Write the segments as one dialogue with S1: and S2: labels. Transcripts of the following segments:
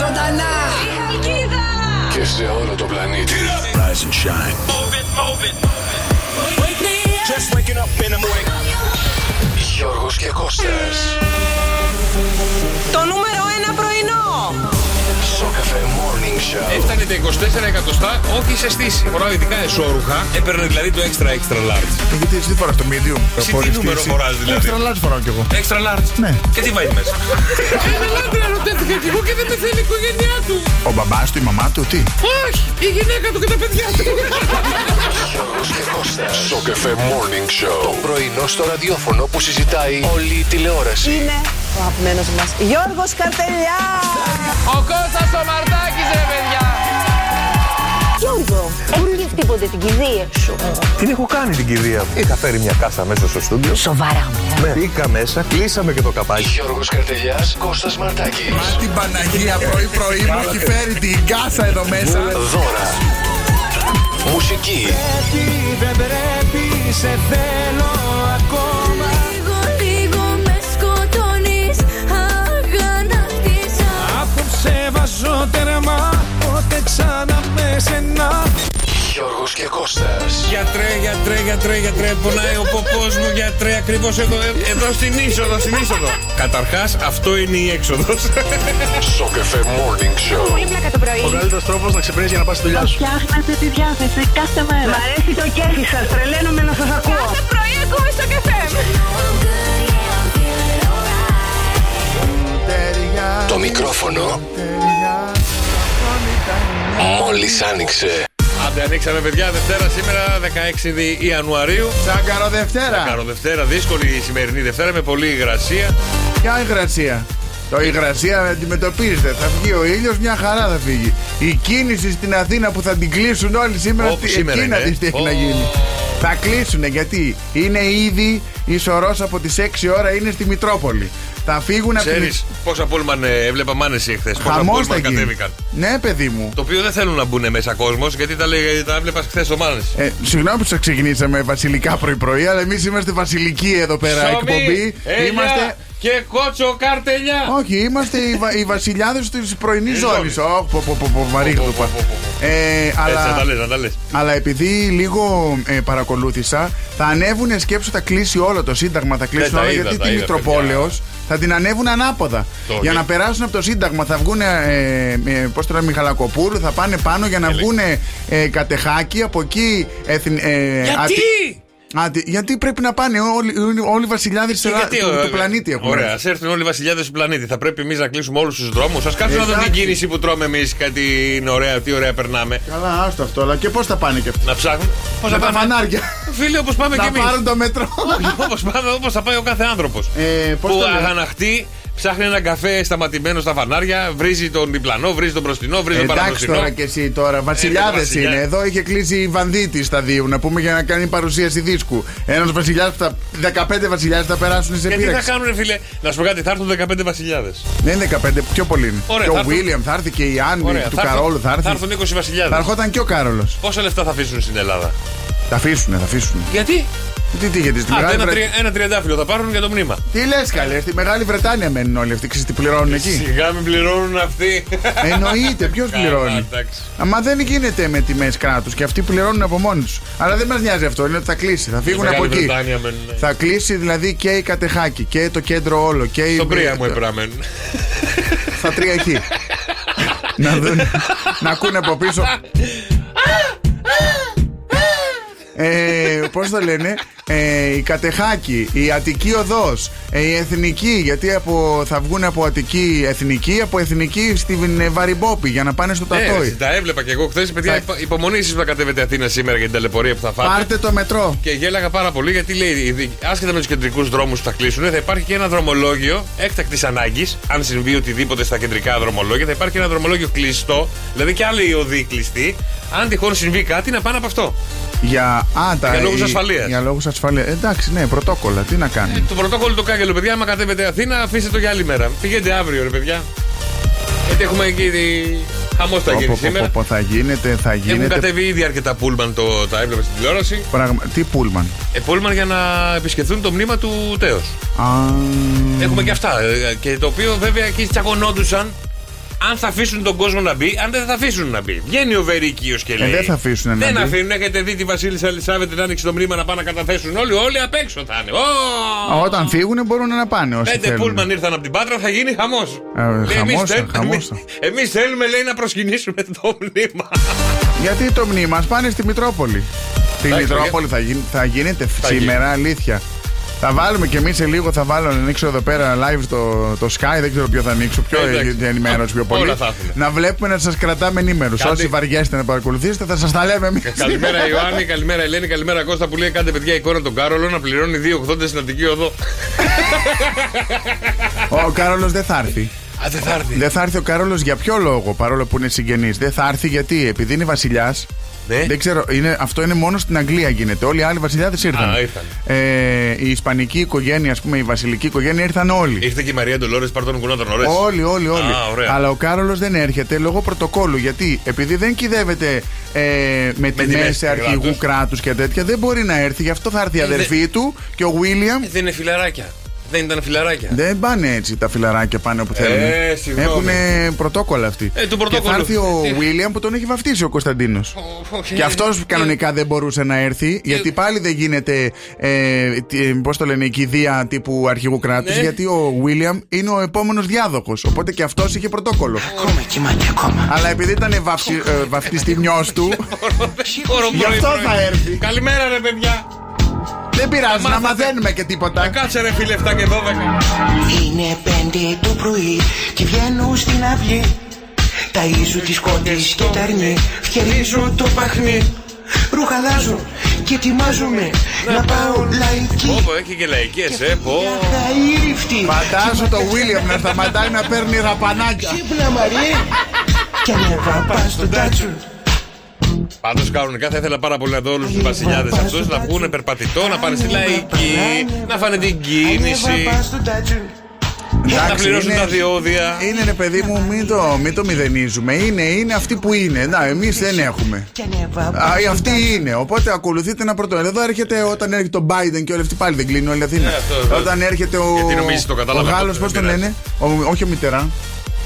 S1: ζωντανά.
S2: Η Χαλκίδα.
S3: Και σε όλο το πλανήτη.
S4: Rise and shine.
S5: Move it, move it.
S2: Wake me up.
S5: Just waking up in the morning.
S3: Γιώργος και Κώστας.
S2: Το νούμερο ένα πρωινό.
S3: Σοκαφέ Morning Show.
S6: Έφτανε τα 24 εκατοστά, όχι σε στήση. Φοράω ειδικά εσόρουχα. Έπαιρνε δηλαδή το extra extra large.
S4: Γιατί εσύ τι φοράς το medium.
S6: Εσύ τι
S4: Χωρίς
S6: νούμερο
S4: στήση.
S6: φοράς, δηλαδή?
S4: Extra large φοράω κι εγώ.
S6: Extra large.
S4: Ναι.
S6: Και τι βάζει μέσα. Ένα άντρα ρωτέθηκα κι εγώ και δεν με θέλει η οικογένειά του.
S4: Ο μπαμπάς του, η μαμά του, τι.
S6: Όχι, η γυναίκα του και τα παιδιά του.
S3: Γιώργος και Κώστας. Σοκαφέ Morning Show. Το πρωινό στο ραδιόφωνο που συζητάει όλη η τηλεόραση.
S7: Είναι ο αγαπημένος μας Γιώργος Καρτελιάς.
S6: Ο Κώστας ο Μαρτάκης, ρε παιδιά.
S7: Γιώργο, έμπληκτη ποτέ την κηδεία σου.
S8: Την έχω κάνει την κυρία μου. Είχα φέρει μια κάσα μέσα στο στούντιο.
S7: Σοβαρά μου.
S8: Ναι. Μπήκα μέσα, κλείσαμε και το καπάκι.
S3: Γιώργος Καρτελιάς, Κώστας Μαρτάκης.
S4: Την Παναγία πρωί-πρωί μου έχει φέρει την κάσα εδώ μέσα.
S3: Δώρα. Μουσική.
S2: Λίγο, λίγο με σκοτώνεις Αγανάκτησα
S3: Γιώργος και Κώστας.
S6: Γιατρέ, γιατρέ, γιατρέ, γιατρέ, πονάει ο ποπός μου, γιατρέ, ακριβώς εδώ, ε, εδώ στην είσοδο, στην είσοδο. Καταρχάς, αυτό είναι η έξοδος.
S3: Σοκαφέ Morning Show.
S7: πλάκα το πρωί.
S8: Ο καλύτερος τρόπος να ξεπρέσει για να πας στη δουλειά σου.
S9: Φτιάχνετε τη διάθεση κάθε μέρα. Μ' αρέσει το κέφι σας. Τρελαίνομαι να σας ακούω.
S2: Κάθε πρωί ακούμε στο καφέ
S3: Το μικρόφωνο μόλις άνοιξε.
S6: Άντε, ανοίξαμε, παιδιά, Δευτέρα σήμερα, 16 Δι- Ιανουαρίου.
S4: Τσάγκαρο Δευτέρα.
S6: Κάρο Δευτέρα, δύσκολη η σημερινή Δευτέρα με πολλή υγρασία.
S4: Ποια υγρασία. Το υγρασία αντιμετωπίζεται. Θα βγει ο ήλιος, μια χαρά θα φύγει. Η κίνηση στην Αθήνα που θα την κλείσουν όλοι σήμερα.
S6: Όπου
S4: στη-
S6: σήμερα
S4: Εκείνα
S6: είναι. ε.
S4: της τι έχει να
S6: Ω.
S4: γίνει. Θα κλείσουνε γιατί είναι ήδη η σωρός από τις 6 ώρα είναι στη Μητρόπολη. Θα φύγουν από τη
S6: Ξέρει πόσα πούλμαν ε, έβλεπα μάνεση εχθές. Πόσα
S4: Χαμός θα
S6: πούλμαν
S4: γίνει.
S6: κατέβηκαν.
S4: Ναι, παιδί μου.
S6: Το οποίο δεν θέλουν να μπουν μέσα κόσμος γιατί τα, λέγε- τα έβλεπα χθες ο Μάνεση.
S4: Ε, συγγνώμη που σας ξεκινήσαμε βασιλικά πρωί-πρωί, αλλά εμείς είμαστε βασιλική εδώ πέρα
S6: Σωμί,
S4: εκπομπή.
S6: έλια
S4: Είμαστε.
S6: Και κότσο καρτελιά.
S4: Όχι, είμαστε οι, βα... οι βασιλιάδες της πρωινής
S6: Της
S4: ζώνης.
S6: ζώνης.
S4: Οχ, πω, πω, πω, πω,
S6: Πω, πω,
S4: βαρύγδουπα.
S6: πω, πω, πω.
S4: Ε,
S6: Έτσι, να τα
S4: αλλά,
S6: λες, να τα λες.
S4: αλλά επειδή λίγο ε, παρακολούθησα, θα ανέβουνε σκέψου, θα κλείσει όλο το Σύνταγμα. Θα κλείσουν
S6: Ε, τα
S4: όλα
S6: είδα,
S4: γιατί
S6: τα
S4: τη
S6: είδα,
S4: Μητροπόλεως θα την ανέβουν ανάποδα.
S6: Το
S4: για
S6: γε-
S4: να περάσουν από το Σύνταγμα θα βγουν. Ε, ε, Πώς τώρα, Μιχαλακοπούλου, θα πάνε πάνω για να βγουν ε, κατεχάκι από εκεί. εθν- ε,
S6: Γιατί?
S4: ατι- Ατι, γιατί πρέπει να πάνε όλοι, όλοι οι βασιλιάδες
S6: Και γιατί,
S4: του,
S6: ε,
S4: του πλανήτη έχουμε.
S6: Ωραία, ας έρθουν όλοι οι βασιλιάδες του πλανήτη. Θα πρέπει εμείς να κλείσουμε όλους τους δρόμους. Ας κάτσουν να δουν την
S4: Εντάξει.
S6: κίνηση που τρώμε εμείς. Κάτι είναι ωραία, τι ωραία περνάμε.
S4: Καλά, άστο αυτό, αλλά και πώς θα πάνε και αυτοί.
S6: Να ψάχνουν. Πώς θα
S4: Με τα
S6: πάμε.
S4: φανάρια.
S6: Φίλε, όπως πάμε και
S4: Να
S6: εμείς.
S4: πάρουν το μετρό.
S6: Όπως πάμε, όπως θα πάει ο κάθε άνθρωπος.
S4: Ε, πώς
S6: που
S4: το λένε?
S6: αγαναχτεί, ψάχνει έναν καφέ σταματημένο στα φανάρια, βρίζει τον διπλανό, βρίζει τον μπροστινό, βρίζει τον
S4: Εντάξει
S6: παραπροστινό.
S4: τώρα και εσύ τώρα, βασιλιάδε
S6: Ε, βασιλιά-
S4: είναι. Εδώ είχε κλείσει η Βανδίτη σταδίου να πούμε για να κάνει παρουσίαση δίσκου. Ένας βασιλιά που θα. 15 βασιλιάδες θα περάσουν σε
S6: Γιατί θα
S4: πείραξη.
S6: κάνουν, φίλε, να σου πω κάτι, θα έρθουν 15 βασιλιάδε.
S4: Δεν είναι 15, πιο πολύ είναι.
S6: Ωραία,
S4: και ο
S6: θα έρθουν-
S4: Βίλιαμ θα έρθει και η Άννη του Καρόλου θα
S6: Θα
S4: έρθει.
S6: έρθουν 20
S4: Θα
S6: βασιλιάδε.
S4: ερχόταν και ο Κάρολος.
S6: Πόσα λεφτά θα αφήσουν στην Ελλάδα.
S4: Θα αφήσουνε, θα αφήσουνε.
S6: Γιατί?
S4: Τι τι γιατί στη
S6: Άντε,
S4: Μεγάλη
S6: ένα,
S4: Βρετανία.
S6: τρι- ένα τριαντάφυλλο θα πάρουν για το μνήμα.
S4: Τι λες καλέ, στη Μεγάλη Βρετανία μένουν όλοι αυτοί. Ξέρεις τι πληρώνουν εκεί.
S6: Σιγά μην πληρώνουν αυτοί.
S4: Εννοείται, ποιος
S6: Καλά,
S4: πληρώνει.
S6: εντάξει.
S4: Μα δεν γίνεται με τιμές κράτους και αυτοί πληρώνουν από μόνοι τους. Αλλά δεν μας νοιάζει αυτό, είναι ότι θα κλείσει, θα φύγουν από
S6: Μεγάλη
S4: εκεί.
S6: Βρετάνια μένουν.
S4: Θα κλείσει δηλαδή και η Κατεχάκη και το κέντρο όλο. Και η...
S6: Στον πρία μου επραμένουν.
S4: Θα τρία εκεί. να, δουν, να ακούνε από πίσω. ε, Πώς το λένε, ε, η Κατεχάκη, η Αττική Οδός, η Εθνική. Γιατί από, θα βγουν από Αττική Εθνική, από Εθνική στην ε, Βαριμπόπη για να πάνε στο
S6: Ναι, ρε,
S4: Τατόι.
S6: τα έβλεπα και εγώ χθες. Παιδιά,
S4: Θα-
S6: υπομονή εσεί που θα κατέβετε Αθήνα σήμερα για την ταλαιπωρία που θα φάτε.
S4: Πάρτε το μετρό.
S6: Και γέλαγα πάρα πολύ γιατί λέει, η δι- άσχετα με τους κεντρικούς δρόμους που θα κλείσουν, θα υπάρχει και ένα δρομολόγιο έκτακτης ανάγκης. Αν συμβεί οτιδήποτε στα κεντρικά δρομολόγια, θα υπάρχει και ένα δρομολόγιο κλειστό, δηλαδή και άλλοι οδοί κλειστοί. Αν τυχόν συμβεί κάτι, να πάνε από αυτό.
S4: Για, α, τα-
S6: Για λόγους
S4: η-
S6: ασφαλείας.
S4: Για λόγους ασφαλείας. Εντάξει, ναι, πρωτόκολλα. Τι να κάνουμε.
S6: Το πρωτόκολλο το κάγκελο, παιδιά, άμα κατέβετε Αθήνα, αφήστε το για άλλη μέρα. Πηγαίνετε αύριο, ρε παιδιά. Γιατί έχουμε εκεί τη... χαμός θα
S4: Πω, πω,
S6: γίνει
S4: πω, πω,
S6: σήμερα.
S4: πω, θα γίνεται, θα
S6: Έχουν
S4: γίνεται.
S6: κατέβει ήδη αρκετά πούλμαν, το, τα έβλεπα στην τηλεόραση.
S4: Πράγμα, τι πούλμαν.
S6: Ε, πούλμαν για να επισκεφθούν το μνήμα του Τέος.
S4: Α,
S6: Έχουμε και αυτά. ε, Και το οποίο βέβαια εκεί τσακωνόντουσαν αν θα αφήσουν τον κόσμο να μπει, αν δεν θα αφήσουν να μπει. Βγαίνει ο Βερίκιο και λέει.
S4: Ε, δεν θα αφήσουνε να
S6: Δεν
S4: μπει.
S6: αφήνουν. Έχετε δει τη Βασίλισσα Ελισάβετ να άνοιξε το μνήμα να πάνε να καταθέσουν όλοι. Όλοι απ' έξω θα είναι. Ω!
S4: Όταν φύγουν μπορούν να πάνε όσοι
S6: Πέντε
S4: θέλουν.
S6: πούλμαν ήρθαν από την Πάτρα, θα γίνει χαμός.
S4: Ε, χαμός θα, χαμός θα.
S6: Εμείς θέλουμε, λέει, να προσκυνήσουμε το μνήμα.
S4: Γιατί το μνήμα, ας πάνε στη Μητρόπολη. Στη
S6: Εντάξει,
S4: Μητρόπολη θα, γίνει- θα γίνεται
S6: γίνει.
S4: σήμερα, αλήθεια. Θα βάλουμε και εμείς σε λίγο, θα βάλω να ανοίξω εδώ πέρα live το, το Sky. Δεν ξέρω ποιο θα ανοίξω, ποιο
S6: Εντάξει.
S4: έχει την ενημέρωση πιο πολύ.
S6: Όλα θα έχουμε.
S4: να βλέπουμε να σας κρατάμε ενήμερους.
S6: Κάντε-
S4: Όσοι βαριέστε να παρακολουθήσετε, θα σας τα λέμε εμείς.
S6: καλημέρα Ιωάννη, καλημέρα Ελένη, καλημέρα Κώστα που λέει κάντε παιδιά εικόνα τον Κάρολο να πληρώνει 2,80 στην Αττική Οδό.
S4: Ο Κάρολος δεν θα έρθει.
S6: Α, δεν θα έρθει.
S4: Δεν θα έρθει ο Κάρολος για ποιο λόγο, παρόλο που είναι συγγενής. Δεν θα έρθει γιατί, επειδή είναι βασιλιάς.
S6: Ναι.
S4: Δεν ξέρω, είναι, αυτό είναι μόνο στην Αγγλία γίνεται. Όλοι οι άλλοι βασιλιάδες ήρθαν.
S6: Α, ήρθαν.
S4: Ε, η Ισπανική οικογένεια, ας πούμε, η βασιλική οικογένεια ήρθαν όλοι.
S6: Ήρθε και η Μαρία Ντολόρες, πάρ τον κουνά τον ωραίο.
S4: Όλοι, όλοι, όλοι.
S6: Α, ωραία.
S4: Αλλά ο Κάρολος δεν έρχεται λόγω πρωτοκόλου. Γιατί επειδή δεν κυδεύεται ε, με τη
S6: τη μέση
S4: μέση αρχηγού
S6: κράτους.
S4: κράτους και τέτοια, δεν μπορεί να έρθει. Γι' αυτό θα έρθει η
S6: Ε, δε-
S4: αδερφή του και ο Βίλιαμ.
S6: Δεν είναι φιλαράκια. Δεν ήταν φιλαράκια.
S4: Δεν πάνε έτσι τα φιλαράκια πάνω όπου θέλουν.
S6: Ε, συγγνώμη.
S4: Έχουν πρωτόκολλα αυτοί.
S6: Ε, του
S4: και
S6: πρωτόκολλου.
S4: θα έρθει ο
S6: Τι-
S4: Βίλιαμ που τον έχει βαφτίσει ο Κωνσταντίνος.
S6: ε,
S4: Και αυτός κανονικά δεν μπορούσε να έρθει, γιατί πάλι δεν γίνεται. Ε, Πώς το λένε, η κηδεία τύπου αρχηγού κράτους,
S6: Ναι.
S4: γιατί ο Βίλιαμ είναι ο επόμενος διάδοχος. Οπότε και αυτός είχε πρωτόκολλο. Αλλά επειδή ήταν βαφτι, ε, βαφτιστήμιο του, Γι' αυτό θα έρθει.
S6: Καλημέρα ρε παιδιά.
S4: δεν πειράζει να
S6: Μάθατε.
S4: μαθαίνουμε και τίποτα.
S6: Κάτσε ρε φίλε 7 και 12.
S1: Είναι πέντε το πρωί και βγαίνουν στην αυλή Ταΐζουν τις κόντες και τα αρνί Φτιαρίζουν το παχνί Ρούχα αλλάζουν και ετοιμάζομαι Να πάω λαϊκή
S6: Όπω έχει και λαϊκές, ε, πω.
S1: Τα ήρυφτη
S4: Φαντάζω το Βίλιαμ να σταματάει να παίρνει ραπανάκια.
S1: Ξύπνα Μαριέ Και ανέβα πας στον τάτσο
S6: Πάντως κανονικά θα ήθελα πάρα πολύ να δω όλους τους βασιλιάδες αυτούς να βγουν περπατητό, να πάνε στη λαϊκή, να φάνε την κίνηση,
S1: Ανέβα πας στον τάτσο
S6: να
S4: Εντάξει,
S6: πληρώσουν
S4: είναι-
S6: τα διόδια.
S4: Είναι ρε παιδί μου, μην το, μην το μηδενίζουμε. Είναι, είναι αυτοί που είναι. Να, εμείς δεν έχουμε.
S1: Και ανέβα
S4: Α, αυτοί είναι. Οπότε ακολουθείτε ένα πρώτο. Εδώ έρχεται όταν έρχεται ο Biden και όλοι αυτοί πάλι δεν κλείνουν όλη η Αθήνα.
S6: Ε, αυτό, ε,
S4: όταν έρχεται ο.
S6: γιατί νομίζεις το
S4: ο
S6: κατάλαβα
S4: Γάλλο,
S6: αυτό,
S4: πώ
S6: δεν
S4: τον
S6: πειράζει.
S4: λένε. Ο, όχι ο Μιτερά.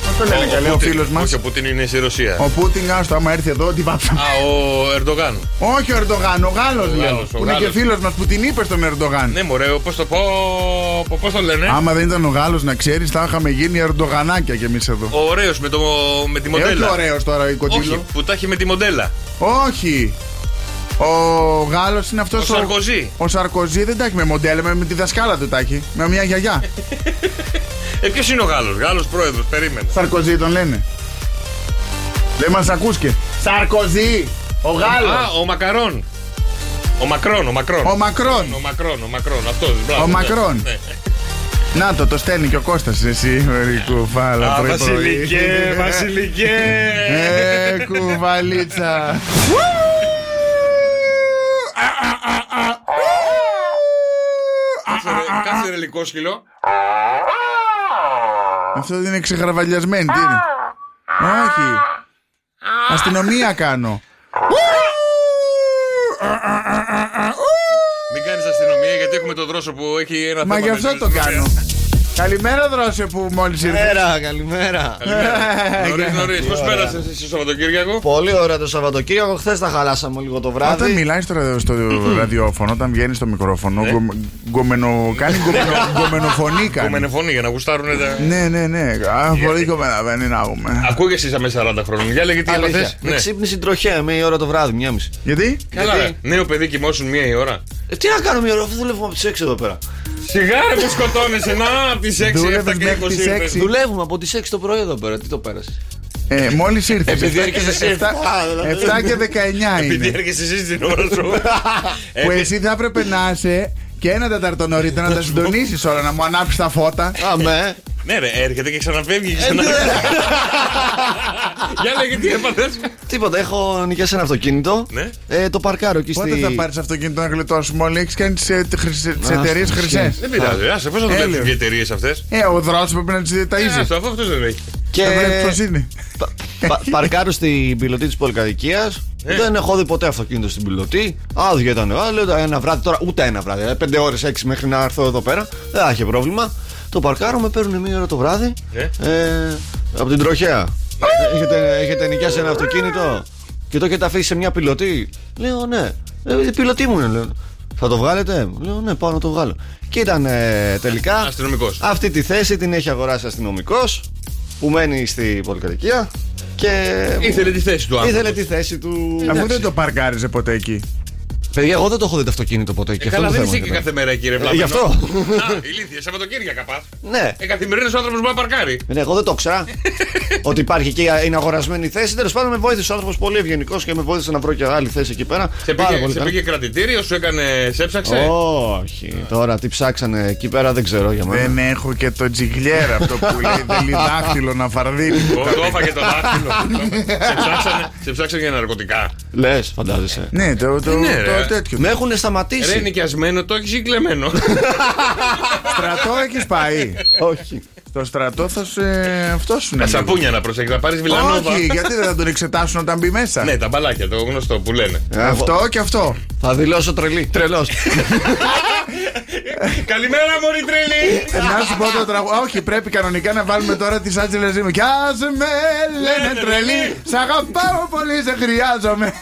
S4: Πώ τον λένε καλέ, ο
S6: Πούτιν.
S4: φίλο μας.
S6: Όχι, ο Πούτιν είναι στη Ρωσία.
S4: Ο Πούτιν, άστο, άμα έρθει εδώ, τι βάψαμε.
S6: Α, ο Ερντογάν.
S4: Όχι ο Ερντογάν, ο Γάλλος λέω.
S6: Γάλλος, ο
S4: Που είναι και
S6: Γάλλος.
S4: φίλος μας που την είπε στον Ερντογάν.
S6: Ναι, μωρέ, πώ το πω. Πώ το λένε.
S4: Άμα δεν ήταν ο Γάλλος, να ξέρεις, θα είχαμε γίνει Ερντογανάκια κι εμείς εδώ.
S6: Ο ωραίος με, το, με τη
S4: Ε, όχι
S6: μοντέλα.
S4: ωραίος τώρα η
S6: Όχι,
S4: κοντήλο.
S6: που τα έχει με τη μοντέλα.
S4: Όχι. Ο Γάλλος είναι αυτός.
S6: Ο Σαρκοζή.
S4: Ο Σαρκοζή δεν τα έχει με μοντέλα, με, με τη δασκάλα του τα έχει. Με μια γιαγιά.
S6: Ε, ποιος είναι ο Γάλλος, Γάλλος πρόεδρος, περίμενε.
S4: Σαρκοζή τον λένε. Δεν μας ακούς και. Σαρκοζή! Ο
S6: Α,
S4: Γάλλο!
S6: ο Μακαρόν. Ο Μακρόν, ο Μακρόν.
S4: Ο Μακρόν!
S6: Ο Μακρόν, ο Μακρόν, ναι. αυτό.
S4: Ο Μακρόν. Να το, το στέλνει και ο Κώστας εσύ, ρε κουφάλα.
S6: Α,
S4: πρωί, πρωί.
S6: βασιλικέ, βασιλικέ.
S4: Ε, κουβαλίτσα.
S6: Κάτσε ρε- Κάτσε ρε λικό σκυλό.
S4: Αυτό δεν είναι ξεχαρβαλιασμένη, τι είναι. Όχι. Αστυνομία κάνω.
S6: Μην κάνεις αστυνομία γιατί έχουμε τον δρόσο που έχει ένα θέμα.
S4: Μα γι'
S6: με
S4: αυτό
S6: ζήλους.
S4: το κάνω. Καλημέρα, δρόσε που μόλις
S10: Ναι,
S4: ήρθες.
S10: Καλημέρα, καλημέρα. ναι.
S6: Νωρίς, νωρίς. Πώς πέρασες εσύ το Σαββατοκύριακο.
S10: Πολύ ωραία το Σαββατοκύριακο. Χθες τα χαλάσαμε λίγο το βράδυ.
S4: Όταν μιλάει στο, ρα- στο ραδιόφωνο, όταν βγαίνεις στο μικρόφωνο,
S10: Ναι.
S4: γκο- γκομενο, κάνει γκομενο- γκομενοφωνή.
S6: Κομμενε
S4: κάνει.
S6: φωνή για να γουστάρουν τα.
S4: Ναι, ναι, ναι. Α, Πολύ κομμένα δεν είναι άγουμε.
S6: Ακούγεσαι είσαι με 40 χρόνων. Για λέγε τι
S10: Αλήθεια.
S6: έπαθες.
S10: Με
S6: Ναι.
S10: ξύπνησε η τροχέα μία ώρα το βράδυ, μία μισή.
S4: Γιατί?
S6: Καλά,
S10: Γιατί?
S6: ρε. νέο παιδί κοιμώσουν μία η ώρα.
S10: Ε, τι να κάνω μία ώρα, αφού δουλεύουμε από τι 6 εδώ πέρα.
S6: Σιγά ρε που σκοτώνεσαι, να από τις 6, 7
S4: Δούλευες
S6: και
S4: μέχρι
S6: 20
S4: τις
S6: ήρθες.
S4: έξι.
S10: Δουλεύουμε από τις 6 το πρωί εδώ πέρα. Τι το πέρασε.
S4: Ε, Μόλις ήρθες. 7
S10: Επειδή έρχεσαι εσύ εφτά, δηλαδή.
S4: και 19
S6: Επειδή
S4: είναι.
S6: έρχεσαι εσύ στην ώρα σου.
S4: Που
S6: Ε,
S4: εσύ θα έπρεπε να είσαι και ένα τέταρτο νωρίτερα να τα συντονίσεις όλα, να μου ανάψεις τα φώτα.
S10: Αμέ.
S6: Ναι, ρε, έρχεται και ξαναφεύγει. και
S4: Ε, ναι.
S6: ξανάρχεται. Για λέγε τι έπαθες.
S10: Τίποτα, έχω νοικιάσει ένα αυτοκίνητο.
S6: Ναι.
S10: Ε, το παρκάρω εκεί στη.
S4: Πότε θα πάρεις αυτοκίνητο να γλιτώσουμε όλοι, έχει κάνει ε, τις εταιρείε
S10: στο
S4: χρυσέ.
S6: Δεν πειράζει, άσε πώς θα δουλεύουν
S4: Έλεος.
S6: οι εταιρείες αυτές.
S4: Ε, ο δρόσο πρέπει να τις ταζει.
S6: Ε, Αυτό αυτό δεν έχει.
S10: Και
S4: Δεν βλέπει ποιο είναι.
S10: πα- πα- παρκάρω στην πιλωτή της πολυκατοικίας. Ε. Δεν έχω δει ποτέ αυτοκίνητο στην πιλωτή. Άδεια ήταν. Α, λέω, ένα βράδυ τώρα, ούτε ένα βράδυ. ε, Πέντε ώρες, έξι μέχρι να έρθω εδώ πέρα. Δεν θα είχε πρόβλημα. Το παρκάρω, με παίρνουν μία ώρα το βράδυ.
S6: Ε.
S10: Ε, από την τροχέα. έχετε, έχετε νοικιάσει ένα αυτοκίνητο και το έχετε αφήσει σε μια πιλωτή. Λέω ναι. Ε, πιλωτή μου είναι, λέω. Θα το βγάλετε. Λέω ναι, πάω να το βγάλω. Και ήταν ε, τελικά.
S6: Αστυνομικός.
S10: Αυτή τη θέση την έχει αγοράσει αστυνομικός που μένει στη πολυκατοικία. Και...
S6: Ήθελε τη θέση του άνθρωπος.
S10: Ήθελε τη θέση του.
S4: Αφού
S10: Εντάξει.
S4: δεν το παρκάριζε ποτέ εκεί.
S10: Παιδιά, εγώ δεν το έχω δει το αυτοκίνητο ποτέ. και
S6: Ε,
S10: αυτό
S6: καλά,
S10: είναι
S6: δεν
S10: το θέμα εδώ
S6: είσαι και κάθε μέρα, κύριε
S10: πέρα. Ε,
S6: Βλάπη.
S10: Γι' αυτό.
S6: Α, ηλίθεια, Σαββατοκύριακα πας.
S10: ναι.
S6: Ε, καθημερινό άνθρωπο μπορεί να παρκάρει.
S10: Ναι, εγώ δεν το ήξερα ότι υπάρχει και είναι αγορασμένη θέση. Τέλος πάντων, με βοήθησε ο άνθρωπος πολύ ευγενικός και με βοήθησε να βρω και άλλη θέση εκεί πέρα.
S6: Σε
S10: Πάρα
S6: πήγε,
S10: πολύ
S6: σε
S10: καλά.
S6: πήγε κρατητήριο, σου έκανε. Σε έψαξε.
S10: Όχι, τώρα τι ψάξανε εκεί πέρα δεν ξέρω για μένα.
S4: Δεν έχω και το τζιγκλιέρα αυτό που λέει δελή δάχτυλο να φαρδίνει.
S6: Ο, Το έφαγε το δάχτυλο. σε, ψάξανε, σε ψάξανε για ναρκωτικά.
S10: Λες, φαντάζεσαι.
S4: Ναι, το, το,
S6: Ναι,
S4: το
S6: ρε.
S4: τέτοιο.
S10: Με έχουν
S6: Ρε
S10: σταματήσει.
S6: νοικιασμένο, το έχεις κλεμμένο.
S4: Στρατό έχεις πάει.
S10: Όχι.
S4: Το στρατό θα σε. αυτό σου είναι.
S6: Τα σαπούνια να προσέχει, να πάρεις βιλανόβα.
S4: Όχι, γιατί δεν θα τον εξετάσουν όταν μπει μέσα.
S6: Ναι, τα μπαλάκια, το γνωστό που λένε.
S4: Αυτό και αυτό.
S10: Θα δηλώσω τρελή. Τρελός.
S6: Καλημέρα, Μωρή Τρελή!
S4: Ε, Να σου πω το τραγούδι. Όχι, πρέπει κανονικά να βάλουμε τώρα τη Άντζελε Ζήμου. Κι ας με λένε τρελή. Σ' αγαπάω πολύ, σε χρειάζομαι.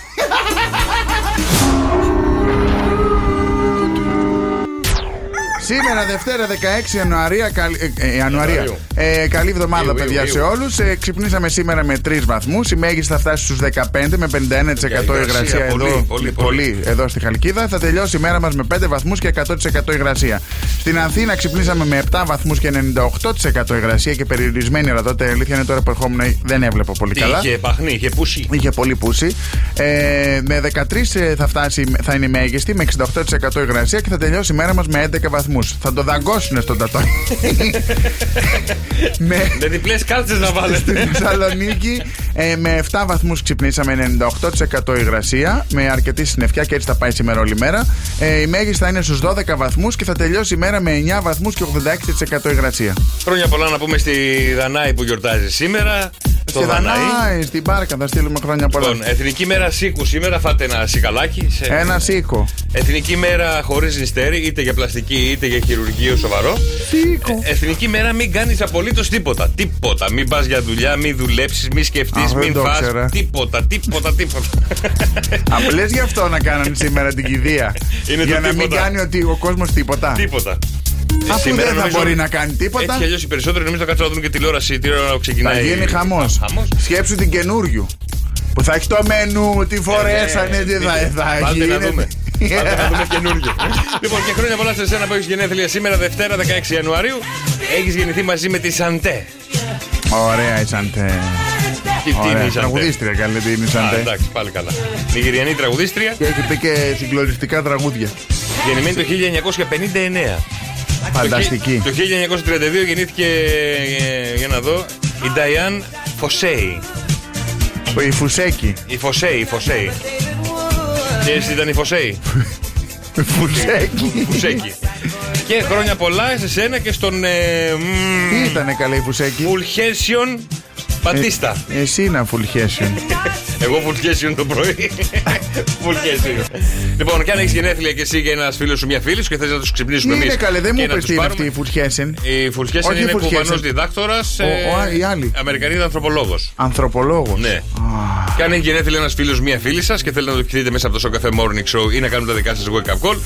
S4: Σήμερα, Δευτέρα, 16 Ιανουαρία. Καλ... ε, ε, Ιανουαρία.
S6: Ιανουαρίου.
S4: Ε, καλή εβδομάδα,
S6: Ιου,
S4: παιδιά,
S6: Ιου,
S4: σε
S6: Ιου.
S4: όλους. Ε, ξυπνήσαμε σήμερα με 3 βαθμούς. Η μέγιστη θα φτάσει στους 15 με 51%
S6: Υγρασία,
S4: υγρασία εδώ.
S6: πολύ, πολύ,
S4: πολύ εδώ στη Χαλκίδα. Θα τελειώσει η μέρα μας με 5 βαθμούς και 100% υγρασία. Στην Αθήνα ξυπνήσαμε με 7 βαθμούς και 98% υγρασία και περιορισμένη ραδότητα. Η αλήθεια είναι τώρα που ερχόμουν δεν έβλεπα πολύ
S6: Τι
S4: καλά.
S6: είχε παχνή, είχε πούσι.
S4: Είχε πολύ πούσι. Ε, με 13 ε, θα, φτάσει, θα είναι η μέγιστη, με 68% υγρασία και θα τελειώσει η μέρα μας με 11 βαθμού. Θα το δαγκώσουνε στον τατό. με,
S10: Ε,
S6: Με διπλές κάλτσες να
S4: στη
S6: βάλετε.
S4: Θεσσαλονίκη ε, με 7 βαθμούς ξυπνήσαμε 98% υγρασία με αρκετή συννεφιά και έτσι θα πάει σήμερα όλη μέρα. Ε, η μέγιστη θα είναι στους 12 βαθμούς και θα τελειώσει η μέρα με 9 βαθμούς και 86% υγρασία.
S6: Χρόνια πολλά να πούμε στη Δανάη που γιορτάζει σήμερα. Στο
S4: Στη
S6: Δανάη.
S4: Δανάη, στην Πάρκα θα στείλουμε χρόνια πολλά.
S6: Λοιπόν, ε, Εθνική μέρα σίκου σήμερα, φάτε ένα σικαλάκι. σε-
S4: Ένα σίκο.
S6: Εθνική μέρα χωρίς νηστέρι, είτε για πλαστική είτε για χειρουργείο σοβαρό.
S4: Σίκο.
S6: Ε, Εθνική μέρα, μην κάνεις απολύτως τίποτα. Τίποτα. Μην πας για δουλειά, μην δουλέψεις, μην σκεφτείς,
S4: Αχ, δεν
S6: μην
S4: το
S6: φας
S4: ξέρα.
S6: Τίποτα, τίποτα, τίποτα.
S4: Απλέ γι' αυτό να κάνανε σήμερα την κηδεία.
S6: Είναι
S4: Για
S6: το
S4: να μην
S6: τίποτα.
S4: κάνει ότι ο κόσμος τίποτα.
S6: τίποτα. Ε,
S4: Αφού δεν θα μπορεί να κάνει τίποτα,
S6: Έτσι κι αλλιώς οι περισσότεροι νομίζω θα κάτσουν να δουν και τηλεόραση τι ώρα ξεκινάει.
S4: θα γίνει χαμός.
S6: Χαμός.
S4: Σκέψου την καινούριου. Που θα έχει το μενού, τι
S6: Ε,
S4: φορέσανε, τι θα θα
S6: ναι, Βάλτε να
S4: γίνεται.
S6: δούμε. Βάλτε να δούμε καινούργιο. λοιπόν, και χρόνια πολλά σε εσένα που έχεις γενέθλια σήμερα, Δευτέρα 16 Ιανουαρίου. Έχεις γεννηθεί μαζί με τη Σαντέ.
S4: Ωραία, η Σαντέ.
S6: Τι τι είναι
S4: Ωραία,
S6: η Σαντέ.
S4: τραγουδίστρια καλέται η
S6: Α,
S4: Σαντέ.
S6: εντάξει, πάλι καλά. Νιγηριανή τραγουδίστρια,
S4: Και έχει πει και συγκλονιστικά τραγούδια.
S6: γεννημένη το 1959.
S4: Φανταστική.
S6: Το 1932 γεννήθηκε, ε, για να δω, η Νταϊάν Φωσέη.
S4: Η Φουσέκη.
S6: Η Φωσέη, η Φωσέη. Και εσύ ήταν η Φωσέη,
S4: Φουσέκη.
S6: Φουσέκη. και χρόνια πολλά σε σένα και στον ε, μ,
S4: Τι ήτανε καλέ η Φουσέκη.
S6: Φουλχέσιον Πατίστα.
S4: Εσύ είναι Φουλχέσιον.
S6: Εγώ φουλκέσιον το πρωί. Φουλκέσιον. λοιπόν, και αν έχεις γενέθλια και εσύ και ένας φίλος σου, μια φίλη σου και θες να τους
S4: Τι
S6: ξυπνήσουμε εμεί.
S4: είναι Ναι, καλέ, δεν μου πες τι είναι αυτή η Φουλχέσιον.
S6: Η Φουλκέσιον
S4: Όχι η
S6: είναι
S4: Φουλχέσιον.
S6: κουβανό διδάκτορας.
S4: Ο- ο- η άλλη.
S6: Αμερικανίδα ανθρωπολόγος.
S4: Ανθρωπολόγος.
S6: Ναι. Και αν έχει γενέθλια ένας φίλος, μία φίλη σας και θέλετε να το κοιτείτε μέσα από το Σοκαφέ Morning Show ή να κάνουμε τα δικά σας wake up call,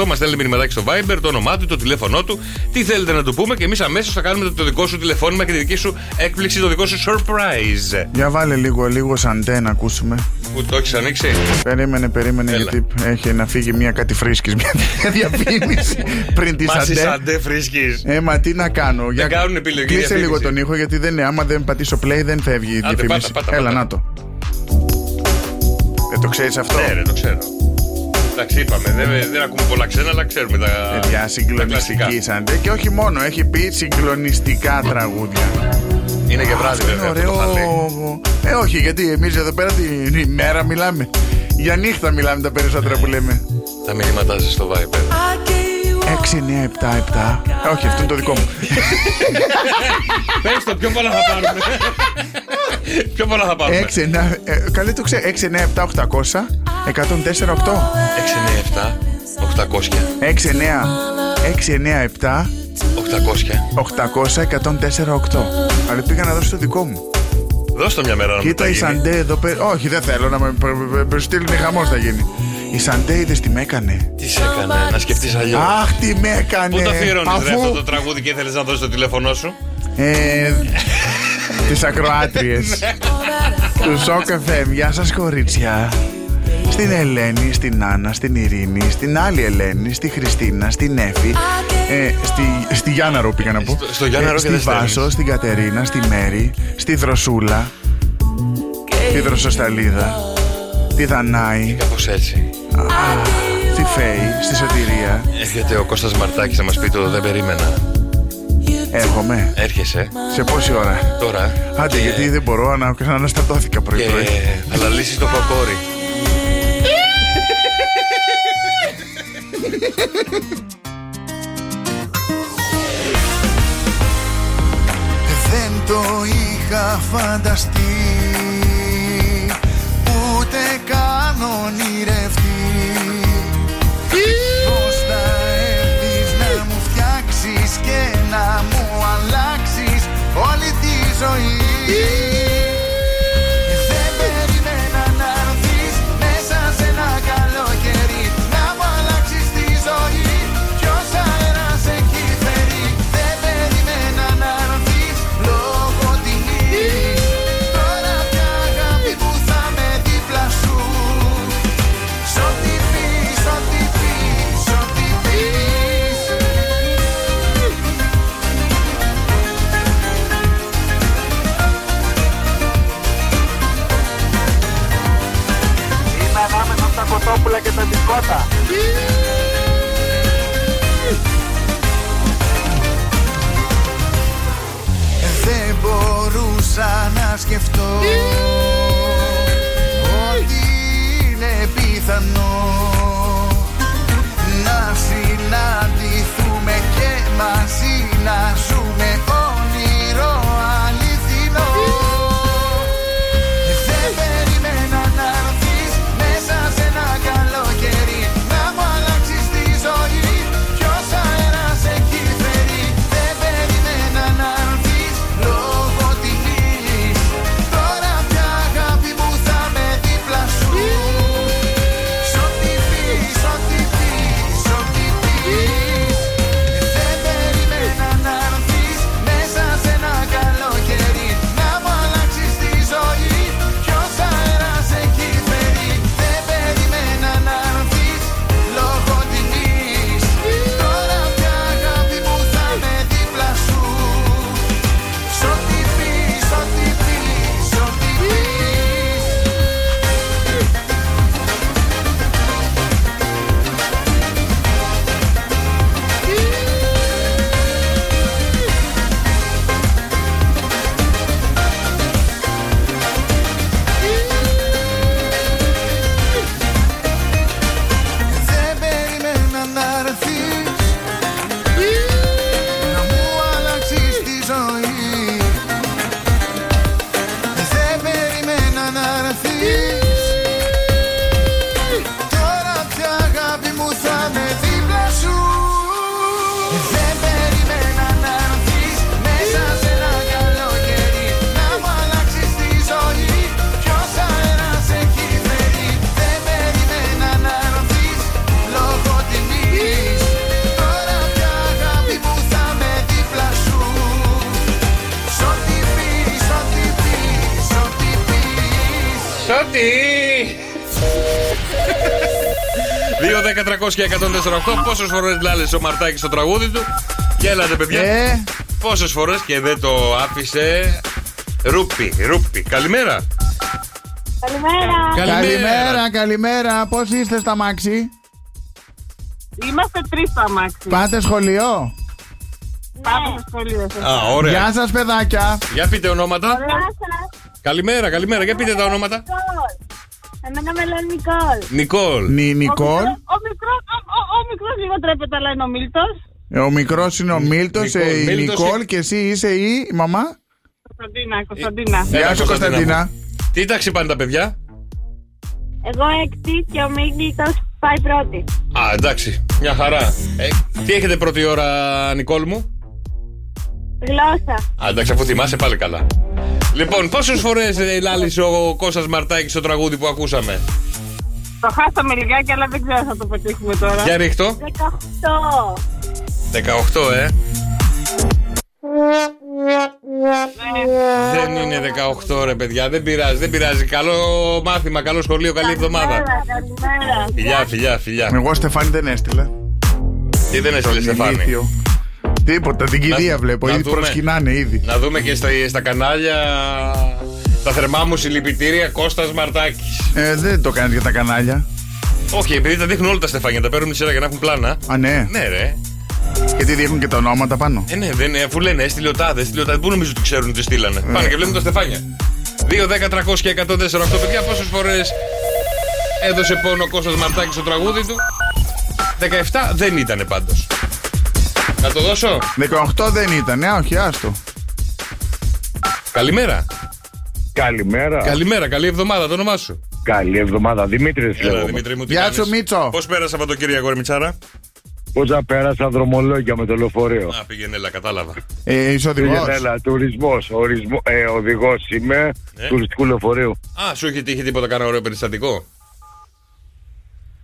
S6: 697-800-1048. Μα στέλνει μηνυματάκι στο Viber, το όνομά του, το τηλέφωνό του, τι θέλετε να του πούμε και εμείς αμέσως θα κάνουμε το- το δικό σου τηλεφώνημα και τη δική σου έκπληξη, το δικό σου surprise.
S4: Για βάλε λίγο, λίγο Σαντέ να ακούσουμε.
S6: Που το έχεις ανοίξει.
S4: Περίμενε, περίμενε,
S6: Έλα.
S4: γιατί έχει να φύγει μια κάτι φρίσκης, μια διαφήμιση πριν τη
S6: Μάση
S4: Σαντέ.
S6: σαντέ φρίσκης.
S4: Ε, μα τι να κάνω. Για...
S6: κάνουν επιλογή
S4: Κλείσε
S6: διαφήμιση.
S4: λίγο τον ήχο, γιατί δεν, άμα δεν πατήσω play δεν φεύγει η
S6: Άντε,
S4: διαφήμιση.
S6: πάτα, πάτα,
S4: Έλα,
S6: πάτα.
S4: να το. Δεν το ξέρεις αυτό.
S6: Ναι, ρε, το ξέρω. Εντάξει, είπαμε. Δεν, δεν ακούμε πολλά ξένα, αλλά ξέρουμε τα.
S4: Παιδιά,
S6: τα
S4: Ε, συγκλονιστική
S6: κλασικά.
S4: Σαντέ. Και όχι μόνο, έχει πει συγκλονιστικά τραγούδια.
S6: Είναι και βράδυ,
S4: Αυτό είναι
S6: βέβαια. αυτό
S4: ωραίο.
S6: το χαλί.
S4: Ε, όχι, γιατί εμείς εδώ πέρα την ημέρα μιλάμε. Για νύχτα μιλάμε τα περισσότερα που λέμε.
S6: Τα μηνύματά σα στο Viber.
S4: 6, 9, 7, 7. Ε, Όχι, αυτό είναι το δικό μου.
S6: Πες το, πιο πολλά θα πάρουμε. πιο πολλά θα πάρουμε. 6,
S4: 6, 9, ε, καλέ το ξέρω. 6, 9, 7, 800, 104, 8.
S6: 9, 7, 800.
S4: 6, 9, 6, 9, 7, 800-104-8. Αλλά πήγα να δώσω το δικό μου.
S6: Δώσ' το μια μέρα να μου
S4: Κοίτα
S6: τα
S4: η
S6: γίνει.
S4: Σαντέ εδώ πέρα. Όχι, δεν θέλω να με στείλει χαμός θα γίνει. Η Σαντέ είδε τι με έκανε.
S6: Τι σε έκανε, να σκεφτείς αλλιώς.
S4: Αχ, τι με έκανε.
S6: Πού το αφιερώνει ρε αυτό το
S4: Αφού.
S6: τραγούδι και ήθελες να δώσεις το τηλέφωνό σου.
S4: Ε, Τις ακροάτριες. Του Σοκεφέμ, γεια σας κορίτσια. Στην Ελένη, στην Άννα, στην Ειρήνη, στην άλλη Ελένη, στη Χριστίνα, στην Εφη, ε, στη, στη Γιάνναρο πήγα να πω. Ε,
S6: Στο- στο Γιάνναρο και
S4: στη
S6: δεν στέλνεις.
S4: Βάσο, στην Κατερίνα, στη Μέρη, στη Δροσούλα, τη Δροσοσταλίδα, τη Δανάη,
S6: Κάπως έτσι.
S4: στη Φέη, στη Σωτηρία.
S6: Έρχεται ο Κώστας Μαρτάκης να μας πει το δεν περίμενα.
S4: Έρχομαι.
S6: Έρχεσαι
S4: Σε πόση ώρα.
S6: τώρα.
S4: Άντε,
S6: και-
S4: γιατί δεν μπορώ να αναστατώθηκα
S6: Και
S4: πρωί-πρωί.
S6: θα λαλήσεις το κοκόρι.
S1: Δεν το είχα φανταστεί Ούτε καν ονειρευτεί Πώς θα έρθεις να μου φτιάξεις Και να μου αλλάξεις όλη τη ζωή Δεν περίμενα να έρθεις Μέσα σε ένα καλοκαίρι Να μου αλλάξεις τη ζωή Ποιος αέρας εκεί φέρει Δεν περίμενα να έρθεις Λόγω τιμής Τώρα πια αγάπη που θα με δίπλα σου Σ' ό,τι πεις, σ' ό,τι πεις, σ' ό,τι πεις
S9: Είναι ανάμεσα στα κοτόπουλα και τα μπισκότα.
S1: Δεν μπορούσα να σκεφτώ Ότι είναι πιθανό Να συναντηθούμε και μαζί να ζούμε όνειρο αληθινό δεν περίμενα να έρθεις μέσα σε ένα καλοκαίρι Να μου αλλάξεις τη ζωή Ποιος αέρας έχει φέρει Δεν περίμενα να έρθεις λόγω τιμής Τώρα πια αγάπη μου θα με δίπλα σου Σ' ό,τι πεις, σ' ό,τι πεις, σ' ό,τι πεις Δεν περίμενα να έρθεις μέσα σε ένα καλοκαίρι Να μου αλλάξεις τη ζωή Ποιος αέρας έχει φέρει Δεν περίμενα να έρθεις λόγω τιμής Τώρα πια αγάπη μου θα με δίπλα σου Σ' ό,τι πεις, σ' ό,τι πεις, σ' ό,τι πεις Δεν περίμενα να έρθεις Να μου αλλάξεις τη ζωή Δεν περίμενα να έρθεις Τώρα πια αγάπη μου θα με δίπλα σου Δεν περίμενα να έρθεις Μέσα σε ένα καλοκαίρι Να μου αλλάξεις τη ζωή Ποιος αέρας έχει φέρει Δεν περίμενα να έρθεις Λόγω τιμής Τώρα πια αγάπη μου θα με δίπλα σου Σ' ό,τι πεις, σ' ό,τι πεις, σ' ό,τι πεις
S6: Σωτή! 2, 10, 300 και 148. Πόσες φορές λάλεσε ο Μαρτάκης στο τραγούδι του. Γέλατε, παιδιά.
S4: Ε,
S6: Πόσες φορές και δεν το άφησε. Ρούπι, ρούπι. Καλημέρα.
S9: Καλημέρα.
S4: καλημέρα, καλημέρα. Πώς είστε στα μάξι,
S9: Είμαστε τρεις στα
S7: Ναι.
S9: μάξι.
S4: Πάτε σχολείο.
S9: Πάμε στο σχολείο.
S6: Α, ωραία.
S4: Γεια σας, παιδάκια.
S6: Για πείτε ονόματα. Καλημέρα, καλημέρα. Για πείτε τα ονόματα.
S7: Εμένα με λένε Νικόλ.
S6: Νικόλ.
S4: Νι, Νικόλ.
S7: Ο μικρός, ο, ο, ο μικρός λίγο τρέπεται, αλλά είναι ο Μίλτος.
S4: Ο μικρός είναι ο Μίλτο,
S6: Νικόλ,
S4: η
S6: Μίλτος
S4: Νικόλ
S6: είναι-
S4: και εσύ είσαι η η μαμά.
S9: Κωνσταντίνα, Κωνσταντίνα.
S6: Ε, Έλα,
S4: Γεια σου,
S6: Κωνσταντίνα
S4: Κωνσταντίνα.
S6: μου. Τι τάξη πάνε τα παιδιά.
S7: Εγώ έκτη και ο Μίλτος
S11: Πάει πρώτη.
S6: Α, εντάξει. Μια χαρά. Ε, τι έχετε πρώτη ώρα, Νικόλ μου.
S11: Γλώσσα.
S6: Α, εντάξει, αφού θυμάσαι πάλι καλά. Λοιπόν, πόσες φορές λάλησε ο Κώστας Μαρτάκης στο τραγούδι που ακούσαμε.
S12: Το χάσαμε λιγάκι, αλλά δεν ξέρω αν θα το πετύχουμε τώρα.
S6: Για ρίχτω.
S12: 18.
S6: 18, ε. Δεν είναι 18 ρε παιδιά, δεν πειράζει, δεν πειράζει. Καλό μάθημα, καλό σχολείο, καλή εβδομάδα. Φιλιά, φιλιά, φιλιά.
S4: Εγώ Στεφάνη δεν έστειλα.
S6: Τι δεν έστειλε, Στεφάνη.
S4: Ηλίθιο. Τίποτα, την κυρία βλέπω.
S6: να
S4: Ήδη
S6: δούμε.
S4: προσκυνάνε ήδη.
S6: Να δούμε και στα, στα κανάλια τα θερμά μου συλληπιτήρια Κώστας Μαρτάκης.
S4: Ε, δεν το κάνεις για τα κανάλια.
S6: Όχι, επειδή τα δείχνουν όλα τα Στεφάνια, τα παίρνουν σειρά για να έχουν πλάνα.
S4: Α, ναι.
S6: Ναι, ρε.
S4: Γιατί δείχνουν και τα ονόματα πάνω.
S6: Ε, ναι, δεν, αφού λένε έστειλε ο τάδε, έστειλε ο τάδε. Πού νομίζω ότι ξέρουν τι στείλανε. Πάνε και βλέπουν τα Στεφάνια. 2, 10, 300 και 104, 8 παιδιά, πόσες φορές έδωσε πόνο ο Κώστας Μαρτάκης στο τραγούδι του. 17 δεν ήταν πάντω. Να το δώσω.
S4: 18 δεν ήταν, ε, όχι, άστο.
S6: Καλημέρα.
S13: Καλημέρα.
S6: Καλημέρα, καλή εβδομάδα, το όνομά σου.
S13: Καλή εβδομάδα, Δημήτρη.
S6: Έλα, Δημήτρη μου, τι
S4: Γεια σου, Μίτσο.
S6: Πώς πέρασε από το κύριο Μιτσάρα.
S13: Πώς θα πέρασα δρομολόγια με το λεωφορείο.
S6: Να πήγαινε, έλα, κατάλαβα.
S4: Ε, είσαι οδηγός.
S13: Πήγαινε, έλα, τουρισμός. Ε, Οδηγός είμαι
S6: Ναι.
S13: τουριστικού λεωφορείου.
S6: Α, σου έχει τύχει τίποτα κανένα ωραίο περιστατικό.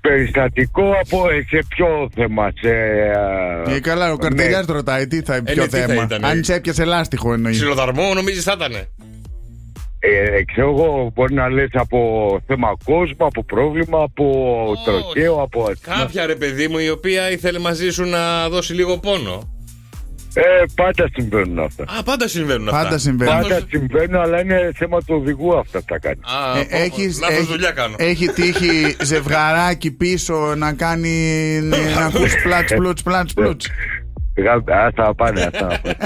S13: Περιστατικό από ε, σε ποιο θέμα, σε. α,
S4: Ε, καλά, ο Καρτελιάς ρωτάει τι θα
S13: Ναι. Ε,
S4: ποιο
S13: ναι, τι θα
S4: θέμα.
S13: ήταν, ε.
S4: Αν σε έπιασε λάστιχο εννοεί.
S6: Ξυλοδαρμό, νομίζεις θα ήταν.
S13: Ε, ξέρω εγώ, μπορεί να λες από θέμα κόσμου, από πρόβλημα, από τροχαίο, από.
S6: Κάποια ρε παιδί μου η οποία ήθελε μαζί σου να δώσει λίγο πόνο.
S13: Ε, πάντα συμβαίνουν αυτά.
S6: Α, πάντα συμβαίνουν αυτά.
S4: Πάντα συμβαίνουν.
S13: Πάντα συμβαίνουν, αλλά είναι θέμα του οδηγού αυτά που τα κάνει.
S6: Α,
S4: Ε,
S6: πω, πω,
S4: έχεις-
S6: λάθος
S4: έχει-
S6: δουλειά κάνω.
S4: Έχει τύχει ζευγαράκι πίσω να κάνει. να ακούς πλάτς, πλούτς, πλάτς, πλούτς.
S13: Γα- Άστα να πάνε, άστα να πάνε.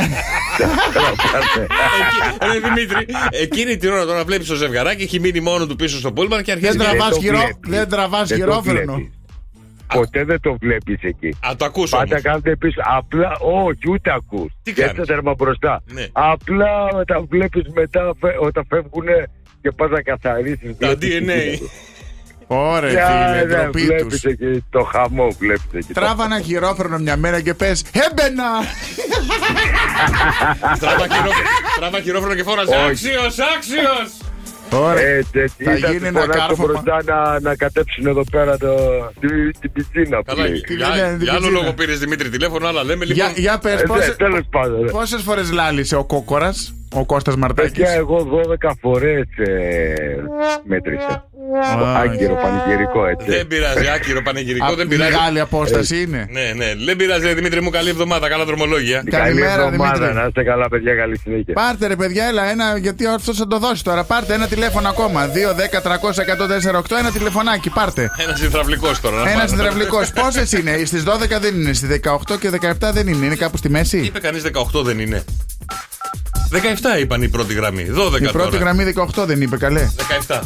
S6: Ρε Δημήτρη, εκείνη την ώρα τώρα βλέπεις το ζευγαράκι, έχει μείνει μόνο του πίσω στο πούλμαν και αρχίζει.
S4: Δεν
S6: και-
S4: τραβάς
S13: το
S4: γυρό,
S13: βλέπει.
S4: δεν τραβάς
S13: Δεν το
S4: γυρόφρενο.
S13: βλέπει. Ποτέ δεν το βλέπεις εκεί.
S6: Α, το ακούσω.
S13: Πάντα κάνετε πίσω. Απλά, όχι, ούτε ακούς.
S6: Τι
S13: Και
S6: κάνεις?
S13: έτσι τα τέρμα μπροστά.
S6: Ναι.
S13: Απλά τα βλέπεις μετά φε- όταν φεύγουν και πας να καθαρίσεις.
S6: Τα DNA.
S4: Ωραία, φίλε, ντροπή τους.
S13: Βλέπει εκεί το χαμό, βλέπεις εκεί.
S4: Τράβα ένα γυρόφρενο μια μέρα και πες Έμπαινα!
S6: Τράβα χειρόφρονο- Τράβα χειρόφρονο και φόραζε.
S13: Όχι.
S6: Άξιος, άξιος!
S4: Ωραία.
S13: Ε, τε-
S4: Θα
S13: ήταν
S4: γίνει
S13: του
S4: ένα
S13: φωνάξω
S4: κάρφωμα.
S13: μπροστά να, να κατέψουν εδώ πέρα το, τη- την πισίνα. που
S6: Καλά,
S13: λέει.
S6: για-
S4: λένε,
S6: για,
S4: την
S6: άλλο
S4: πιτζίνα.
S6: λόγο πήρες Δημήτρη τηλέφωνο, αλλά λέμε
S4: Για,
S6: λοιπόν.
S4: για πες,
S13: Ε,
S4: πόσες,
S13: Τέλος πάντων. ρε.
S4: πόσες φορές λάλησε ο Κόκορας, ο Κώστας Μαρτάκης.
S13: Παιδιά, εγώ 12 φορέ μέτρησα.
S4: Α,
S13: Άγκυρο, πανηγυρικό έτσι.
S6: Δεν πειράζει, άκυρο πανηγυρικό,
S4: α,
S6: δεν πειράζει.
S4: Μεγάλη
S13: Ε,
S4: απόσταση είναι.
S6: Ναι, ναι, δεν πειράζει, ρε Δημήτρη μου, καλή εβδομάδα, καλά δρομολόγια.
S13: Καλή
S4: Καλημέρα,
S13: εβδομάδα,
S4: Δημήτρη.
S13: να είστε καλά, παιδιά, καλή συνέχεια.
S4: Πάρτε ρε παιδιά, έλα ένα, γιατί αυτό θα το δώσει τώρα. Πάρτε ένα τηλέφωνο ακόμα. 2, 10, 300, 148, ένα τηλεφωνάκι, πάρτε.
S6: Ένας υδραυλικός τώρα. να
S4: Ένας
S6: πάρω.
S4: υδραυλικός. Πόσες είναι, στι 12 δεν είναι, στις 18 και 17 δεν είναι, είναι κάπου στη μέση.
S6: Είπε κανείς 18 δεν είναι. 17 είπαν η πρώτη γραμμή. 12
S4: Η πρώτη
S6: τώρα.
S4: γραμμή 18 δεν είπε, καλέ.
S6: 17.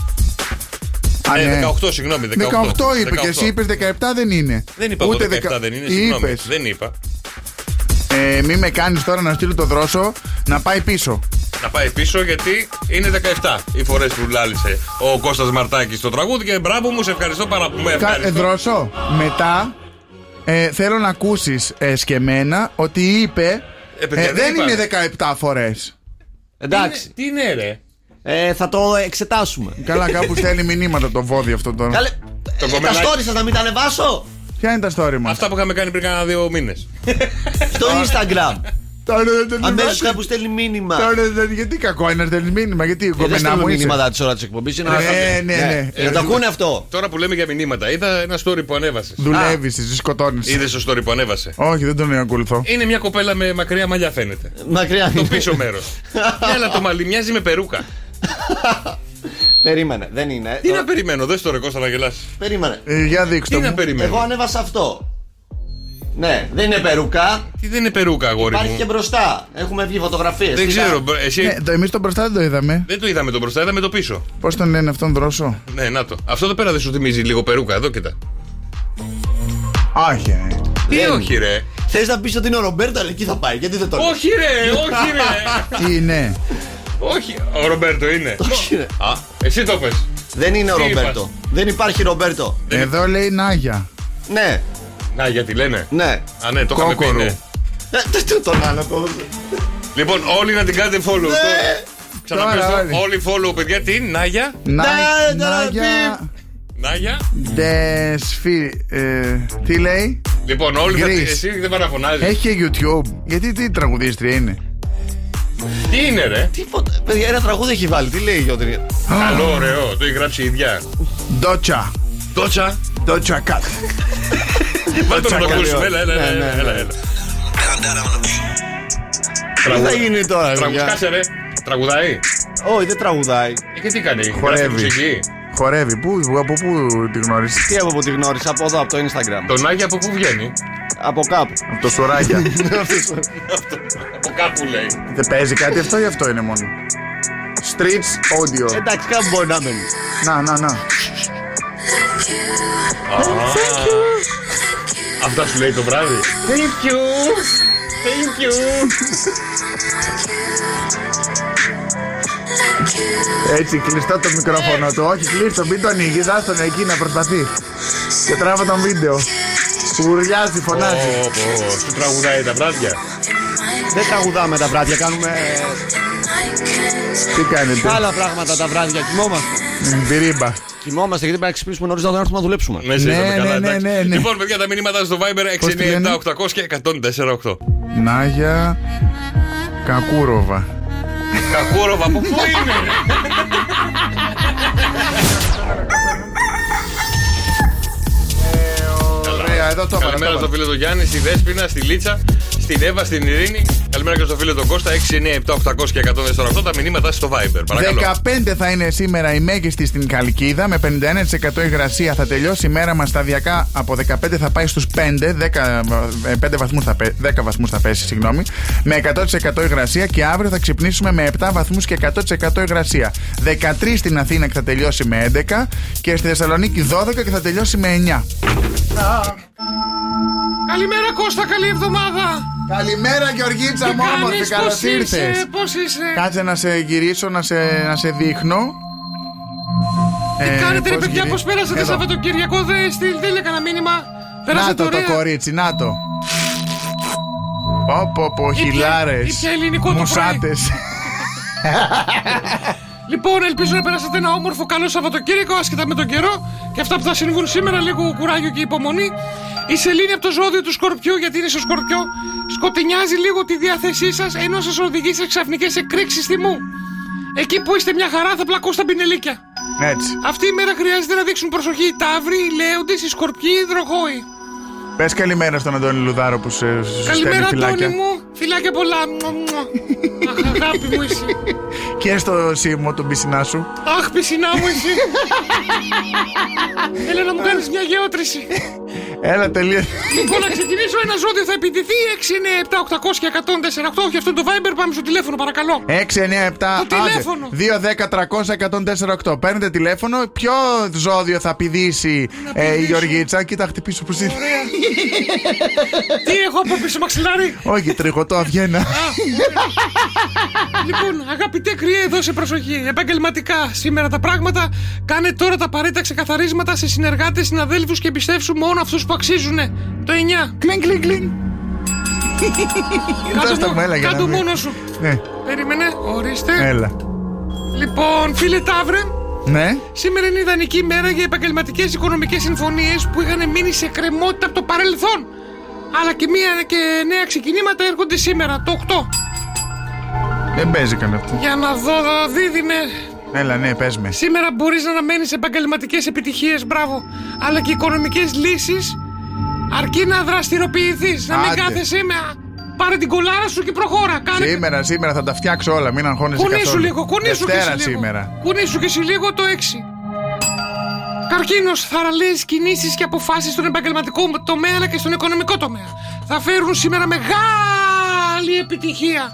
S4: Α,
S6: Ε,
S4: ναι.
S6: 18, συγγνώμη. 18,
S4: 18 είπε και
S6: 18.
S4: εσύ είπες 17 δεν είναι.
S6: Δεν είπα Ούτε 17
S4: δεκα-
S6: δεν είναι, συγγνώμη.
S4: Είπες.
S6: Δεν είπα.
S4: Ε, μη με κάνεις τώρα να στείλω το δρόσο να πάει πίσω.
S6: Να πάει πίσω γιατί είναι 17 οι φορές που λάλησε ο Κώστας Μαρτάκης στο τραγούδι και μπράβο μου, σε ευχαριστώ πάρα που με
S4: Κα, ε,
S6: ευχαριστώ.
S4: δρόσο, μετά ε, θέλω να ακούσεις ε, σκεμμένα ότι είπε.
S6: Ε, παιδιά,
S4: ε,
S6: δεν
S4: δεν
S6: είπαμε.
S4: είναι 17 φορές.
S10: Εντάξει.
S6: Τι είναι ρε.
S10: Ε, θα το εξετάσουμε.
S4: Καλά, κάπου στέλνει μηνύματα το βόδι αυτό τώρα.
S10: Καλέ.
S6: Το
S10: ε, τα
S6: κομμενάκι.
S10: story σας να μην τα ανεβάσω
S4: Ποια είναι τα story μας.
S6: Αυτά που είχαμε κάνει πριν κάνα δύο μήνες.
S10: στο Instagram.
S4: Τώρα δεν ήταν
S10: Αμέσω
S4: κάτι.
S10: κάπου στέλνει μήνυμα.
S4: Τώρα δεν- γιατί κακό είναι να στέλνει μήνυμα, γιατί η
S10: Ε, Δεν
S4: κομμενά μου
S10: στέλνουμε
S4: είσαι.
S10: μηνύματα της ώρας της εκπομπής.
S4: Ναι, ναι, ναι.
S10: Να το ακούνε αυτό.
S6: Τώρα που λέμε για μηνύματα, είδα ένα story που ανέβασες.
S4: Δουλεύεις, εσύ σκοτώνεις.
S6: Είδες το story που ανέβασε.
S4: Όχι, δεν τον ακολουθώ.
S6: Είναι μια κοπέλα με μακριά μαλλιά φαίνεται.
S10: Μακριά.
S6: Το πίσω μέρος. Έλα το μαλλί, μοιάζει με περούκα.
S10: Περίμενε, δεν είναι.
S6: Τι
S10: Τώρα-
S6: να περιμένω, δεν στο ρε Κώστα να γελάσει.
S10: Περίμενε.
S4: Ε, για δείξτε
S6: Τι να
S4: μου.
S10: Εγώ
S6: περιμένω.
S10: ανέβασα αυτό. Ναι, δεν είναι περούκα.
S6: Τι δεν είναι περούκα, αγόρι
S10: Υπάρχει και
S6: μου.
S10: μπροστά. Έχουμε βγει φωτογραφίες.
S6: Δεν ξέρω, μπρο-
S14: Ναι.
S6: εσύ.
S4: Εμεί τον μπροστά δεν Ε, το είδαμε.
S6: Δεν το είδαμε τον μπροστά, είδαμε το πίσω.
S4: Πώς τον λένε αυτόν δρόσο.
S6: Ναι, να το. Αυτό εδώ πέρα δεν σου θυμίζει λίγο περούκα, εδώ κοιτά.
S4: Όχι. ε.
S6: Τι όχι, ρε.
S10: Θες να πεις ότι είναι ο Ρομπέρτο, αλλά εκεί θα πάει. Γιατί δεν το λέω.
S6: Όχι, ρε, όχι, ρε.
S4: Τι είναι.
S6: Όχι. Ο Ρομπέρτο είναι.
S10: Όχι, ρε.
S6: Α, εσύ το πες.
S1: Δεν είναι ο
S14: Τι
S1: Ρομπέρτο. Δεν υπάρχει Ρομπέρτο.
S4: Εδώ λέει Νάγια.
S1: Ναι.
S14: Να, γιατί λένε.
S1: Ναι.
S14: Α, ναι, το είχαμε πει,
S4: Κόκορο.
S14: ναι.
S1: Ε, τε- τε- Τον άλλο το.
S14: Λοιπόν, όλοι να την κάνετε
S6: Ναι.
S14: follow.
S6: Ε,
S14: Ξαναπέστε,
S4: Τώρα, όλοι.
S14: όλοι follow, παιδιά. Τι, Νάγια.
S4: Νά- Νάγια.
S14: Νάγια.
S4: Δεσφύ. ε, Τι λέει.
S14: Λοιπόν, όλοι θα,
S4: Greece.
S14: εσύ δεν παραφωνάζεις.
S4: Έχει και YouTube. Γιατί τι τραγουδίστρια είναι.
S14: Τι είναι, ρε.
S1: Τίποτα. Παιδιά, ένα τραγούδι έχει βάλει. Τι λέει η Γιώργη.
S14: Καλό, ωραίο. Το έχει γράψει η ίδια.
S4: Ντότσα.
S14: Ντότσα.
S4: Ντότσα κάτ.
S14: Βάλτε να το
S4: Τσακαλέο.
S14: ακούσουμε. Έλα, έλα,
S4: Ναι,
S14: έλα,
S4: ναι,
S14: έλα, έλα.
S1: Τι
S14: Τραγουδά-
S1: θα γίνει τώρα, παιδιά.
S14: Τραγουσκάσε, ρε. Τραγουδάει.
S1: Όχι, δεν τραγουδάει.
S14: Ε, Και τι κάνει, γράφει
S4: Χορεύει.
S14: μουσική.
S4: Χορεύει. Πού, από πού τη γνώρισες.
S1: Τι από που τη γνώρισα από εδώ, από το Instagram.
S14: Τον Άγια από πού βγαίνει.
S1: Από κάπου.
S4: Από το σουράγια.
S14: Από κάπου λέει.
S4: Δεν παίζει κάτι αυτό ή αυτό είναι μόνο. Streets audio.
S1: Εντάξει, κάπου μπορεί να μένει.
S4: Να, να, να.
S14: Α, Αυτά σου λέει το βράδυ.
S15: Thank you. Thank you.
S4: Έτσι, κλειστά το μικρόφωνο του. Όχι, κλείστο, μην το ανοίγει. Άστον ναι, εκεί να προσπαθεί. Και τράβα τον βίντεο. Που ουρλιάζει, φωνάζει.
S14: Πω, πω, Σου τραγουδάει τα βράδια.
S1: Δεν τραγουδάμε τα βράδια, κάνουμε ε,
S4: Τι κάνετε.
S1: άλλα πράγματα τα βράδια. Κοιμόμαστε.
S4: Μπυρίμπα.
S1: Κοιμόμαστε γιατί πρέπει να ξυπνήσουμε νωρίς να έρθουμε να δουλέψουμε.
S14: Ναι, σε
S4: Ναι,
S14: είδαμε καλά,
S4: ναι, ναι,
S14: εντάξει.
S4: ναι, ναι.
S14: Λοιπόν, παιδιά, τα μηνύματα στο Viber
S4: Πώς τη λένε?
S14: 697 800 και 104,8.
S4: Νάγια Κακούροβα.
S14: Κακούροβα, από πού είναι.
S4: Ωραία, εδώ το
S14: Καλημέρα στο
S4: είπα.
S14: φίλο του Γιάννη, στη Δέσποινα, στη Λίτσα, στην Εύα, στην Ειρήνη. Καλημέρα και στο φίλο του Κώστα, 697-800 και 148 τα μηνύματα στο Viber. Παρακαλώ.
S4: 15 θα είναι σήμερα η μέγιστη στην Καλκίδα με 51% υγρασία. Θα τελειώσει η μέρα μας σταδιακά από 15 θα πάει στους 5. 10, 5 ε, βαθμούς θα, πέ- 10 βαθμούς θα πέσει, συγγνώμη. Με 100% υγρασία και αύριο θα ξυπνήσουμε με 7 βαθμούς και 100% υγρασία. 13 στην Αθήνα και θα τελειώσει με 11 και στη Θεσσαλονίκη 12 και θα τελειώσει με 9.
S14: Καλημέρα Κώστα, καλή εβδομάδα.
S4: Καλημέρα Γεωργίτσα μου, όμορφη, καλώς ήρθες.
S14: πώς είσαι.
S4: Κάτσε να σε γυρίσω, να σε, να σε δείχνω. Ε,
S6: Τι κάνετε ρε παιδιά, πώς πέρασατε
S4: Εδώ.
S6: Σαββατοκυριακό, δεν στείλ- δεν κανένα μήνυμα.
S4: Να
S6: Περάσατε
S4: το, το
S6: ωραία.
S4: κορίτσι, να το. Πω πω πω, χιλάρες.
S6: ήπια ελληνικό το πρωί.
S4: Μουσάτες.
S6: Λοιπόν, ελπίζω να περάσατε ένα όμορφο καλό Σαββατοκύριακο, άσχετα με τον καιρό και αυτά που θα συμβούν σήμερα, λίγο κουράγιο και υπομονή. Η σελήνη από το ζώδιο του Σκορπιού, γιατί είναι στο Σκορπιό, σκοτεινιάζει λίγο τη διάθεσή σας ενώ σας οδηγεί σε ξαφνικές εκρήξεις θυμού. Εκεί που είστε μια χαρά θα πλακώ στα πινελίκια.
S4: Έτσι.
S6: Αυτή η μέρα χρειάζεται να δείξουν προσοχή οι ταύροι, οι λέοντες, οι σκορπιοί, οι υδροχόοι.
S4: Πες καλημέρα στον Αντώνη Λουδάρο που σε σου στέλνει
S6: Καλημέρα, Αντώνη
S4: φυλάκια.
S6: μου. Φιλάκια πολλά. Μουα, μουα. Αχ, αγάπη μου είσαι.
S4: Και στο σήμο του πισινά σου.
S6: Αχ, πισινά μου εσύ. Θέλω να μου κάνεις μια γεώτρηση.
S4: Έλα τελείω.
S6: λοιπόν, να ξεκινήσω. Ένα ζώδιο θα επιτηθεί. 6, 9, 7, 800 και 104, 8. Και αυτό είναι το Viber. Πάμε στο τηλέφωνο, παρακαλώ.
S4: 6, 9, 7,
S6: Το τηλέφωνο.
S4: 2, 10, 300, 104, 8. Παίρνετε τηλέφωνο. Ποιο ζώδιο θα πηδήσει ε, η Γεωργίτσα. Κοίτα, χτυπήσω που είναι.
S6: Τι έχω από πίσω μαξιλάρι.
S4: Όχι, τριχωτό αυγένα.
S6: λοιπόν, αγαπητέ κρυέ, δώσε προσοχή. Επαγγελματικά σήμερα τα πράγματα. Κάνε τώρα τα απαραίτητα ξεκαθαρίσματα σε συνεργάτες, συναδέλφους και εμπιστεύσου μόνο αυτούς που αξίζουν. Το 9.
S4: Κλίν, κλίν, κλίν. Δώσ' το μου, έλα, για να Ε.
S6: Κάντο
S4: μην-
S6: μόνος σου.
S4: Ναι,
S6: Περίμενε, ορίστε.
S4: έλα.
S6: Λοιπόν, φίλε Ταύρε,
S4: Ναι.
S6: σήμερα είναι ιδανική μέρα για επαγγελματικές οικονομικές συμφωνίες που είχαν μείνει σε κρεμότητα από το παρελθόν. Αλλά και μία και νέα ξεκινήματα έρχονται σήμερα, το 8.
S4: Δεν παίζει κανένα αυτό.
S6: Για να δω, δω δίδυμε.
S4: Έλα, ναι, πες με.
S6: Σήμερα μπορείς να αναμένεις επαγγελματικές επιτυχίες, μπράβο. Αλλά και οικονομικές λύσεις. Αρκεί να δραστηριοποιηθείς, να μην
S4: Άντε.
S6: κάθεσαι με. Πάρε την κολάρα σου και προχώρα. Κάνε
S4: Σήμερα, σήμερα θα τα φτιάξω όλα, μην αγχώνεσαι καθόλου.
S6: Κουνήσου λίγο, κουνήσου και
S4: Δευτέρα
S6: εσύ λίγο.
S4: σήμερα.
S6: Κουνήσου και εσύ λίγο το 6. Καρκίνος, θαραλέες κινήσεις και αποφάσεις στον επαγγελματικό τομέα αλλά και στον οικονομικό τομέα. Θα φέρουν σήμερα μεγάλη επιτυχία.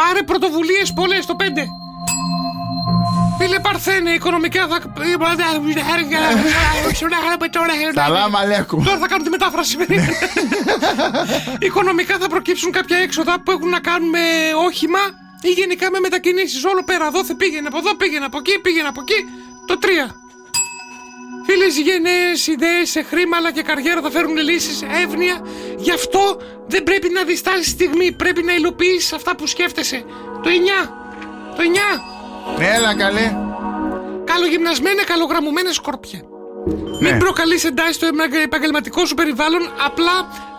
S6: Πάρε πρωτοβουλίες πολλές το 5. Φίλε Παρθένε, οικονομικά θα.
S4: Καλά μαλέκου.
S6: Τώρα θα κάνω τη μετάφραση. περίμενε. Οικονομικά θα προκύψουν κάποια έξοδα που έχουν να κάνουν με όχημα ή γενικά με μετακινήσεις. Όλο πέρα εδώ θα πήγαινε από εδώ, πήγαινε από εκεί, πήγαινε από εκεί. Το 3.
S16: Φίλε γενναίε ιδέες σε χρήμα αλλά και καριέρα θα φέρουν λύσεις εύνοια. Γι' αυτό δεν πρέπει να διστάσεις τη στιγμή. Πρέπει να υλοποιήσεις αυτά που σκέφτεσαι. Το 9. Το 9.
S4: Έλα, καλέ.
S16: Καλογυμνασμένα, καλογραμμωμένα σκόρπια.
S4: Ναι.
S16: Μην προκαλείς εντάσεις στο επαγγελματικό σου περιβάλλον απλά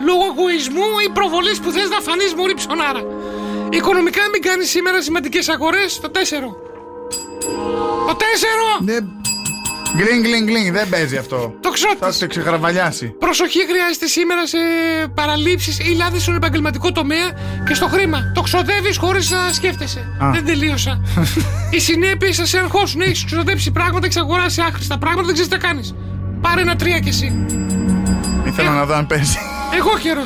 S16: λόγω εγωισμού ή προβολής που θες να φανείς μωρή ψωνάρα. Οικονομικά μην κάνεις σήμερα σημαντικές αγορές. Το 4. Το 4!
S4: Ναι. Γκλίνγκ, γκλίνγκ, γκλίνγκ, δεν παίζει αυτό.
S16: Το ξώτης.
S4: Θα σε ξεχραβαλιάσει.
S16: Προσοχή χρειάζεται σήμερα σε παραλήψεις ή λάθη στον επαγγελματικό τομέα και στο χρήμα. Το ξοδεύεις χωρίς να σκέφτεσαι.
S4: Α.
S16: Δεν τελείωσα. Οι συνέπειες θα σε αγχώσουν. Έχεις ξοδέψει πράγματα, έχεις αγοράσει άχρηστα πράγματα, δεν ξέρεις τι κάνεις. Πάρε ένα τρία κι εσύ.
S4: Ήθελα να δω αν παίζει.
S16: Εγώ χαίρος.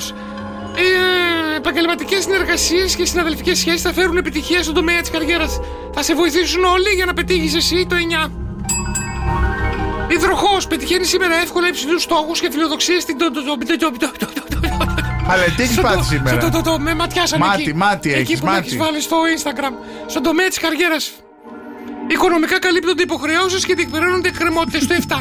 S16: Ε, Επαγγελματικές συνεργασίες και συναδελφικές σχέσεις θα φέρουν επιτυχία στον τομέα της καριέρας. Θα σε βοηθήσουν όλοι για να πετύχεις εσύ το 9. Υδροχό, πετυχαίνει σήμερα εύκολα υψηλούς στόχους και φιλοδοξίες στην. το- το- το- το- το- το- το-
S4: Αλλά τι έχεις
S16: στο-
S4: πάθει
S16: το-
S4: σήμερα.
S16: στο- το- το- το- Με ματιάσανε
S4: Μάτι,
S16: εκεί.
S4: μάτι έχεις,
S16: Εκεί που με
S4: μάτι.
S16: έχεις βάλει στο Instagram. Στον τομέα της καριέρας. Οικονομικά καλύπτονται υποχρεώσεις και διεκπαιρώνονται εκκρεμότητες. Το 7.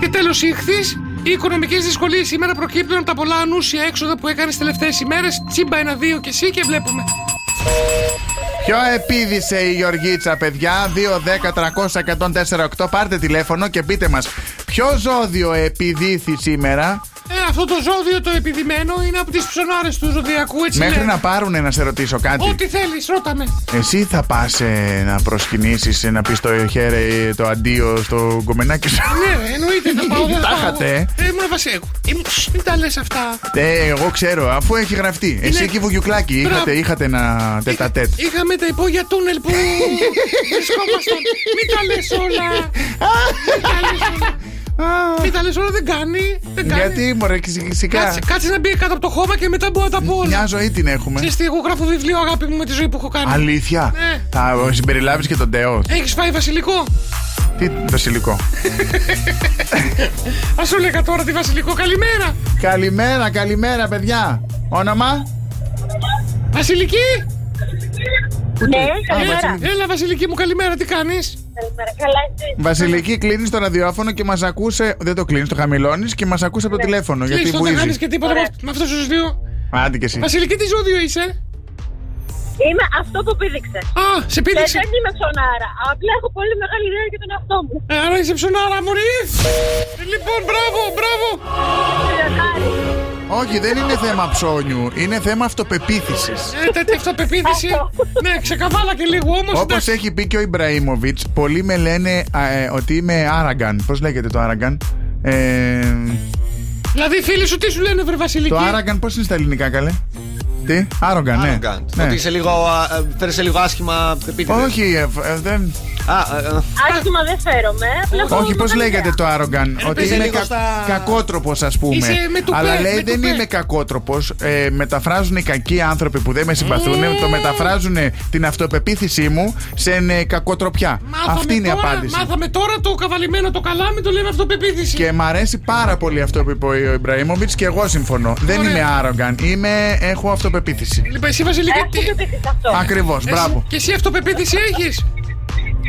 S16: Και τέλο, οι ηχθεί. Οι οικονομικές δυσκολίες σήμερα προκύπτουν από τα πολλά ανούσια έξοδα που έκανες τις τελευταίες ημέρες. Τσίμπα ένα-δύο και εσύ και βλέπουμε.
S4: Ποιο επίδησε η Γεωργίτσα, παιδιά. 2-10-300-104-8. Πάρτε τηλέφωνο και πείτε μας ποιο ζώδιο επιδήθη σήμερα.
S16: Ε, αυτό το ζώδιο το επιδημένο είναι από τις ψωνάρες του ζωδιακού, έτσι
S4: Μέχρι
S16: λέει.
S4: να πάρουνε να σε ρωτήσω κάτι.
S16: Ό,τι θέλεις, ρώτα με.
S4: Εσύ θα πας να προσκυνήσεις, ε, να πεις το χέρι, το αντίο στο κομμενάκι σου.
S16: Ναι, ρε, εννοείται να πάω. δεν θα
S4: Τα
S16: πάω.
S4: είχατε, ε.
S16: Ε, Ήμουν Βασίλη. Ήμουν- ψ, Μην τα λες αυτά.
S4: Ε, εγώ ξέρω, αφού έχει γραφτεί. Εσύ εκεί βουγιουκλάκι
S16: Ναι. Μπράβο.
S4: είχατε, είχατε ένα τετατέτ.
S16: Είχαμε τα υπόγεια τούνελ που βρισκόμασταν. Μην τα λες όλα. Μην τα λες όλα. Μην τα λες όλα, δεν κάνει. Δεν κάνει.
S4: Γιατί μωρέ, και φυσικά.
S16: Κάτσε, κάτσε να μπει κάτω από το χώμα και μετά μπορώ να τα πω όλα.
S4: Μια ζωή την έχουμε.
S16: Ξέρεις τι, εγώ γράφω βιβλίο αγάπη μου με τη ζωή που έχω κάνει.
S4: Αλήθεια.
S16: Ναι.
S4: Θα συμπεριλάβεις και τον Τεό.
S16: Έχεις φάει βασιλικό.
S4: Τι βασιλικό.
S16: Ας σου λέγα τώρα τη βασιλικό, καλημέρα.
S4: Καλημέρα, καλημέρα, παιδιά. Όνομα.
S16: Βασιλική!
S4: Ναι, καλημέρα. Α, Βασιλική.
S16: Έλα, Βασιλική μου, καλημέρα, τι κάνεις.
S4: Βασιλική, κλείνεις το ραδιόφωνο και μας ακούσε. Δεν το κλείνεις, το χαμηλώνεις και μας ακούσε από το τηλέφωνο. Γιατί
S16: δεν κάνει
S4: βουίζει.
S16: και τίποτα με αυ- με αυτούς τους δύο.
S4: Άντε και εσύ.
S16: Βασιλική, τι ζώδιο είσαι.
S11: Είμαι αυτό που πήδηξε.
S16: Α, σε πήδηξε.
S11: Δεν είμαι ψωνάρα. Απλά έχω πολύ μεγάλη ιδέα για τον εαυτό μου.
S16: Ε, άρα είσαι ψωνάρα, μωρή. Ε, Λοιπόν, μπράβο, μπράβο.
S4: Όχι, δεν είναι θέμα ψώνιου. Είναι θέμα αυτοπεποίθησης.
S16: Ε, τέτοια αυτοπεποίθηση. ναι, ξεκαβάλα και λίγο όμως.
S4: Όπως έχει πει και ο Ιμπραήμοβιτ, πολλοί με λένε α, ε, ότι είμαι άραγκαν. Πώς λέγεται το άραγκαν. Ε,
S16: Δηλαδή, φίλοι σου, τι σου λένε, βρε Βασιλική.
S4: το άραγκαν πώς είναι στα ελληνικά, καλέ. Τι, άραγκαν, ναι. ναι.
S1: Ότι είσαι λίγο, α, ε, φέρεσαι λίγο άσχημα επίτηδες.
S4: Όχι, ε, φ- ε, δεν.
S1: Α, ε, ε,
S11: Άσχημα δεν φέρομαι. Απλά έχω
S4: Όχι, πώ
S11: μεγάλη
S4: λέγεται
S11: ιδέα.
S4: το άραγκαν. Ότι
S1: παίζει
S4: είμαι
S1: λίγο
S4: κα...
S1: στα-
S4: κακότροπος, ας πούμε.
S11: Είσαι με τουπέ,
S4: Αλλά λέει
S11: με
S4: δεν
S11: τουπέ.
S4: είμαι κακότροπος. Ε, μεταφράζουν οι κακοί άνθρωποι που δεν με συμπαθούν. Το μεταφράζουν την αυτοπεποίθησή μου σε ε, κακοτροπιά.
S16: Μάθαμε
S4: Αυτή είναι η
S16: τώρα-
S4: απάντηση.
S16: Μάθαμε τώρα το καβαλημένο το καλάμι, το λέμε αυτοπεποίθηση.
S4: Και μ' αρέσει πάρα πολύ αυτό που είπε ο Ιμπραήμοβιτ και εγώ συμφωνώ. Δεν είμαι άραγκαν. Είμαι... Έχω αυτοπεποίθηση.
S16: Λοιπόν, εσύ,
S11: Ε,
S16: Βασιλική, τι.
S4: Ακριβώς,
S16: Εσύ-
S4: μπράβο.
S16: Και εσύ αυτοπεποίθηση έχεις.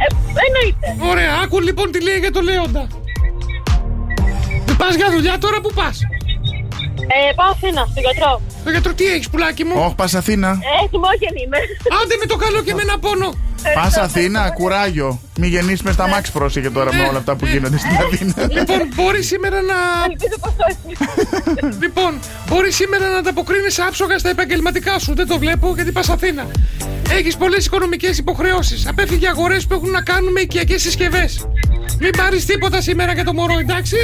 S11: Ε, Εννοείται.
S16: Ωραία, άκου λοιπόν τι λέει για το Λέοντα. Δεν πας για δουλειά τώρα που πας.
S11: Ε, πάω Αθήνα, στον γιατρό.
S16: Το γιατρό τι έχεις, πουλάκι μου.
S4: Όχι, πας Αθήνα.
S11: Ε, θυμόγενη είμαι.
S16: Άντε με το καλό και με ένα πόνο.
S4: Πα Αθήνα, κουράγιο. Μη γεννήσεις μες στα μάξι πρόσεχε τώρα με όλα αυτά που γίνονται στην Αθήνα.
S16: Λοιπόν, μπορείς σήμερα να. λοιπόν, μπορείς σήμερα να ανταποκρίνεις άψογα στα επαγγελματικά σου. Δεν το βλέπω γιατί πας Αθήνα. Έχεις πολλές οικονομικές υποχρεώσεις. Απέφυγε αγορές που έχουν να κάνουν με οικιακές συσκευές. Μην πάρεις τίποτα σήμερα για το μωρό, εντάξει.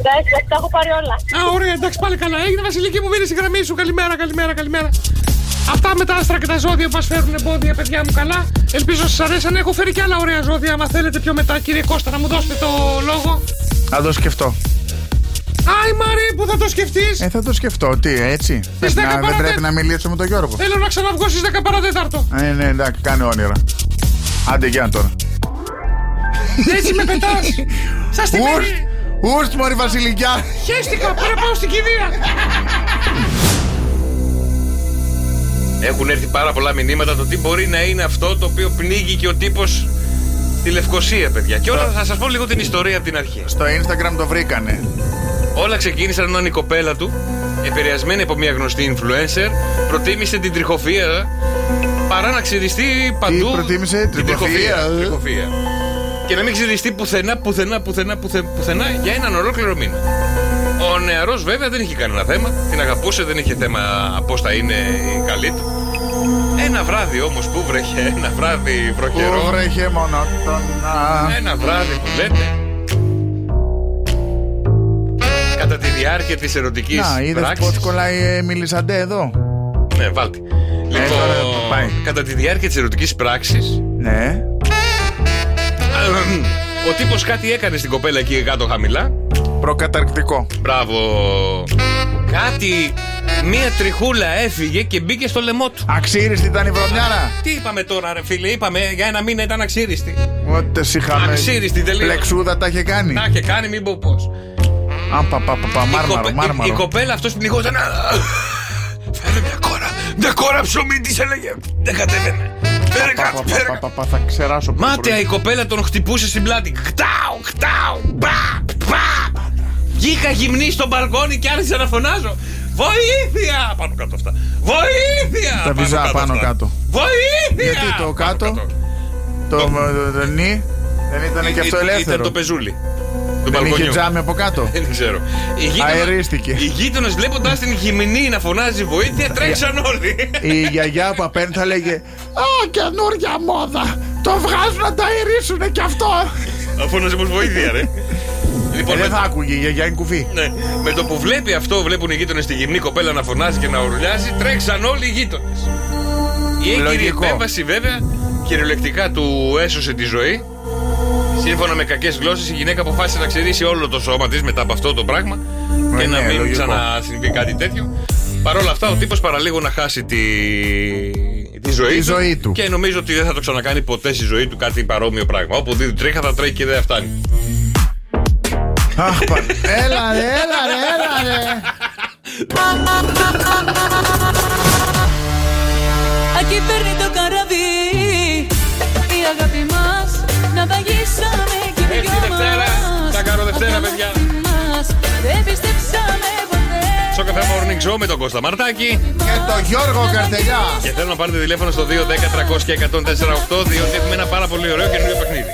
S11: Εντάξει, τα έχω πάρει όλα.
S16: Α, ωραία, εντάξει, πάλι καλά. Έγινε Βασιλική μου, μείνει στη γραμμή σου. Καλημέρα, καλημέρα, καλημέρα. Αυτά με τα άστρα και τα ζώδια που μας φέρουν εμπόδια, παιδιά μου, καλά. Ελπίζω σας αρέσαν. Έχω φέρει και άλλα ωραία ζώδια. Αν θέλετε πιο μετά, κύριε Κώστα, να μου δώσετε το λόγο.
S4: Θα το σκεφτώ.
S16: Άι Μαρή που θα το σκεφτείς.
S4: Ε, θα το σκεφτώ. Τι, έτσι. Πρέπει να-
S16: 10
S4: δεν
S16: παρατέ-
S4: πρέπει να μιλήσω με τον Γιώργο.
S16: Θέλω να ξαναβγω στις 10 παρατέταρτο.
S4: Ε, ναι, εντάξει, κάνε όνειρα. Άντε, γεια τώρα.
S16: Έτσι με πετάς. Σα την
S4: Ουρστ, ουρστ, μωρή βασιλικιά.
S16: Χαίστηκα, πρέπει να πάω στην κηδεία.
S6: Έχουν έρθει πάρα πολλά μηνύματα το τι μπορεί να είναι αυτό το οποίο πνίγηκε ο τύπος Στη Λευκοσία, παιδιά. Και όλα θα σας πω λίγο την ιστορία από την αρχή.
S4: Στο Instagram το βρήκανε.
S6: Όλα ξεκίνησαν όταν η κοπέλα του, επηρεασμένη από μια γνωστή influencer, προτίμησε την τριχοφία παρά να ξυριστεί παντού.
S4: Τι προτίμησε,
S6: την
S4: τριχοφία. ε.
S6: τριχοφία. Και να μην ξυριστεί πουθενά, πουθενά, πουθενά, πουθε- πουθενά για έναν ολόκληρο μήνα. Ο νεαρός βέβαια δεν είχε κανένα θέμα. Την αγαπούσε, δεν είχε θέμα πώς θα είναι η καλή του. Ένα βράδυ όμως που βρέχε, ένα βράδυ βροχερό.
S4: Που βρέχε μονότονα.
S6: Ένα βράδυ που λέτε. Κατά τη διάρκεια της ερωτικής
S4: Να, είδες
S6: πράξης.
S4: πώς κολλάει ε, μιλισαντέ εδώ.
S6: Ναι, βάλτε. Λοιπόν, κατά τη διάρκεια της ερωτικής πράξης.
S4: Ναι.
S6: Ο τύπος κάτι έκανε στην κοπέλα εκεί κάτω χαμηλά.
S4: Προκαταρκτικό.
S6: Μπράβο. Κάτι. Μία τριχούλα έφυγε και μπήκε στο λαιμό του.
S4: Αξίριστη ήταν η βρωμιάρα.
S6: Τι είπαμε τώρα, ρε φίλε, είπαμε για ένα μήνα ήταν αξίριστη.
S4: Ό,τι σε είχαμε.
S6: Αξίριστη τελείως.
S4: Πλεξούδα τα είχε κάνει.
S6: Να και κάνει, μην πω πώς.
S4: Απαπαπαπα, μάρμαρο,
S6: Η,
S4: μάρμαρο.
S6: κοπέλα αυτός πνιγόταν. «Α, Φέρε μια κόρα. Μια κόρα ψωμί τη έλεγε. Δεν κατέβαινε. Φέρε κάτι, φέρε κάτι.
S4: Παπα, θα ξεράσω πριν.
S6: Μάταια η κοπέλα τον χτυπούσε στην πλάτη. Κτάου, κτάου, μπα, μπα. Βγήκα γυμνή στο μπαλκόνι και άρχισα να φωνάζω. Βοήθεια! Πάνω κάτω αυτά. Βοήθεια!
S4: Τα βυζά πάνω
S6: αυτά.
S4: κάτω.
S6: Βοήθεια!
S4: Γιατί το κάτω. Το το νι. Δεν ήταν και αυτό
S6: Ή-
S4: ελεύθερο.
S6: Ε, Ήταν το πεζούλι. Του
S4: Δεν είχε
S6: μπαλκονιού.
S4: τζάμι από κάτω.
S6: Δεν ξέρω. Οι γείτονες-
S4: Αερίστηκε.
S6: Οι γείτονε βλέποντας την γυμνή να φωνάζει βοήθεια τρέξαν όλοι.
S4: Η γιαγιά που απέναντι θα λέγε Α, καινούρια μόδα! Το βγάζουν να τα αερίσουνε κι αυτό!
S6: Αφού μου βοήθεια, ρε.
S4: Ε,
S6: Λοιπόν,
S4: δεν
S6: με-
S4: θα άκουγε η γιαγιά είναι κουφή.
S6: Ναι. Με το που βλέπει αυτό, βλέπουν οι γείτονες τη γυμνή κοπέλα να φωνάζει και να ουρλιάζει, τρέξαν όλοι οι γείτονες. Η έγκυρη
S4: Λογικό.
S6: επέμβαση βέβαια κυριολεκτικά του έσωσε τη ζωή. Σύμφωνα με κακές γλώσσες, η γυναίκα αποφάσισε να ξερίσει όλο το σώμα της μετά από αυτό το πράγμα και να
S4: ναι,
S6: μην
S4: λογικό.
S6: ξανασυμβεί κάτι τέτοιο. Παρ' όλα αυτά, ο τύπος παραλίγο να χάσει τη, τη ζωή,
S4: Τη ζωή του.
S6: Και νομίζω ότι δεν θα το ξανακάνει ποτέ στη ζωή του κάτι παρόμοιο πράγμα. Όπου δίνει τρίχα, θα τρέχει και δεν θα φτάνει. Ε.
S4: Αχ, πα- Έλα, ρε, έλα, ρε, έλα, ρε.
S2: Εκεί παίρνει το καράβι Η αγάπη μας Να βαγίσαμε και οι
S6: Μέχρι
S2: δυο
S6: Δευτέρα.
S2: μας
S6: Τα κάνω Δευτέρα,
S2: Απ' την
S6: παιδιά.
S2: αγάπη μας Δεν πιστέψαμε ποτέ
S6: Στο καφέ Morning Show με τον Κώστα Μαρτάκη.
S4: Και το Γιώργο Καρτελιά.
S6: Και θέλω να πάρετε τηλέφωνο στο 210-300-1048 διότι έχουμε ένα πάρα πολύ ωραίο καινούριο παιχνίδι.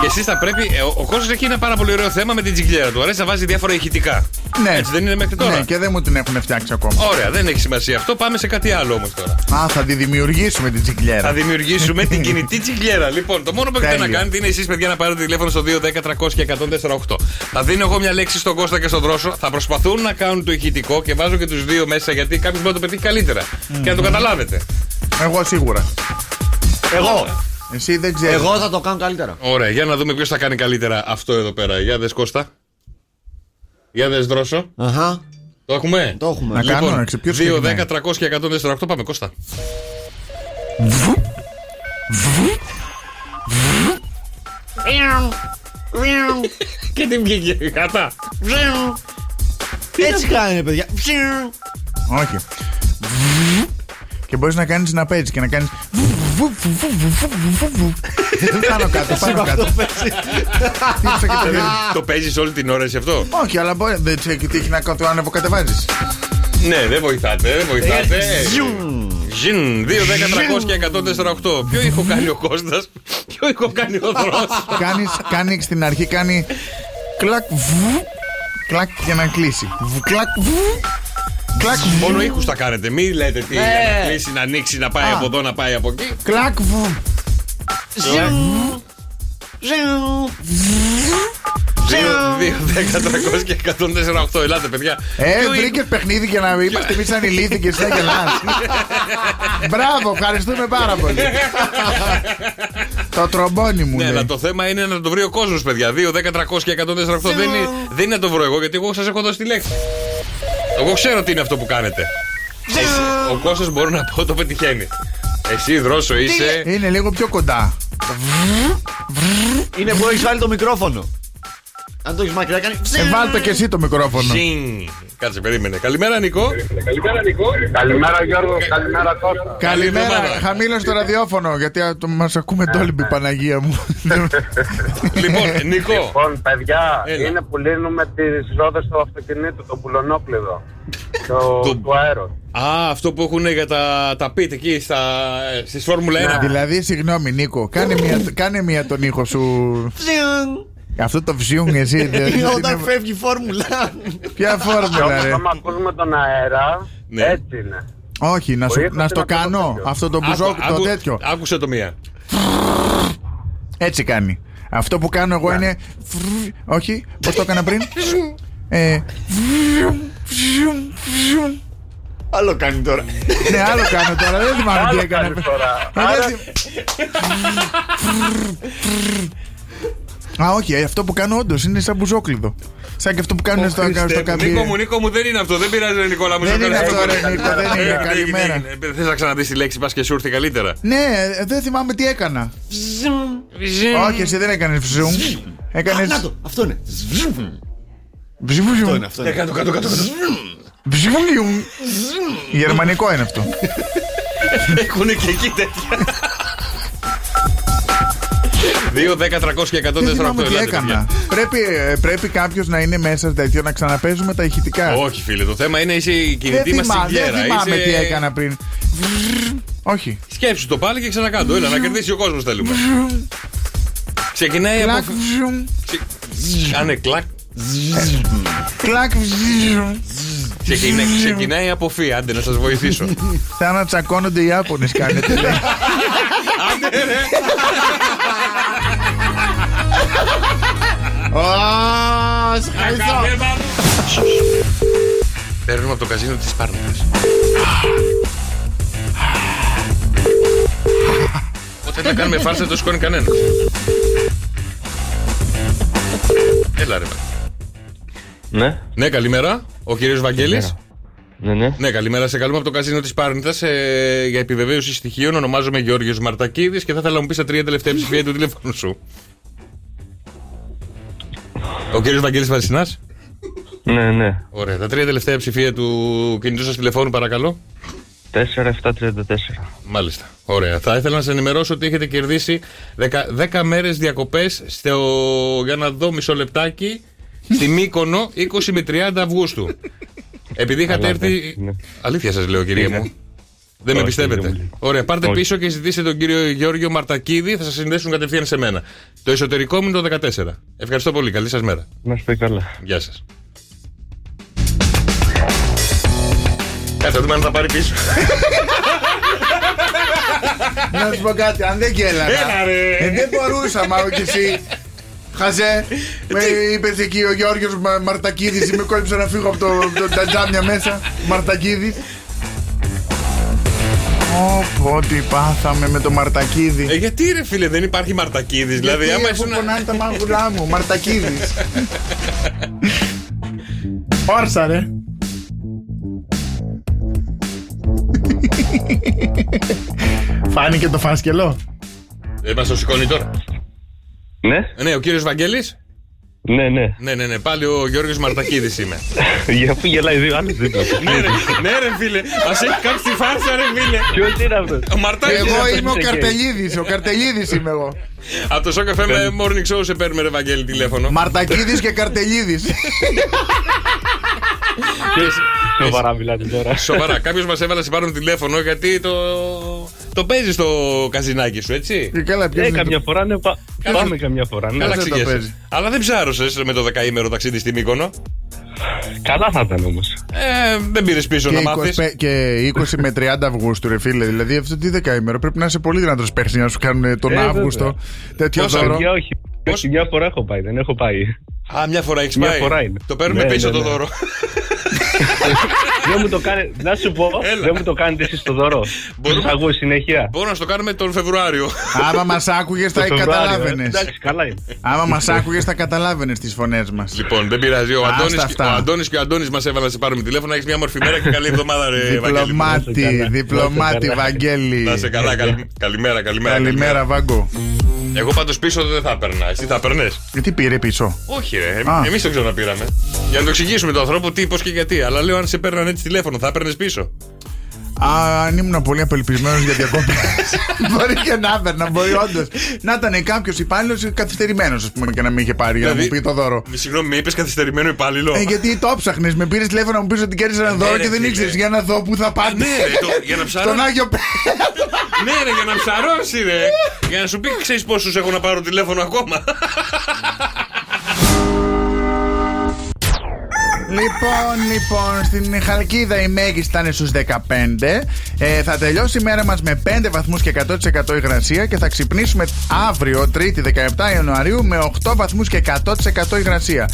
S6: Και εσείς θα πρέπει. ε, Ο, ο Κώστας έχει ένα πάρα πολύ ωραίο θέμα με την τζιγκλιέρα του. Αρέσει να βάζει διάφορα ηχητικά.
S4: Ναι.
S6: Έτσι δεν είναι μέχρι τώρα.
S4: Ναι, και δεν μου την έχουν φτιάξει ακόμα.
S6: Ωραία, δεν έχει σημασία αυτό. Πάμε σε κάτι άλλο όμως τώρα.
S4: Α, θα τη δημιουργήσουμε την τσικλιέρα.
S6: Θα δημιουργήσουμε την κινητή τσιγκλιέρα. Λοιπόν, το μόνο που έχετε να
S4: Τέλεια.
S6: κάνετε είναι εσείς, παιδιά, να πάρετε τηλέφωνο στο 210-300-1048. Θα δίνω εγώ μια λέξη στον Κώστα και στον Δρόσο. Θα προσπαθούν να κάνουν το ηχητικό και βάζω και τους δύο μέσα γιατί κάποιος μπορεί να το πετύχει καλύτερα. Και να το καταλάβετε.
S4: Εγώ σίγουρα.
S10: Εγώ.
S4: Εσύ δεν ξέρεις.
S10: Εγώ θα το κάνω καλύτερα.
S6: Ωραία, για να δούμε ποιος θα κάνει καλύτερα αυτό εδώ πέρα. Για δες Κώστα. Για δες Δρόσο.
S10: Αχα.
S6: Το έχουμε.
S10: Το έχουμε.
S6: Λοιπόν,
S4: Να κάνω, να ξε- ποιος ξεκινάει.
S6: 2, 10, 300 και 148. Πάμε, Κώστα. Και την βγήκε η γάτα.
S10: Έτσι κάνει, παιδιά.
S4: Όχι. Και μπορείς να κάνεις να παίζεις και να κάνεις. Πάνω κάτω, πάνω κάτω. Χτύπησα και το χέρι.
S6: Το παίζεις όλη την ώρα εσύ αυτό.
S4: Όχι, αλλά μπορεί. Δεν ξέρω τι έχει να κάνει το άνευο κατεβάζεις.
S6: Ναι, δεν βοηθάτε, δεν βοηθάτε. Ζιν, 2, 10, 300 και 148. Ποιο ήχο κάνει ο Κώστας, ποιο ήχο κάνει ο Δρόσος.
S4: Κάνεις, κάνει στην αρχή, κάνει. Κλακ, βου, κλακ για να κλείσει. Βου, Κλακ, βου, κλακ, βου,
S6: Μόνο ήχους τα κάνετε, μην λέτε τι.
S4: Ναι.
S6: Να κλείσει, να ανοίξει, να πάει
S4: Α.
S6: από εδώ, να πάει από εκεί.
S4: κλακ, βου.
S6: και 148. Ελάτε, παιδιά.
S4: Ε,
S6: Ποιο
S4: βρήκε παιχνίδι για να είμαστε εμείς ανηλίθοι και εσύ να γελάς. Μπράβο, ευχαριστούμε πάρα πολύ. Το τρομπόνι μου.
S6: Ναι,
S4: λέει.
S6: αλλά το θέμα είναι να το βρει ο κόσμος, παιδιά. 2, 10, 300 και 148. Δεν είναι, δεν είναι να το βρω εγώ, γιατί εγώ σας έχω δώσει τη λέξη. Εγώ ξέρω τι είναι αυτό που κάνετε. Εσύ, ο κόσμο μπορώ να πω το πετυχαίνει. Εσύ, δρόσο, είσαι.
S4: Είναι λίγο πιο κοντά.
S10: Είναι που έχεις βάλει το μικρόφωνο. Αν το έχεις μακριά, κάνει.
S4: Ε, βάλτε και εσύ το μικρόφωνο.
S6: Κάτσε, περίμενε. Καλημέρα, Νικό.
S13: Καλημέρα, Νικό. Καλημέρα, Γιώργο. Καλημέρα, Κώστα.
S4: Καλημέρα, χαμήλω το ραδιόφωνο γιατί μας ακούμε ντόλμπι Παναγία μου.
S6: Λοιπόν, Νικό.
S17: Λοιπόν, παιδιά, είναι που λύνουμε τις ρόδες του αυτοκινήτου, τον πουλονόκλειδο. το,
S6: Το-
S17: του αέρο.
S6: Α, αυτό που έχουν για τα, τα πιτ εκεί στα, ε, στις Φόρμουλα 1.
S4: Δηλαδή, συγγνώμη, Νίκο, κάνε μία, κάνε μία τον ήχο σου. Αυτό το ψιούγκ εσύ. δεν-
S10: Είναι
S4: δεν
S10: Όταν
S4: είναι-
S10: φεύγει η φόρμουλα.
S4: Ποια φόρμουλα, ρε.
S17: Άμα ακούσουμε τον αέρα,
S6: Ναι.
S4: Ε,
S17: έτσι είναι.
S4: Όχι, να, σου,
S17: Μπορεί
S4: να
S17: να
S4: στο
S17: το
S4: κάνω
S17: τέτοιο.
S4: αυτό το
S6: Άκου-
S4: μπουζόκ, το
S6: άκου-
S4: τέτοιο.
S6: Άκουσε το μία.
S4: Έτσι κάνει. Αυτό που κάνω
S10: Ναι.
S4: εγώ είναι. Όχι, πώς το έκανα πριν. Ε,
S10: Άλλο κάνει τώρα.
S4: ναι, άλλο κάνω τώρα. Δεν θυμάμαι τι έκανα. πριν. Ε, δεν θυμ- Α, όχι, ε, αυτό που κάνω όντως είναι σαν μπουζόκλειδο. Σαν και αυτό που κάνουν στο, στο καμπί.
S6: Νίκο μου, Νίκο μου, δεν είναι αυτό. Δεν πειράζει, ρε Νικόλα μου.
S4: Δεν
S6: σε
S4: είναι
S6: ευχαριστώ
S4: αυτό,
S6: πολύ.
S4: ρε, Νίκο, δεν είναι.
S6: Ε, ναι,
S4: Καλημέρα.
S6: ναι, ναι. Θες να ξαναδείς τη λέξη, πας και σου ήρθε καλύτερα.
S4: Ναι, ε, δεν θυμάμαι τι έκανα. Όχι, εσύ δεν έκανες ζουμ. Έκανε.
S10: Να το, αυτό είναι.
S4: Αυτό είναι,
S10: αυτό είναι.
S6: Ε, Κάτω, κάτω, κάτω.
S4: Γερμανικό είναι αυτό.
S6: Έχουν και εκεί τέτοια. 2, 10, 300 και 104.
S4: Δεν θυμάμαι τι έκανα. Πρέπει, ε, πρέπει κάποιος να είναι μέσα τέτοιο να ξαναπέζουμε τα ηχητικά.
S6: Όχι, φίλε, το θέμα είναι είσαι η
S4: Δεν
S6: κινητή μας στην
S4: θυμάμαι, δεν
S6: κέρα.
S4: θυμάμαι
S6: Είσαι-
S4: τι έκανα πριν. Όχι.
S6: Σκέψου το πάλι και ξανακάντο. Έλα, να κερδίσει ο κόσμος θέλουμε. Ξεκινάει
S4: Κλακ,
S6: από. Κάνε κλακ.
S4: Κλακ,
S6: Ξεκινάει, ξεκινάει η αποφύη. Άντε, να σας βοηθήσω.
S4: Σαν να τσακώνονται οι Ιάπωνες κάνετε. λέει.
S6: Άντε, ρε.
S10: Ω, σε ευχαριστώ.
S6: Παίρνουμε από το καζίνο της Πάρναγα. Όταν τα κάνουμε φάρσα, δεν το σηκώνει κανένας. Έλα, ρε.
S18: Ναι.
S6: Ναι, καλημέρα. Ο κύριος Βαγγέλης.
S18: Ναι, ναι.
S6: Ναι, καλημέρα. Σε καλούμε από το καζίνο της Πάρνηθα ε, για επιβεβαίωση στοιχείων. Ονομάζομαι Γεώργιο Μαρτακίδης και θα ήθελα να μου πεις τα τρία τελευταία ψηφία του τηλεφώνου σου. Ο κύριος Βαγγέλης Βασινά.
S18: Ναι, ναι.
S6: Ωραία. Τα τρία τελευταία ψηφία του κινητού σας τηλεφώνου, παρακαλώ.
S18: 4734.
S6: Μάλιστα. Ωραία. Θα ήθελα να σας ενημερώσω ότι έχετε κερδίσει 10, 10 μέρες διακοπές στο. Για να δω μισό λεπτάκι. Στη Μύκονο 20 με 30 Αυγούστου. Επειδή είχατε
S18: Καλά,
S6: έρθει.
S18: ναι, ναι.
S6: Αλήθεια σας λέω, κυρία
S18: Ναι.
S6: μου. Δεν με
S18: Όχι,
S6: πιστεύετε.
S18: δεν μου.
S6: Ωραία, πάρτε
S18: Όχι.
S6: πίσω και ζητήστε τον κύριο Γεώργιο Μαρτακίδη. Θα σας συνδέσουν κατευθείαν σε μένα. Το εσωτερικό μου είναι το 14. Ευχαριστώ πολύ. Καλή σας μέρα.
S18: Να είστε καλά.
S6: Γεια σας. Κάτσε να δούμε αν θα πάρει πίσω.
S4: Να σου πω κάτι, αν δεν γέλαγα.
S6: Έλα, ρε.
S4: Ε, δεν μπορούσα, μάλλον κι εσύ. Χαζέ, με είπε εκεί ο Γιώργος Μα- Μαρτακίδης με κόλληψε να φύγω από το, το- τα τζάμια μέσα. Μαρτακίδης. Ω, πω, τι πάθαμε με το Μαρτακίδη.
S6: Ε, γιατί ρε φίλε, δεν υπάρχει Μαρτακίδης. Δηλαδή, άμα
S4: αφού
S6: ήσουν.
S4: πονάνε τα μάγουλά μου, Μαρτακίδης. Όρσα, ρε. Φάνηκε το φάσκελο.
S6: Ε, μας το σηκώνει τώρα.
S18: Ναι.
S6: Ναι, ο κύριος Βαγγέλης.
S18: Ναι, ναι.
S6: Ναι, ναι, ναι, πάλι ο Γιώργος Μαρτακίδης είμαι.
S18: Για αφού γελάει δύο άλλε δίπλα. του.
S6: ναι, ρε, ναι, ρε φίλε, μα έχει κάψει τη φάρσα, ρε φίλε.
S18: Ποιος είναι αυτός.
S6: Ο Μαρτάκης
S4: Εγώ
S6: είναι
S4: είμαι ο
S6: αυτός.
S4: Καρτελίδης, ο Καρτελίδης είμαι εγώ.
S6: Από το Shock FM Morning Show σε παίρνουμε, ρε Βαγγέλη, τηλέφωνο.
S4: Μαρτακίδης και Καρτελίδης.
S18: Σοβαρά μιλάτε τώρα.
S6: Σοβαρά, κάποιος μας έβαλε σε πάρουν τηλέφωνο γιατί το. Το παίζεις το καζινάκι σου, έτσι.
S4: Και καλά, ποιος
S18: Ε,
S4: είναι το-
S18: καμιά φορά, ναι, πα- πάμε καμιά φορά. ναι.
S6: Καλά
S4: Ναι, δεν το
S6: ξηγέσαι.
S4: παίζει.
S6: Αλλά δεν ψάρωσες με το δεκαήμερο ταξίδι στη Μύκονο.
S18: Καλά θα ήταν όμως.
S6: Ε, δεν πήρες πίσω να
S4: Και
S6: μάθει.
S4: 20, και 20 με 30 Αυγούστου, ρε φίλε. Δηλαδή, αυτό τι δεκαήμερο πρέπει να είσαι πολύ δυνατός πέρσι να σου κάνουν τον
S18: Ε,
S4: Αύγουστο τέτοιο δώρο.
S18: Για όχι. Όχι, μια φορά έχω πάει, δεν έχω πάει.
S6: Α, μια φορά έχεις
S18: Μια
S6: πάει.
S18: φορά είναι.
S6: Το παίρνουμε
S18: Ναι,
S6: πίσω
S18: ναι,
S6: το
S18: ναι.
S6: δώρο.
S18: δεν μου το κάνετε, να σου πω, δεν μου το κάνετε εσείς το δώρο. Μπορείς να ακούω συνέχεια.
S6: Μπορώ να στο κάνουμε τον Φεβρουάριο.
S4: Άμα μας άκουγες, θα
S18: Το Φεβρουάριο, ε,
S4: καταλάβαινες.
S18: Εντάξει, καλά είναι.
S4: Άμα μας άκουγες, θα καταλάβαινες τις φωνές μας.
S6: Λοιπόν, δεν πειράζει. Ο
S4: Άστα
S6: Αντώνης, και- ο
S4: αυτά.
S6: Αντώνης και ο Αντώνης μας έβαλαν να σε πάρουμε τηλέφωνο. Έχεις μια μορφή μέρα και καλή εβδομάδα, ρε Βαγγέλη. μου.
S4: Διπλωμάτι, διπλωμάτι, Βαγγέλη.
S6: Να σε καλά. καλη- Ναι, Καλημέρα, καλημέρα.
S4: Καλημέρα, Βάγκο.
S6: Εγώ πάντως πίσω δεν θα περνά. Εσύ θα περνέ.
S4: Γιατί πήρε πίσω.
S6: Όχι, ρε.
S4: Α.
S6: Εμείς το ξαναπήραμε. Για να το εξηγήσουμε τον άνθρωπο τι, πώς και γιατί. Αλλά λέω αν σε παίρναν έτσι τηλέφωνο, θα παίρνε πίσω.
S4: Α, αν ήμουν πολύ απελπισμένος για διακοπές. μπορεί και να έπαιρνα, μπορεί όντως. Να ήταν κάποιος υπάλληλος καθυστερημένος, ας πούμε, και να μην είχε πάρει για να μου
S6: Δηλαδή,
S4: πει το δώρο.
S6: Με Συγγνώμη, με είπες καθυστερημένο υπάλληλο.
S4: Ε, γιατί το ψάχνε, με πήρες τηλέφωνο να μου πει ότι κέρδισε ένα
S6: Ναι,
S4: δώρο
S6: ρε,
S4: και δεν
S6: φίλε.
S4: ήξερες για να δω που θα πάνε.
S6: Ναι, ρε, το- για να ψάρω.
S4: Τον Άγιο Πέ-
S6: ναι, ρε, για να ψαρώσει, ρε. για να σου πει, ξέρεις πόσους έχω να πάρω τηλέφωνο ακόμα.
S4: Λοιπόν, λοιπόν, στην Χαλκίδα η μέγιστη ήταν στου 15. Ε, θα τελειώσει η μέρα μας με 5 βαθμούς και 100% υγρασία και θα ξυπνήσουμε αύριο, Τρίτη 17 Ιανουαρίου, με 8 βαθμούς και 100% υγρασία.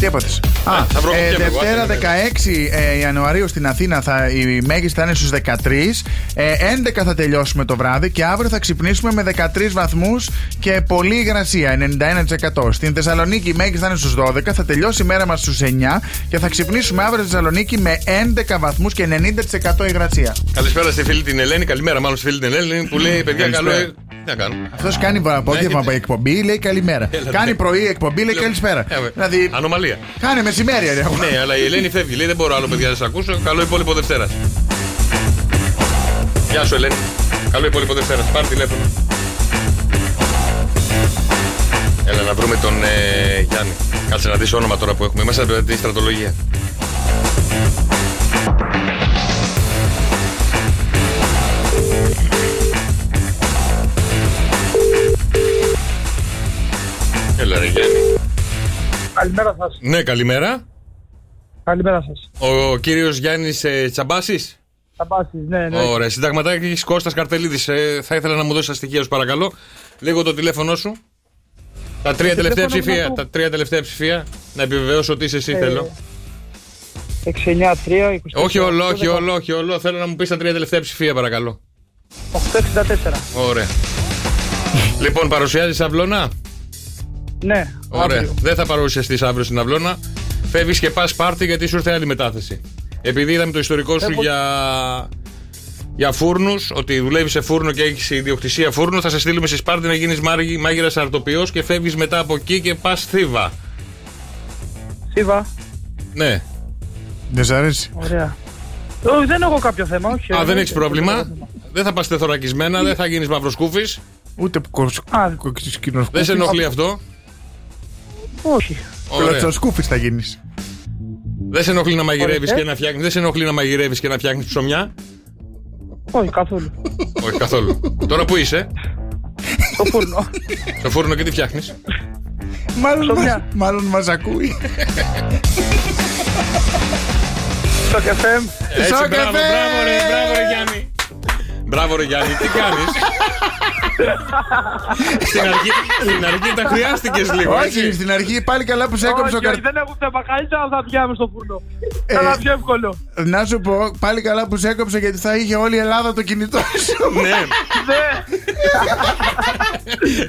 S4: Τι έπαθες. Α,
S6: θα βρω
S4: ε,
S6: κουκιά εγώ,
S4: Δευτέρα
S6: άντε,
S4: 16 ε, Ιανουαρίου στην Αθήνα θα, η μέγιστη θα είναι στους 13. Ε, 11 θα τελειώσουμε το βράδυ και αύριο θα ξυπνήσουμε με 13 βαθμούς και πολλή υγρασία, 91%. Στην Θεσσαλονίκη η μέγιστη θα είναι στους 12, θα τελειώσει η μέρα μας στους 9 και θα ξυπνήσουμε αύριο στη Θεσσαλονίκη με 11 βαθμούς και 90% υγρασία.
S6: Καλησπέρα στη φίλη την Ελένη. Καλημέρα, μάλλον στη φίλη την Ελένη που λέει: Παιδιά, καλό.
S4: Καλησπέρα.
S6: ε, Τι να κάνω.
S4: Αυτός κάνει απόγευμα εκπομπή, λέει καλημέρα.
S6: Ναι, Έλα,
S4: Κάνει
S6: ναι.
S4: πρωί εκπομπή, λέει καλησπέρα.
S6: Ε, ε,
S4: Δηλαδή,
S6: Ανομαλία.
S4: κάνε μεσημέρι, ρε.
S6: Ναι, αλλά η Ελένη φεύγει. Λέει δεν μπορώ άλλο, παιδιά, να σας ακούσω. Καλό υπόλοιπο Δευτέρας. Γεια σου, Ελένη. Καλό υπόλοιπο Δευτέρας. Πάρε τηλέφωνο. Έλα να βρούμε τον ε, Γιάννη. Κάτσε να δεις όνομα τώρα που έχουμε. Είμαστε από τη στρατολογία. Έλα ρε Γιάννη.
S19: Καλημέρα σας.
S6: Ναι, καλημέρα.
S19: Καλημέρα σας.
S6: Ο κύριος Γιάννης ε, Τσαμπάσης.
S19: Θα πάσεις, ναι, ναι.
S6: Ωραία, συνταγματάρχη Κώστας Καρτελίδης. Ε, θα ήθελα να μου δώσεις τα στοιχεία σου, παρακαλώ. Λίγο το τηλέφωνό σου. Τα τρία
S19: Το
S6: τελευταία
S19: τηλέφωνο μου
S6: ψηφία.
S19: να
S6: Τα τρία τελευταία ψηφία. Να επιβεβαιώσω ότι είσαι εσύ,
S19: Ε,
S6: θέλω.
S19: 693, 24,
S6: Όχι όλο, όχι όλο, όχι όλο. Θέλω να μου πεις τα τρία τελευταία ψηφία, παρακαλώ.
S19: 864.
S6: Ωραία. λοιπόν, παρουσιάζεις αυλώνα.
S19: Ναι,
S6: Ωραία. Δεν θα παρουσιαστείς αύριο στην αυλώνα. Φεύγεις και πας πάρτι γιατί σου ήρθε άλλη μετάθεση. Επειδή είδαμε το ιστορικό σου
S19: Έχω-
S6: για. Για φούρνους, ότι δουλεύεις σε φούρνο και έχεις ιδιοκτησία φούρνου, θα σε στείλουμε σε Σπάρτη να γίνεις μάγειρας αρτοποιός και φεύγεις μετά από εκεί και πας θύβα.
S19: Σίβα,
S6: Ναι.
S4: Δεν σ' αρέσει.
S19: ωραία. Ε, δεν έχω κάποιο θέμα, όχι.
S6: Α, δεν
S19: όχι,
S6: έχει πρόβλημα. Δεν θα πας τεθωρακισμένα, δεν θα γίνεις μαυροσκούφης.
S4: Ούτε κοσκίνο
S6: Δεν σε ενοχλεί αυτό.
S19: Όχι.
S4: Κλωτσοσκούφι θα γίνεις.
S6: Δεν σε ενοχλεί να μαγειρεύεις
S19: Ορίστε.
S6: και να φτιάχνεις. Δεν σε ενοχλεί να μαγειρεύεις και να φτιάχνεις ψωμιά.
S19: Όχι, καθόλου.
S6: Όχι καθόλου. Τώρα που είσαι.
S19: Στο φούρνο.
S6: Στο φούρνο και τι φτιάχνεις.
S4: Μάλλον, μας, μάλλον μας ακούει.
S19: Στο καφέ.
S6: Ε, Έτσι, μπράβο, μπράβο, ρε, μπράβο, ρε Γιάννη. Μπράβο, ρε Γιάννη, τι κάνεις. στην, αρχή, στην αρχή τα χρειάστηκες λίγο.
S4: Όχι,
S6: έτσι.
S4: στην αρχή πάλι καλά που σε έκοψε ο
S19: Όχι, όχι,
S4: καρτελίδη.
S19: δεν έχω θέμα. Καλύτερα θα πιάμε στο φούρνο. Θα
S6: Ε.
S19: τα πιο εύκολο.
S4: Ε, Να σου πω, πάλι καλά που σε έκοψε γιατί θα είχε όλη η Ελλάδα το κινητό σου.
S6: ναι,
S19: Ναι,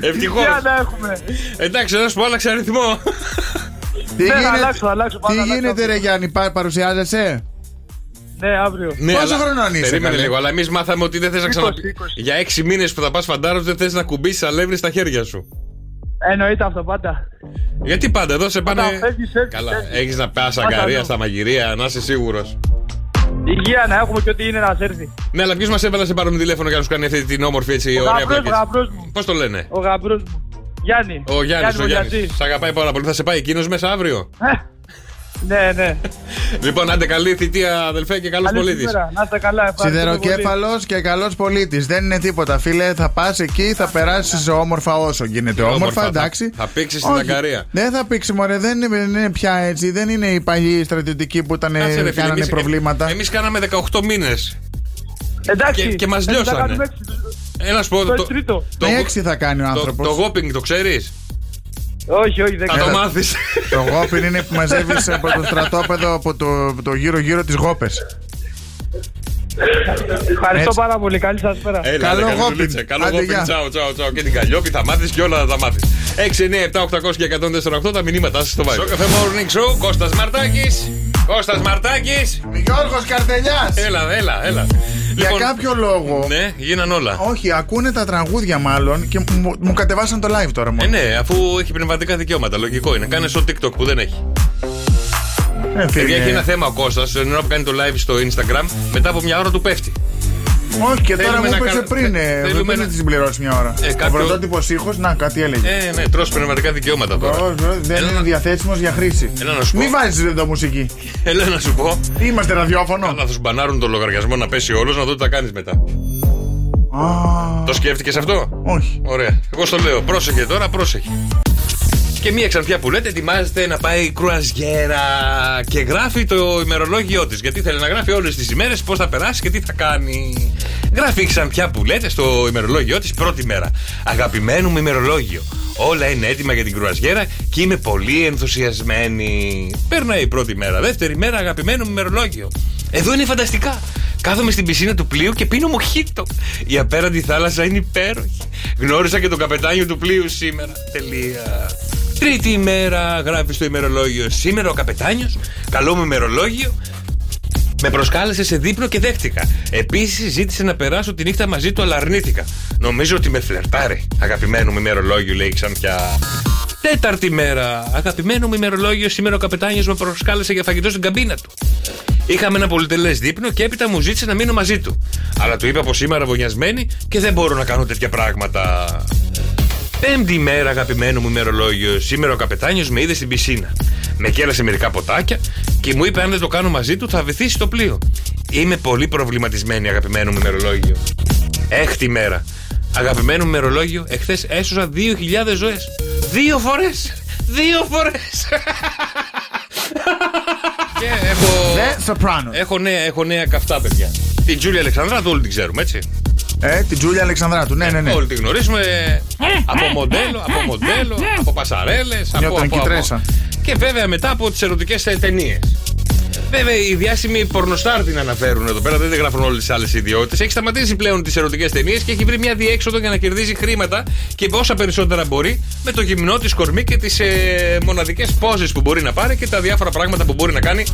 S6: ευτυχώς.
S19: τι άλλα έχουμε.
S6: Εντάξει, να σου πω, άλλαξε αριθμό.
S4: Τι
S19: Ναι, να
S4: γίνεται-
S19: αλλάξω, αλλάξω. πάω να
S4: Τι
S19: αλλάξω.
S4: γίνεται, ρε Γιάννη, πα- παρουσιάζεσαι.
S19: Ναι, αύριο.
S4: Πόσο χρονών είσαι,
S6: Περίμενε
S4: καλέ?
S6: λίγο, αλλά εμείς μάθαμε ότι δεν θες να ξανα...
S19: 20.
S6: Για έξι μήνες που θα πας φαντάρος, δεν θες να κουμπίσεις αλεύρι στα χέρια σου.
S19: Εννοείται αυτό πάντα.
S6: Γιατί πάντα εδώ σε πάνε.
S19: Πάντα φεύγεις, φεύγεις,
S6: Καλά, ε.
S19: φεύγεις.
S6: έχεις να πας αγκαρία στα μαγειρία, να είσαι σίγουρος.
S19: Υγεία να έχουμε και ό,τι είναι να σε έρθει.
S6: Ναι, αλλά ποιος μας έβαλε να σε πάρουμε τηλέφωνο για να σου κάνει αυτή την όμορφη έτσι
S19: Ο
S6: ωραία
S19: γαμπρός μου, ο
S6: πλακή.
S19: γαμπρός μου.
S6: Πώς το λένε.
S19: Ο γαμπρός μου. Γιάννη.
S6: Ο Γιάννης, ο Γιάννη.
S19: Βογιατζής.
S6: Σ' αγαπάει πάρα πολύ. Θα σε πάει εκείνος μέσα αύριο.
S19: Ναι, ναι.
S6: λοιπόν, άντε καλή θητεία, αδελφέ, και καλός
S19: Καλή
S6: πολίτης.
S19: σήμερα. Να είστε καλά. ευχαριστούμε πολύ.
S4: Σιδεροκέφαλος και καλός πολίτης. Δεν είναι τίποτα, φίλε. Θα πας εκεί, θα περάσει όμορφα όσο γίνεται. Όμορφα, εντάξει.
S6: Θα, θα πήξεις την
S4: Όχι,
S6: αγκαρία.
S4: Δεν θα πήξεις, μωρέ. Δεν είναι, δεν είναι πια έτσι. Δεν είναι οι παλιοί στρατιωτικοί που ήταν, ε,
S6: Κάτσε, ρε φίλε,
S4: κάνανε
S6: εμείς-
S4: προβλήματα.
S6: Εμείς κάναμε 18 μήνες.
S19: Εντάξει.
S6: Και, και μας
S19: εμείς θα κάνουμε
S6: λιώσανε.
S19: έξι.
S6: Ένας πω.
S19: Το
S6: Το,
S19: τρίτο.
S6: το,
S4: Με Ε, έξι Ε, θα κάνει ο
S6: το, το
S4: άνθρωπος.
S6: γόπινγκ το ξέρεις.
S19: Όχι, όχι, δεν
S6: Θα το
S19: ξέρω.
S6: μάθεις.
S4: Το γόπιν είναι που μαζεύεις από το στρατόπεδο από το, από το γύρω-γύρω τη γόπες.
S19: Ευχαριστώ
S4: Έτσι.
S19: πάρα πολύ. Καλή σας πέρα.
S6: Έλα,
S4: Καλό
S6: ρε, καλή
S4: γόπιν.
S6: δουλίτσα. Καλό
S4: Άντε,
S6: γόπιν.
S4: γεια.
S6: Τσαο, τσαο, τσαο. Και την καλλιόπη θα μάθεις και όλα θα τα μάθεις. 6, 9, 7, 800 και 148 τα μηνύματά σας στο βάρο. Σοκαφέ Morning Show, Κώστας Μαρτάκης. Κώστας Μαρτάκης.
S4: Γιώργος Καρτελιάς!
S6: Έλα, έλα, έλα.
S4: Για κάποιο λόγο.
S6: Ε, λοιπόν, Ναι, γίναν όλα.
S4: Όχι, ακούνε τα τραγούδια μάλλον και μου, μου κατεβάσαν το live τώρα
S6: Ε,
S4: μόνο.
S6: ναι, αφού έχει πνευματικά δικαιώματα, λογικό είναι. Κάνε στο TikTok που δεν έχει.
S4: Ε,
S6: Παιδιά,
S4: φίλε.
S6: έχει ένα θέμα ο Κώστας, ενώ που κάνει το live στο Instagram, μετά από μια ώρα του πέφτει.
S4: Όχι, και τώρα
S6: Θέλουμε
S4: μου
S6: να
S4: έπαιξε
S6: κα-
S4: πριν.
S6: θε-
S4: ε,
S6: θέλουμε
S4: Δεν
S6: να-
S4: να τη συμπληρώσεις μια ώρα.
S6: Ε,
S4: Ο
S6: κάποιο-
S4: πρωτότυπος ήχος, να κάτι έλεγε.
S6: Ε, ναι, τρως πνευματικά δικαιώματα τώρα.
S4: Ω, ω, Δεν είναι διαθέσιμος για χρήση.
S6: Ε, Έλα να σου πω.
S4: Μην βάζει εδώ μουσική.
S6: Έλα να σου πω.
S4: Είμαστε ραδιόφωνο.
S6: Καλά, θα σου μπανάρουν το λογαριασμό να πέσει όλος, να δω τι θα κάνεις μετά. Το σκέφτηκες αυτό.
S4: Όχι.
S6: Ωραία. Εγώ στο λέω, πρόσεχε τώρα, πρόσεχε. Και μία ξανθιά που λέτε ετοιμάζεται να πάει κρουαζιέρα και γράφει το ημερολόγιο της. Γιατί θέλει να γράφει όλες τις ημέρες πώς θα περάσει και τι θα κάνει. Γράφει η ξανθιά που λέτε στο ημερολόγιο της πρώτη μέρα. Αγαπημένο μου ημερολόγιο. Όλα είναι έτοιμα για την κρουαζιέρα και είμαι πολύ ενθουσιασμένη. Παίρνει η πρώτη μέρα. Δεύτερη μέρα, αγαπημένο μου ημερολόγιο. Εδώ είναι φανταστικά. Κάθομαι στην πισίνα του πλοίου και πίνω μοχίτο. Η απέραντη θάλασσα είναι υπέροχη. Γνώρισα και τον καπετάνιο του πλοίου σήμερα. Τελεία. Τρίτη ημέρα γράφεις στο ημερολόγιο. Σήμερα ο καπετάνιος, καλό μου ημερολόγιο, με προσκάλεσε σε δείπνο και δέχτηκα. Επίσης ζήτησε να περάσω τη νύχτα μαζί του, αλλά αρνήθηκα. Νομίζω ότι με φλερτάρει. Αγαπημένο μου ημερολόγιο, λέει ξανθιά. Τέταρτη μέρα. Αγαπημένο μου ημερολόγιο, σήμερα ο καπετάνιος με προσκάλεσε για φαγητό στην καμπίνα του. Είχαμε ένα πολυτελές δείπνο και έπειτα μου ζήτησε να μείνω μαζί του. Αλλά του είπα πως είμαι αραβωνιασμένη και δεν μπορώ να κάνω τέτοια πράγματα. Πέμπτη μέρα, αγαπημένο μου ημερολόγιο. Σήμερα ο καπετάνιος με είδε στην πισίνα. Με κέρασε μερικά ποτάκια και μου είπε: Αν δεν το κάνω μαζί του, θα βυθίσει το πλοίο. Είμαι πολύ προβληματισμένη, αγαπημένο μου ημερολόγιο. Έκτη μέρα. Αγαπημένο μου ημερολόγιο, εχθές έσωσα 2.000 ζωές. Δύο φορές! Δύο φορές! και έχω.
S4: The Sopranos.
S6: Έχω νέα, έχω νέα καυτά, παιδιά. Την Τζούλια Αλεξανδράτου όλοι την ξέρουμε, έτσι.
S4: Ε, την Τζούλια Αλεξανδράτου. Ναι, ναι, ναι.
S6: Όλοι τη γνωρίζουμε από μοντέλο, από μοντέλο, από πασαρέλες, από,
S4: Νιώθω
S6: από,
S4: εκεί
S6: από.
S4: τρέσα.
S6: Και βέβαια μετά από τις ερωτικές ταινίες. Βέβαια, οι διάσημοι πορνοστάρ την αναφέρουν εδώ πέρα, δεν τη γράφουν όλες τις άλλες ιδιότητες. Έχει σταματήσει πλέον τις ερωτικές ταινίες και έχει βρει μια διέξοδο για να κερδίζει χρήματα και όσα περισσότερα μπορεί με το γυμνό της κορμί και τις ε, μοναδικές πόζες που μπορεί να πάρει και τα διάφορα πράγματα που μπορεί να κάνει.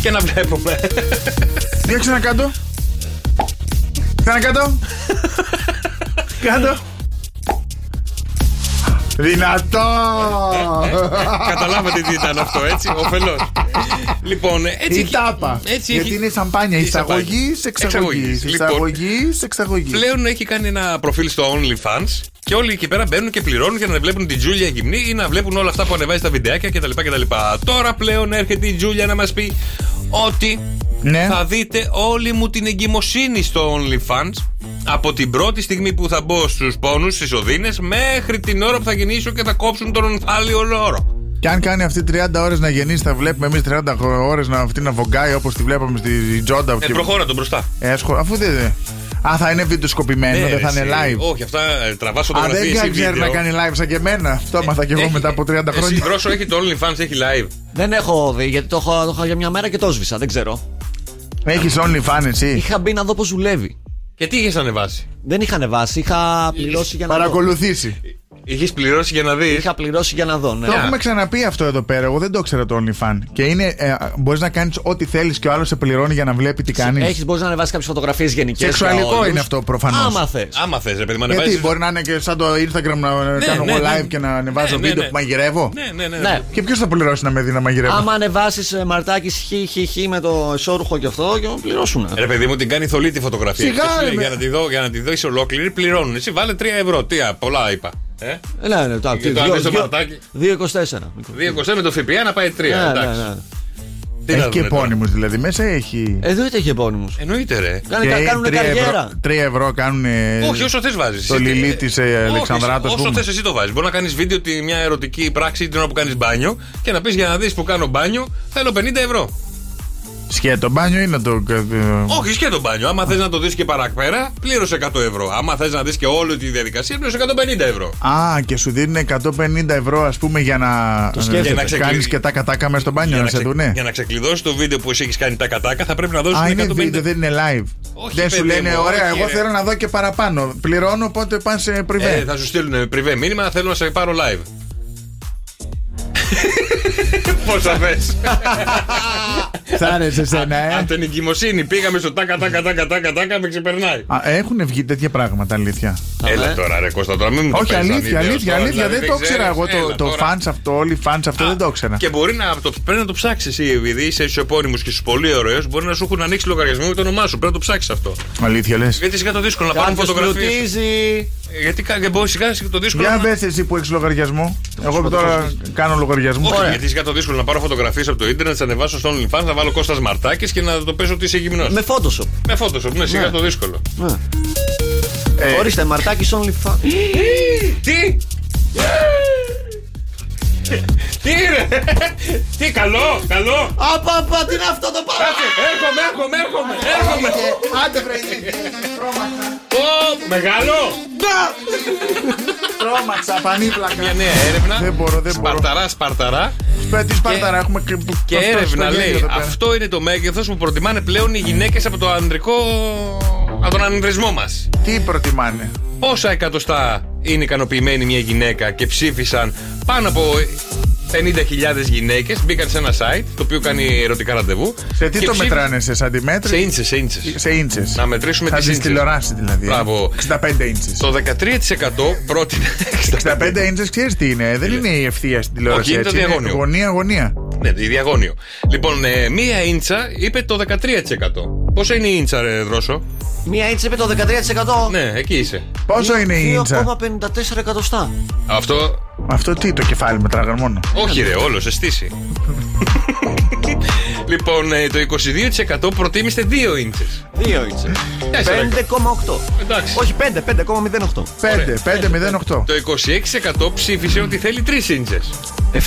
S6: Και να βλέπουμε.
S4: Διέξε να κάτω. Κάνε κάτω. κάτω. Δυνατό!
S6: Ε, Καταλάβατε τι ήταν αυτό, έτσι, όφελος. λοιπόν, έτσι.
S4: Η τάπα.
S6: Έτσι
S4: Γιατί
S6: έχει-
S4: είναι σαμπάνια.
S6: Η σαμπάνια.
S4: Εισαγωγή, εξαγωγής.
S6: Εξαγωγής, λοιπόν.
S4: Εισαγωγής, εξαγωγής.
S6: Πλέον έχει κάνει ένα προφίλ στο OnlyFans και όλοι εκεί πέρα μπαίνουν και πληρώνουν για να βλέπουν την Τζούλια γυμνή ή να βλέπουν όλα αυτά που ανεβάζει τα βιντεάκια κτλ. κτλ. Τώρα πλέον έρχεται η Τζούλια να μας πει ότι
S4: Ναι.
S6: θα δείτε όλη μου την εγκυμοσύνη στο OnlyFans από την πρώτη στιγμή που θα μπω στους πόνους, στις οδύνες, μέχρι την ώρα που θα γεννήσω και θα κόψουν τον ομφάλιο λόρο.
S4: Και αν κάνει αυτή 30 ώρες να γεννήσει, θα βλέπουμε εμείς 30 ώρες να, αυτή να βογκάει όπως τη βλέπαμε στη Τζόντα.
S6: Ε,
S4: και-
S6: προχώρα τον μπροστά.
S4: Ε, ασχο- αφού δεν. δεν- Α, θα είναι βιντεοσκοπημένο,
S6: Ναι,
S4: δεν θα
S6: ρε,
S4: είναι
S6: εσύ.
S4: live.
S6: Όχι, αυτά ε, τραβάς
S4: Α, δεν
S6: φωτογραφίες ή
S4: κα- ξέρει να
S6: βίντεο.
S4: κάνει live σαν και εμένα. Αυτό έμαθα και εγώ μετά από 30
S6: Εσύ,
S4: χρόνια.
S6: Δρόσο, έχει το OnlyFans, έχει live.
S10: Δεν έχω δει γιατί το έχω, το είχα για μια μέρα και το σβήσα. Δεν ξέρω.
S4: Έχεις OnlyFans, εσύ.
S10: Είχα μπει να δω πώς δουλεύει.
S6: Και τι είχες ανεβάσει.
S10: Δεν είχα ανεβάσει, είχα πληρώσει για να
S4: Παρακολουθήσει.
S6: Ε, Είχες πληρώσει για να δεις.
S10: Είχα πληρώσει για να δω, ναι.
S4: Το έχουμε ξαναπεί αυτό εδώ πέρα. Εγώ δεν το ξέρω το OnlyFans. Και είναι. Ε, μπορείς να κάνεις ό,τι θέλεις και ο άλλος σε πληρώνει για να βλέπει τι κάνεις.
S10: Έχεις μπορείς να ανεβάσεις κάποιες φωτογραφίες γενικές.
S4: Σεξουαλικό είναι αυτό προφανώς.
S10: Άμα θες.
S6: Άμα θες, ρε παιδί μου,
S4: Γιατί
S6: ανεβάζεις-
S4: μπορεί να είναι και σαν το Instagram να
S6: Ναι,
S4: κάνω
S6: ναι,
S4: εγώ
S6: ναι.
S4: live και να ανεβάζω
S6: Ναι, ναι,
S4: βίντεο
S6: ναι.
S4: που μαγειρεύω.
S6: Ναι, ναι, ναι.
S10: Ναι.
S4: Και ποιος θα πληρώσει να με δει να μαγειρεύω.
S10: Άμα ανεβάσεις μαρτάκι χι, χι, χι με το εσώρουχο και αυτό και να πληρώσουν.
S6: Ρε παιδί μου, την κάνει θολή τη φωτογραφία.
S10: Σιγά,
S6: Και σου
S10: ρε,
S6: λέει,
S10: με-
S6: για να τη δω, για να τη δω, είσαι ολόκληρη, πληρώνουν. Εσύ βάλε 3 ευρώ. Τι, α, πολλά είπα. Ε?
S10: Ναι, ναι, τα
S6: Και το
S10: δύο-
S6: άνοιξε το
S10: δύο-
S6: μαρτάκι.
S10: 2,24.
S6: 2,20 με το ΦΠΑ να πάει 3.
S10: Ναι, ναι,
S6: εντάξει.
S10: ναι.
S6: Τι
S4: έχει
S6: να
S4: και
S6: δούμε τώρα.
S4: επώνυμους δηλαδή μέσα, έχει.
S10: Εδώ είτε έχει επώνυμους.
S4: Ε,
S6: Εννοείται, ρε.
S10: Κάνε- κα- κάνουν καριέρα.
S4: 3 ευρώ κάνουν.
S6: Όχι, όσο θες βάζεις.
S4: Ε, Το ε, λιλί της Αλεξανδράτο.
S6: Όσο θες, εσύ το βάζεις. Μπορεί να κάνεις βίντεο τη μια ερωτική πράξη την ώρα που κάνεις μπάνιο και να πεις για να δεις που κάνω μπάνιο, θέλω 50 ευρώ.
S4: Σκέτο μπάνιο ή να το. ε,
S6: Όχι και το μπάνιο. Άμα θες να το δεις και παραπέρα, πλήρωσε 100 ευρώ. Άμα θες να δεις και όλη τη διαδικασία, πλήρωσε 150 ευρώ.
S4: Α, και σου δίνουν 150 ευρώ, ας πούμε, για να
S6: σκέφτεται. Για να ξεκλει-
S4: κάνεις και τα κατάκα μέσα στο μπάνιο, να σε
S6: ξε-
S4: δουνε.
S6: για να ξεκλειδώσεις το βίντεο που εσύ έχεις κάνει τα κατάκα, θα πρέπει να δώσεις
S4: Α, είναι
S6: 150
S4: βίντεο, δεν είναι live.
S6: Όχι,
S4: δεν σου
S6: παιδί
S4: λένε,
S6: μου,
S4: ωραία,
S6: όχι,
S4: εγώ
S6: ρε.
S4: θέλω να δω και παραπάνω. Πληρώνω, οπότε πάνε σε privé.
S6: Ε, θα σου στείλουν πριβέ μήνυμα, θέλω να σε πάρω live. Πώ θα θε.
S4: Σ' άρεσε σένα, ε.
S6: Από την εγκυμοσύνη πήγαμε στο τάκα, τάκα, τάκα, τάκα, τάκα,
S16: Ε,
S6: με ξεπερνάει.
S4: Α, έχουν βγει τέτοια πράγματα, αλήθεια.
S6: Έλα τώρα, ρε Κώστα, τώρα μην μου το
S4: Όχι,
S6: παίζεις
S4: αλήθεια,
S6: ανίδεος
S4: αλήθεια,
S6: τώρα,
S4: αλήθεια.
S6: δηλαδή,
S4: Δεν το ήξερα
S6: ξέρεις.
S4: εγώ
S6: Έλα
S4: το- το
S6: τώρα.
S4: fans αυτό, όλοι οι fans αυτό δεν το ήξερα.
S6: Και μπορεί να το, πρέπει να το ψάξεις εσύ, επειδή είσαι ισοπόνιμο και σου πολύ ωραίο, μπορεί να σου έχουν ανοίξει λογαριασμό με το όνομά σου. Πρέπει να το ψάξεις αυτό.
S4: Αλήθεια λες.
S6: Γιατί σιγά το δύσκολο να πάρουν
S4: Κάποιος
S6: φωτογραφίες.
S10: πλουτίζει.
S6: Γιατί κα- και μπορεί σιγά σιγά το δύσκολο.
S4: Για
S6: να-
S4: δε εσύ που έχεις λογαριασμό. Εγώ τώρα κάνω λογαριασμό.
S6: Όχι, γιατί σιγά το δύσκολο να πάρω φωτογραφίες από το ίντερνετ, να τι ανεβάσω στο OnlyFans, να βάλω Κώστας Μαρτάκης και να το πέσω ότι είσαι γυμνός.
S10: Με Photoshop.
S6: Με Photoshop, ναι, σιγά
S10: Ναι.
S6: το δύσκολο.
S10: Ε. Ορίστε, μαρτάκι only fan.
S6: Τι! Τι ρε! Τι καλό, καλό!
S10: Απαπα, τι είναι αυτό το πράγμα!
S6: Έρχομαι, έρχομαι, έρχομαι, έρχομαι!
S4: Άντε, βρε,
S6: Ω, μεγάλο!
S4: Τρώμαξα, πανίπλακα.
S6: Μια νέα έρευνα.
S4: Δεν μπορώ, δεν μπορώ.
S6: Σπαρταρά, σπαρταρά.
S4: Σπέ- Τι Σπάρταρα έχουμε και.
S6: Και
S4: το- το-
S6: έρευνα
S4: στο γέλιο
S6: λέει,
S4: εδώ πέρα.
S6: αυτό είναι το μέγεθος που προτιμάνε πλέον οι γυναίκες από το ανδρικό. από τον ανδρισμό μας.
S4: Τι προτιμάνε.
S6: Πόσα εκατοστά είναι ικανοποιημένη μια γυναίκα και ψήφισαν πάνω από 50.000 γυναίκες. Μπήκαν σε ένα site το οποίο κάνει ερωτικά ραντεβού.
S4: Σε τι
S6: και
S4: το
S6: ψήφι-
S4: μετράνε, σε σαντιμέτρε.
S6: Σε ίντσες, σε ίντσες.
S4: Σε ίντσες.
S6: Να μετρήσουμε
S4: Θα
S6: τις
S4: τις
S6: ίντσες.
S4: τηλεοράσει δηλαδή. ε.
S6: Μπράβο.
S4: 65 ίντσες.
S6: Το 13% πρότεινε.
S4: 65 ίντσες ξέρεις τι είναι, ε. δεν είναι η ευθεία στην τηλεόραση.
S6: είναι το
S4: έτσι,
S6: διαγώνιο.
S4: Γωνία, γωνία.
S6: Ναι, το διαγώνιο. Λοιπόν, ε, μία ίντσα είπε το 13%. Πόσο είναι η ίντσα, ρε Δρόσο?
S10: Μία ίντσα είπε το 13%.
S6: Ναι, εκεί είσαι.
S4: Πόσο είναι η ίντσα.
S10: 2,54 εκατοστά.
S6: Αυτό.
S4: Αυτό τι, το κεφάλι μετράγαν μόνο.
S6: Όχι, ρε, όλο, σε στήση. λοιπόν, ε, το 22% προτίμησε 2 ίντσες.
S10: 2 ίντσε. 5,8.
S6: Εντάξει.
S10: Όχι, 5, 5,08.
S4: 5, 5,08.
S6: Το 26% ψήφισε ότι θέλει 3 ίντσες.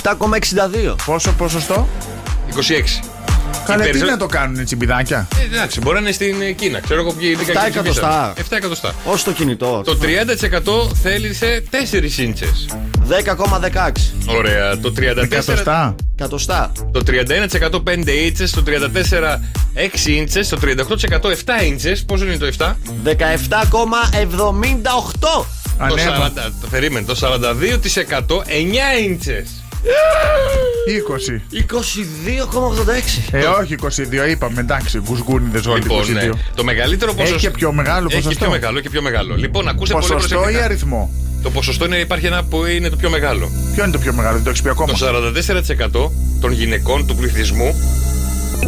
S10: 7,62.
S4: Πόσο ποσοστό?
S6: 26.
S4: Καλέ,
S6: Οι
S4: τι
S6: περισσο-
S4: να το κάνουν οι τσιμπιδάκια.
S6: Ε, Εντάξει, μπορεί να είναι στην ε, Κίνα. Ξέρω εγώ ποιοι ειδικά
S10: 7
S6: και ψηφίσανε.
S10: εκατοστά.
S6: 7 εκατοστά.
S10: Ως το κινητό.
S6: Το 30% θέλησε 4 ίντσες.
S10: 10,16.
S6: Ωραία. Το 34%.
S4: Εκατοστά.
S10: Εκατοστά.
S6: Το 31% 5 ίντσες, το 34% 6 ίντσες, το 38% 7 ίντσες. Πόσο είναι το 7?
S10: 17,78.
S6: Το
S4: Ανέβα.
S6: 40, το περίμενε, το 42% 9 ίντσες.
S4: 20.
S10: 22,86.
S4: Ε, όχι 22, είπαμε, εντάξει, γκουσγούνιδες όλοι
S6: Λοιπόν, ναι.
S4: 22.
S6: το μεγαλύτερο ποσοστό.
S4: Έχει και πιο μεγάλο
S6: Έχει και
S4: ποσοστό.
S6: πιο μεγάλο και πιο μεγάλο. Λοιπόν, ακούστε πολύ
S4: Ποσοστό ή
S6: προσεκτικά.
S4: αριθμό.
S6: Το ποσοστό είναι, υπάρχει ένα που είναι το πιο μεγάλο.
S4: Ποιο είναι το πιο μεγάλο, δεν το έχεις πει ακόμα.
S6: Το 44% των γυναικών του πληθυσμού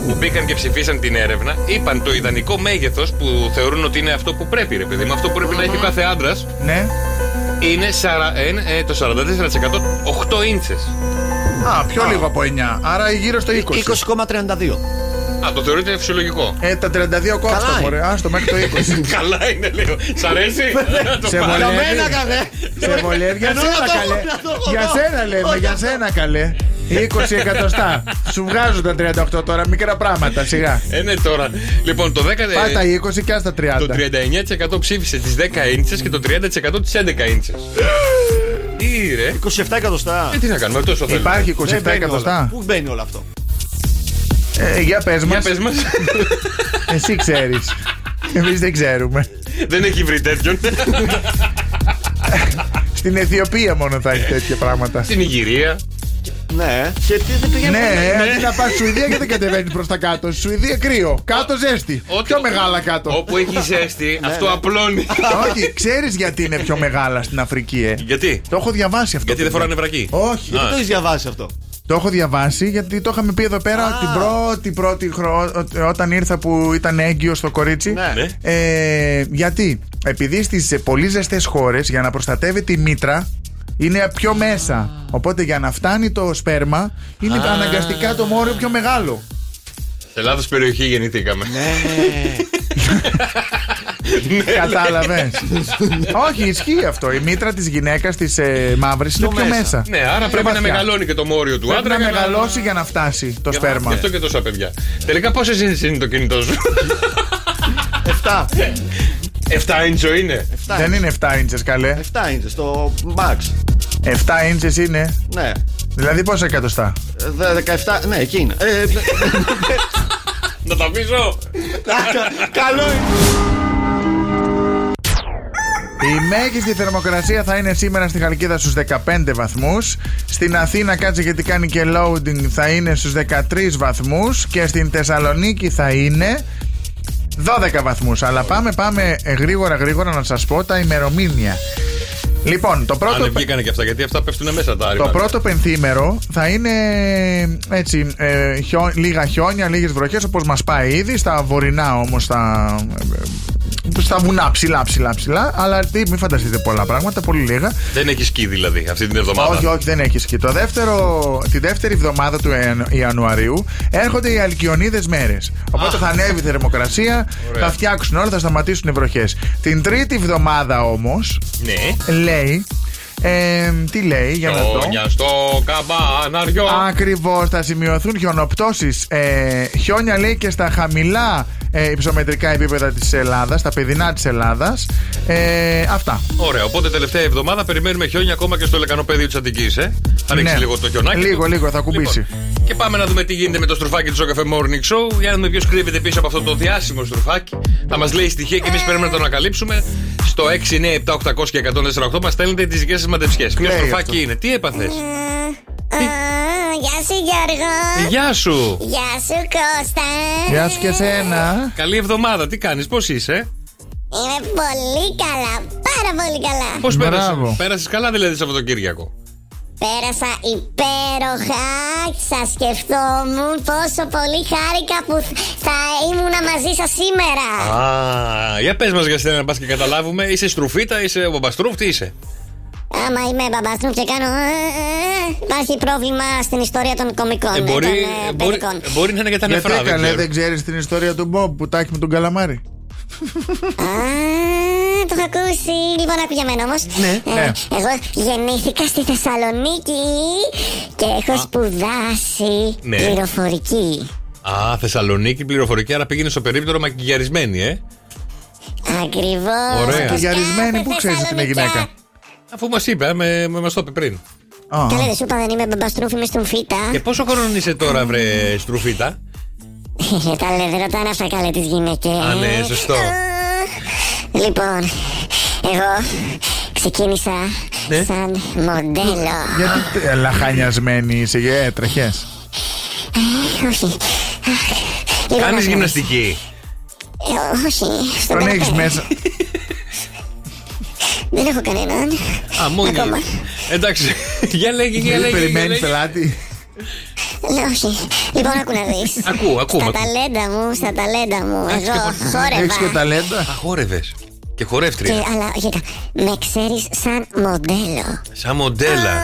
S6: που μπήκαν και ψηφίσαν την έρευνα είπαν το ιδανικό μέγεθος που θεωρούν ότι είναι αυτό που πρέπει, ρε παιδί μου. Αυτό που πρέπει να έχει ο κάθε άντρας
S4: Ναι.
S6: είναι σαρα- ε, ε, το 44% 8 ίντσες.
S4: Α, πιο λίγο από 9. Άρα γύρω στο 20.
S10: 20,32.
S6: Α, το θεωρείτε φυσιολογικό.
S4: Ε, τα 32
S10: Καλά
S4: κόψτε,
S10: είναι.
S4: μωρέ. Άστο μέχρι το 20.
S6: Καλά είναι, λέω. Σ' αρέσει. Το
S4: Σε
S6: πάρω.
S4: βολεύει.
S10: Μένα καλέ.
S4: Σε βολεύει. Για
S10: Ενώ
S4: σένα
S10: να το έχω,
S4: καλέ.
S10: να το έχω,
S4: Για
S10: να-
S4: σένα λέμε,
S10: όχι,
S4: για
S10: αυτό.
S4: σένα καλέ. 20 εκατοστά. Σου βγάζουν τα 38 τώρα, μικρά πράγματα, σιγά.
S6: Ε, ναι, τώρα. Λοιπόν, το 10.
S4: Πάτα τα 20 και άστα
S6: Το
S4: 30.
S6: 39% ψήφισε τις 10 ίντσες και το 30% τις 11 ίντσες. Τι ρε.
S10: 27 εκατοστά.
S6: Ε, τι να κάνουμε, τόσο θέλουμε.
S4: Υπάρχει
S10: Δεν
S4: 27
S10: μπαίνει όλα.
S4: εκατοστά.
S10: Πού μπαίνει όλο αυτό.
S4: Ε, για πες
S6: Για
S4: μα,
S6: πες μας.
S4: εσύ ξέρεις. Εμείς δεν ξέρουμε.
S6: Δεν έχει βρει τέτοιον.
S4: Στην Αιθιοπία μόνο θα έχει τέτοια πράγματα.
S6: Στην Ιγυρία.
S10: Ναι. Και τι δεν πηγαίνει.
S4: Ναι, αντί να πας στη Σουηδία και δεν κατεβαίνεις προς τα κάτω. Στη Σουηδία κρύο. Κάτω ζέστη.
S6: Ό,τι-
S4: Πιο μεγάλα κάτω.
S6: Όπου έχει ζέστη, αυτό απλώνει.
S4: Όχι, ξέρεις γιατί είναι πιο μεγάλα στην Αφρική, ε.
S6: Γιατί.
S4: Το έχω διαβάσει αυτό.
S6: Γιατί δεν
S4: παιδιά.
S6: φοράνε βρακή.
S4: Όχι.
S10: Δεν το έχεις διαβάσει αυτό.
S4: Το έχω διαβάσει γιατί το είχαμε πει εδώ πέρα την πρώτη πρώτη χρο... όταν ήρθα που ήταν έγκυο το κορίτσι.
S10: Ναι.
S4: Ε, γιατί επειδή στις πολύ ζεστές χώρες για να προστατεύεται η μήτρα είναι πιο μέσα. Οπότε για να φτάνει το σπέρμα είναι αναγκαστικά το μόριο πιο μεγάλο.
S6: Σε λάθος περιοχή γεννηθήκαμε.
S4: Ναι, Κατάλαβε. Όχι, ισχύει αυτό. Η μήτρα της γυναίκας της ε, μαύρης είναι πιο μέσα.
S6: Ναι, άρα
S4: Είναι
S6: πρέπει να
S4: βαθιά.
S6: μεγαλώνει και το μόριο του
S4: Πρέπει
S6: άντρα.
S4: να
S6: για
S4: μεγαλώσει για να φτάσει το
S6: Γι'
S4: σπέρμα.
S6: αυτό και τόσα παιδιά. Τελικά πόσες ίντσες είναι το κινητό σου.
S10: 7.
S6: 7 ίντσο είναι.
S10: 7
S4: Δεν είναι 7 ίντσες καλέ.
S10: 7 είναι στο Max.
S4: 7 ίντσες είναι.
S10: Ναι.
S4: Δηλαδή πόσα εκατοστά.
S10: Ε, δε- 17. Ναι, εκεί είναι. Ε, δε-
S6: Να τα πείσω.
S10: κα- Καλό είναι.
S4: Η μέγιστη θερμοκρασία θα είναι σήμερα στη Χαλκίδα στους 15 βαθμούς. Στην Αθήνα κάτσε γιατί κάνει και loading θα είναι στους 13 βαθμούς. Και στην Θεσσαλονίκη θα είναι 12 βαθμούς. Αλλά πάμε, πάμε ε, γρήγορα γρήγορα να σας πω τα ημερομήνια. Λοιπόν, το πρώτο...
S6: Αν βγήκανε και αυτά, γιατί αυτά πέφτουν μέσα τα άρημα.
S4: Το πρώτο πενθήμερο θα είναι έτσι, ε, χιό- λίγα χιόνια, λίγες βροχές όπως μας πάει ήδη. Στα βορεινά όμως, στα, ε, στα βουνά ψηλά, ψηλά, ψηλά. Αλλά τι, μην φανταστείτε πολλά πράγματα, πολύ λίγα.
S6: Δεν έχει σκι δηλαδή αυτή την εβδομάδα.
S4: Όχι, όχι, δεν έχει και το δεύτερο, τη δεύτερη εβδομάδα του Ιαν- Ιανουαρίου έρχονται οι αλκιονίδες μέρες. Οπότε θα ανέβει η θερμοκρασία,
S6: Ωραία.
S4: θα φτιάξουν όλα, θα σταματήσουν οι βροχές. Την τρίτη εβδομάδα όμως
S6: Ναι.
S4: λέει. ε, τι λέει, για να δω.
S6: Χιόνια στο καμπαναριό.
S4: Ακριβώς, θα σημειωθούν χιονοπτώσεις. Ε, χιόνια λέει και στα χαμηλά ε, υψομετρικά επίπεδα της Ελλάδας, τα παιδινά της Ελλάδας. Ε, αυτά.
S6: Ωραία, οπότε τελευταία εβδομάδα περιμένουμε χιόνια ακόμα και στο λεκανοπέδιο της Αττικής. Ε. Θα ρίξει
S4: Ναι.
S6: λίγο το χιονάκι.
S4: Λίγο,
S6: του. Λοιπόν.
S4: λίγο, θα κουμπίσει.
S6: Και πάμε να δούμε τι γίνεται με το στροφάκι του Σοκαφέ Morning Show. Για να δούμε ποιος κρύβεται πίσω από αυτό το διάσημο στροφάκι. Θα μας λέει στοιχεία και εμείς πρέπει να το ανακαλύψουμε. Στο 6, 9, 7, 800 και 148 μας στέλνετε τις δικές σας μαντεψιές. Ποιο
S16: Κλαίει
S6: στροφάκι
S16: αυτό.
S6: είναι, τι έπαθες.
S16: ε, Γεια σου Γιώργο.
S6: Ε, Γεια σου.
S16: Γεια σου Κώστα.
S4: σένα.
S6: Καλή εβδομάδα, τι κάνεις, πώς είσαι.
S16: Είμαι πολύ καλά. Πάρα πολύ καλά.
S6: Πώς πέρασε. Πέρασες καλά δηλαδή Σαββατοκύριακο.
S16: Πέρασα υπέροχα. Σα σκεφτόμουν πόσο πολύ χάρηκα που θα ήμουν μαζί σας σήμερα.
S6: Α, για πες μας για σένα να πας και καταλάβουμε. Είσαι στρουφίτα, είσαι ο μπαμπαστρούφ, τι είσαι.
S16: Άμα είμαι μπαμπαστρού και κάνω. «Α, α, α», Υπάρχει πρόβλημα στην ιστορία των κομικών.
S6: Ε, μπορεί-
S16: των, ε,
S6: ε, μπορεί-
S16: παιδικών.
S6: Μπορεί να είναι και τα
S4: Γιατί
S6: νεφρά. δεν
S4: Ε, έκανε,
S6: ξέρω.
S4: δεν ξέρεις την ιστορία του Μπομπ που τάχει με τον καλαμάρι.
S16: Α, το έχω ακούσει. Λοιπόν, άκου για μένα όμως.
S4: ναι.
S16: Εγώ γεννήθηκα στη Θεσσαλονίκη και έχω σπουδάσει
S6: Ναι.
S16: πληροφορική.
S6: Α, Θεσσαλονίκη, πληροφορική, άρα πήγαινε στο περίπτερο μακιγιαρισμένη, ε.
S16: Ακριβώς.
S6: Ωραία.
S4: Μακιγιαρισμένη, πού ξέρεις την γυναίκα.
S6: Αφού μας είπε, ε, με, με μας το είπε πριν.
S16: Καλά, δεν σου είπα δεν είμαι μπαμπαστρούφι, είμαι στον φύτα.
S6: Και πόσο χρόνο είσαι τώρα, βρε στρουφίτα.
S16: Τα λέ, δεν ρωτάνε αυτά καλέ τις γυναίκες.
S6: Α, ναι, σωστό.
S16: Λοιπόν, εγώ ξεκίνησα
S4: Ναι.
S16: σαν μοντέλο.
S4: Γιατί ε, λαχανιασμένη είσαι, ε, τρεχές.
S16: Ε, Όχι. Λοιπόν,
S6: Κάνει
S16: ας-
S6: γυμναστική.
S16: Ε, Όχι. στον
S4: Τον
S16: καναπέ.
S4: έχει μέσα.
S16: Δεν έχω κανέναν.
S6: Α, μόνη. Εντάξει. Για λέγε, για
S4: Δεν
S6: λέγε.
S4: περιμένει πελάτη.
S16: Λέω όχι. Λοιπόν, άκου να δεις.
S6: Ακούω, ακούω.
S16: Στα
S6: ακούω.
S16: ταλέντα μου, στα ταλέντα μου. Εγώ
S4: Έχει και
S16: χόρευα.
S4: ταλέντα.
S6: Α, χόρευε. Και
S16: Και,
S6: χορεύτρια.
S16: αλλά, κοίτα, με ξέρεις σαν μοντέλο.
S6: Σαν μοντέλα.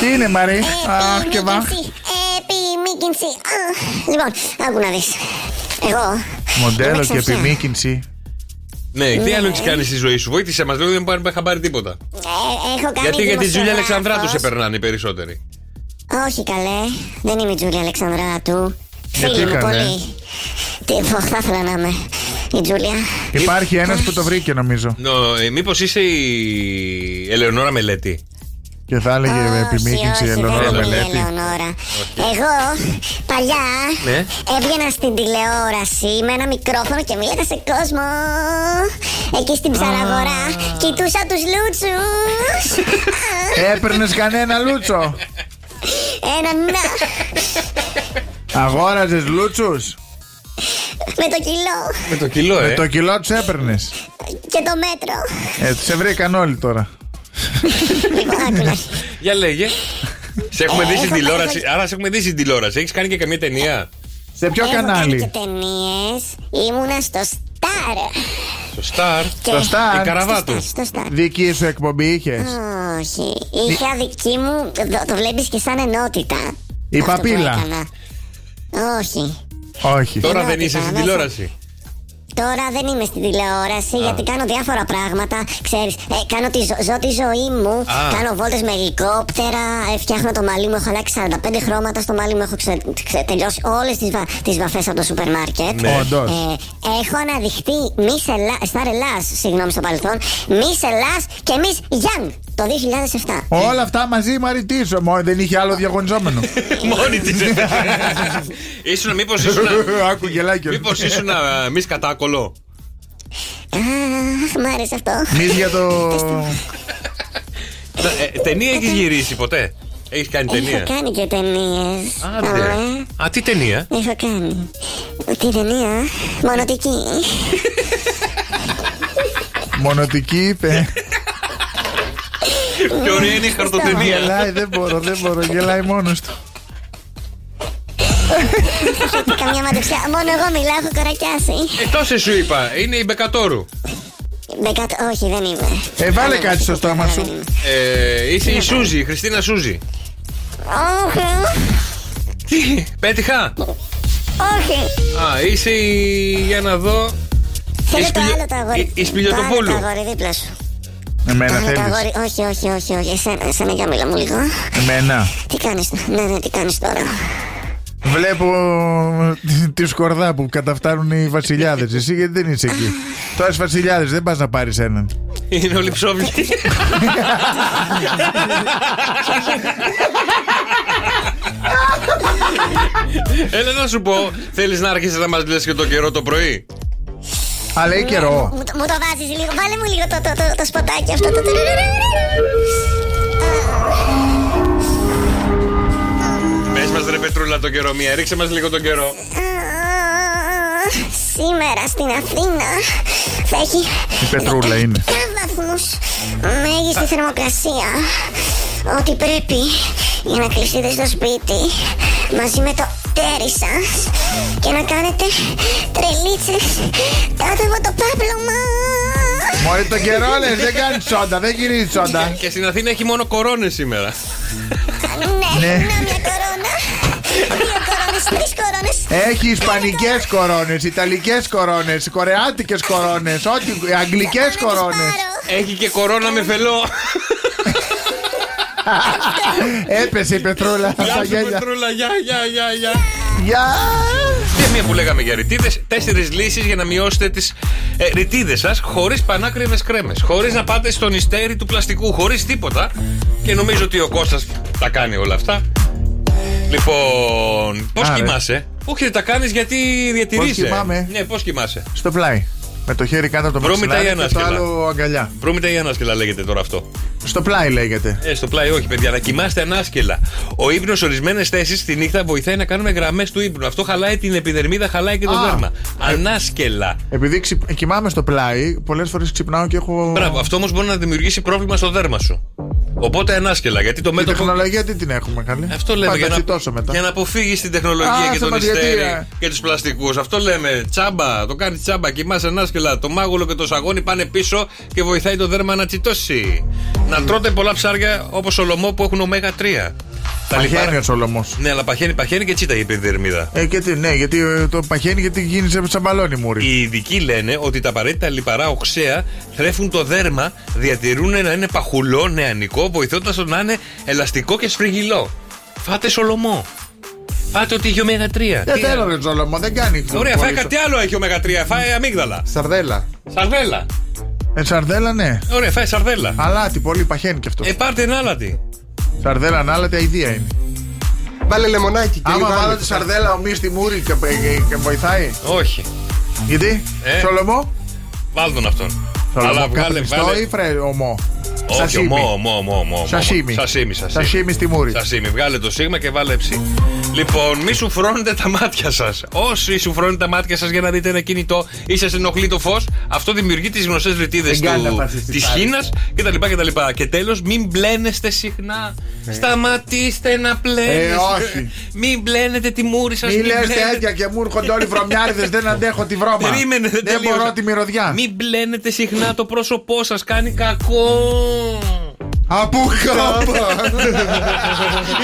S4: Τι είναι,
S16: Ε,
S4: Μαρή. Αχ, και βα.
S16: Επιμήκυνση. Α, Λοιπόν, άκου να δεις. Εγώ.
S4: Μοντέλο
S16: είμαι
S4: και
S16: ξαφιά.
S4: επιμήκυνση.
S6: Ναι, τι
S16: Ναι.
S6: άλλο έχεις κάνει στη ζωή σου. Βοήθησε μας, λέω δεν πάρει- είχα πάρει τίποτα.
S16: Ε, έχω κάνει
S6: Γιατί για τη Τζούλια
S16: δημοσιογράφος.
S6: Αλεξανδράτου σε περνάνε οι περισσότεροι.
S16: Όχι καλέ, δεν είμαι η Τζούλια Αλεξανδράτου.
S4: Γιατί
S16: Φίλη μου
S4: καλέ?
S16: πολύ. Τι, πω, θα ήθελα να είμαι η Τζούλια.
S4: Υπάρχει
S16: Λοιπόν,
S4: ένας που το βρήκε, νομίζω.
S6: Νο, ε, Μήπως είσαι η Ελεονόρα Μελέτη.
S4: Και θα έλεγε επιμήκυνση
S16: όχι,
S4: Ελεονόρα
S16: δεν είναι η
S4: Μελέτη.
S16: Ελεονόρα. Εγώ παλιά
S4: Ναι.
S16: έβγαινα στην τηλεόραση με ένα μικρόφωνο και μίλαγα σε κόσμο. Εκεί στην ψαραγορά κοιτούσα τους λούτσους.
S4: Έπαιρνες κανένα λούτσο.
S16: ένα να,
S4: Αγόραζες λούτσους.
S16: με το κιλό
S6: Με το κιλό, ε.
S4: Με το κιλό τους έπαιρνες.
S16: και το μέτρο.
S4: Ε, σε βρήκαν όλοι τώρα.
S16: λοιπόν, άκου να-
S6: Για λέγε. σε έχουμε
S16: Ε,
S6: δει στην
S16: έχω
S6: τηλεόραση.
S16: κάνει-
S6: Άρα σε έχουμε δει στην τηλεόραση. Έχεις κάνει και καμία ταινία.
S4: Σε ποιο
S16: Έχω κάνει Ε, και ταινίες. Ήμουνα στο Star.
S6: Το Star.
S16: Και- Το Star.
S6: Η καραβάτου.
S16: Στο Star.
S4: Δική σου εκπομπή
S16: Ε,
S4: είχες.
S16: Όχι. Είχα δική μου. Το, το βλέπεις και σαν ενότητα.
S4: Η
S16: Αυτό που
S4: παπίλα.
S16: έκανα. Όχι.
S4: Όχι.
S6: Τώρα δεν
S16: Ενότητα,
S6: είσαι στην
S16: μέσα.
S6: τηλεόραση.
S16: Τώρα δεν είμαι στην τηλεόραση γιατί κάνω διάφορα πράγματα. Ξέρεις, ε, κάνω τη, ζω- ζω τη ζωή μου.
S6: Α.
S16: Κάνω βόλτες με ελικόπτερα. ε, φτιάχνω το μαλλί μου. Έχω αλλάξει 45 χρώματα στο μαλλί μου. Έχω ξε, ξε- τελειώσει όλες τις βα, τις βαφές από το σούπερ μάρκετ.
S4: Ναι. Όντως.
S16: Ε, έχω αναδειχθεί Miss Ελλά, Star Ελλάς, συγγνώμη στο παρελθόν. Miss Ελλάς και Miss Young το 2007.
S4: Όλα αυτά μαζί μαριτήσω. Μόνο δεν είχε άλλο διαγωνιζόμενο.
S6: Μόνη της. Ήσουν μήπω ήσουν.
S4: Άκου γελάκι.
S6: Μήπως ήσουν μη ε, κατάκολο.
S16: Ε, Μ' άρεσε αυτό.
S4: Μη για το.
S6: Ε, Ταινία έχεις γυρίσει ποτέ. Έχεις κάνει
S16: Έχω
S6: ταινία.
S16: κάνει και ταινίες.
S6: Άντε. Α, τι ταινία.
S16: Έχω κάνει. Την ταινία μονοτική.
S4: Μονοτική είπε.
S6: Πιο ωραία είναι η
S4: Γελάει,
S6: χαρτοτενία.
S4: δεν μπορώ, δεν μπορώ. Γελάει μόνος του.
S16: Έχετε καμιά μαντεψιά. Μόνο εγώ μιλάω, έχω κορακιάσει.
S6: Ε, τόσε σου είπα. Είναι η Μπεκατόρου.
S16: Μπεκάτ, όχι, δεν είμαι.
S4: Ε, βάλε κάτι στο στόμα σου.
S6: Ε, είσαι η Σούζη, η Χριστίνα Σούζη.
S16: Όχι,
S6: Τι, πέτυχα.
S16: όχι.
S6: Α, είσαι η. Για να δω.
S16: Θέλω
S6: Η
S16: το
S6: σπηλιο-
S16: άλλο το αγόρι.
S6: η- η
S16: Το άλλο
S6: Σπηλιοτοπούλου.
S16: το αγόρι δίπλα σου.
S4: Εμένα
S16: Το άλλο το αγόρι.
S4: θέλει.
S16: Όχι, όχι, όχι, όχι. Εσένα, εσένα για μιλά μου λίγο.
S4: Εμένα.
S16: Τι κάνεις, ναι, ναι, τι κάνεις τώρα.
S4: Βλέπω ε, τη σκορδά που καταφτάνουν οι βασιλιάδες. Εσύ γιατί δεν είσαι εκεί. Τώρα οι βασιλιάδες δεν πας να πάρεις έναν.
S6: Είναι όλοι ψόφιλοι. Έλα να σου πω, θέλεις να αρχίσεις να μας λες και το καιρό το πρωί.
S4: Αλλά έχει καιρό.
S16: Μου, το- μου το βάζεις λίγο. Βάλε μου λίγο το, το, το, το σποτάκι αυτό. Το...
S6: Πες μας ρε Πετρούλα το καιρό μία, ρίξε μας λίγο τον καιρό.
S16: Σήμερα στην Αθήνα θα έχει
S4: Η πετρούλα είναι.
S16: 7 βαθμούς μέγιστη θερμοκρασία. Ό,τι πρέπει για να κλειστείτε στο σπίτι μαζί με το τέρι σας και να κάνετε τρελίτσες κάτω από το πάπλωμα.
S4: Μωρή το καιρό λες, δεν κάνεις σόντα, δεν γυρίζεις σόντα.
S6: Και στην Αθήνα έχει μόνο κορώνες σήμερα.
S16: Ναι,
S4: Ναι.
S16: να μια κορώνα, δύο κορώνες, τρεις κορώνες.
S4: Έχει ισπανικέ κορώνες, ιταλικές κορώνες, κορεάτικες κορώνες, ό,τι αγγλικέ κορώνες.
S6: Έχει και κορώνα με φελό.
S4: Έπεσε η πετρούλα στα
S6: Γεια σου
S4: γέλια.
S6: Πετρούλα, γεια, γεια, γεια, γεια.
S4: Γεια!
S6: Και μία που λέγαμε για ρητίδες, τέσσερις λύσεις για να μειώσετε τις ε, ρητίδες σας χωρίς πανάκριβες κρέμες, χωρίς να πάτε στον ιστέρι του πλαστικού, χωρίς τίποτα. Και νομίζω ότι ο Κώστας τα κάνει όλα αυτά. Λοιπόν, πώς
S4: Άρα.
S6: κοιμάσαι. Όχι, τα κάνεις γιατί διατηρείσαι.
S4: Πώς κοιμάμαι.
S6: Ναι, πώς κοιμάσαι.
S4: Στο πλάι. Με το χέρι κάτω από το
S6: Βρώμητα ή
S4: μαξιλάρι και το
S6: ανάσκελα.
S4: άλλο αγκαλιά.
S6: Βρώμητα ή ανάσκελα λέγεται τώρα αυτό.
S4: Στο πλάι λέγεται.
S6: Ε, στο πλάι, όχι, παιδιά, να κοιμάστε ανάσκελα. Ο ύπνος σε ορισμένες θέσεις τη νύχτα βοηθάει να κάνουμε γραμμές του ύπνου. Αυτό χαλάει την επιδερμίδα, χαλάει και το
S4: Α.
S6: δέρμα. Ανάσκελα.
S4: Επειδή ξυπ- κοιμάμαι στο πλάι, πολλές φορές ξυπνάω και έχω.
S6: Μπράβο, αυτό όμως μπορεί να δημιουργήσει πρόβλημα στο δέρμα σου. Οπότε ανάσκελα, γιατί το
S4: Την
S6: μέτωπο.
S4: τεχνολογία τι την έχουμε καλή.
S6: Αυτό λέμε
S4: Πάντα
S6: για να,
S4: τσιτώσω μετά.
S6: για να αποφύγεις την τεχνολογία
S4: Α, ε.
S6: και
S4: σε
S6: τον
S4: μαδιατία.
S6: ιστέρι και τους πλαστικούς. Αυτό λέμε τσάμπα, το κάνει τσάμπα. Κοιμάσαι ανάσκελα. Το μάγουλο και το σαγόνι πάνε πίσω και βοηθάει το δέρμα να τσιτώσει. Να τρώτε πολλά ψάρια όπως ο λωμό που έχουν ωμέγα 3. Τα
S4: Παχαίνει
S6: λιπαρά.
S4: ο Σολομό.
S6: Ναι, αλλά παχαίνει, παχαίνει και τσίτα η επιδερμίδα.
S4: Ε, και τι, ναι, γιατί ε, το παχαίνει γιατί γίνει σαν μπαλόνι μουρή.
S6: Οι ειδικοί λένε ότι τα απαραίτητα λιπαρά οξέα θρέφουν το δέρμα, διατηρούν να είναι παχουλό, νεανικό, βοηθώντας το να είναι ελαστικό και σφριγγυλό. Φάτε σολομό. Φάτε ότι έχει ωμέγα 3.
S4: Ναι, Δεν Ε, θέλω ρε Σολομό, δεν κάνει.
S6: Ωραία, φάει
S4: πολύ
S6: κάτι άλλο έχει ωμέγα 3. Φάει αμύγδαλα.
S4: Σαρδέλα.
S6: Σαρδέλα.
S4: Ε, σαρδέλα, ναι.
S6: Ωραία, φάει σαρδέλα.
S4: Αλάτι, πολύ παχαίνει και αυτός.
S6: Ε, πάρτε ένα άλατι.
S4: Σαρδέλα, ανάλατη, αηδία είναι.
S20: Βάλε λεμονάκι και
S4: Άμα
S20: λιβάνι.
S4: βάλω τη σαρδέλα ομοίω στη μούρη και, και- και βοηθάει.
S6: Όχι.
S4: Γιατί,
S6: Ε.
S4: Σολομό.
S6: Βάλ τον αυτόν.
S4: Σολομό,
S6: βγάλε,
S4: καπνιστό
S6: βγάλε.
S4: ή φρέ, ομό.
S6: Όχι,
S4: Σασίμι.
S6: ομό, ομό, ομό, ομό.
S4: Σασίμι.
S6: Σασίμι, σασίμι.
S4: Σασίμι στη μούρη.
S6: Σασίμι, βγάλε το σίγμα και βάλε ψή. Λοιπόν, μη σου φρώνετε τα μάτια σας. Όσοι σου φρώνετε τα μάτια σας για να δείτε ένα κινητό ή σας ενοχλεί το φως, αυτό δημιουργεί τις γνωστές ρητίδες
S4: Δεν κάνει να πάθεις
S6: τη
S4: τις πάρεις.
S6: Χίνα κτλ. κτλ. Και τέλος, μην μπλένεστε συχνά. Σταματήστε να πλένεστε.
S4: Ε, όχι.
S6: Μην μπλένετε τη μούρη σας.
S4: Μη λε τέτοια και μου έρχονται όλοι βρωμιάριδες, δεν αντέχω τη βρώμα.
S6: Περίμενε, δεν
S4: δεν
S6: τελείωσα.
S4: μπορώ τη μυρωδιά.
S6: Μην μπλένετε συχνά το πρόσωπό σας, κάνει κακό.
S4: Από κάπα.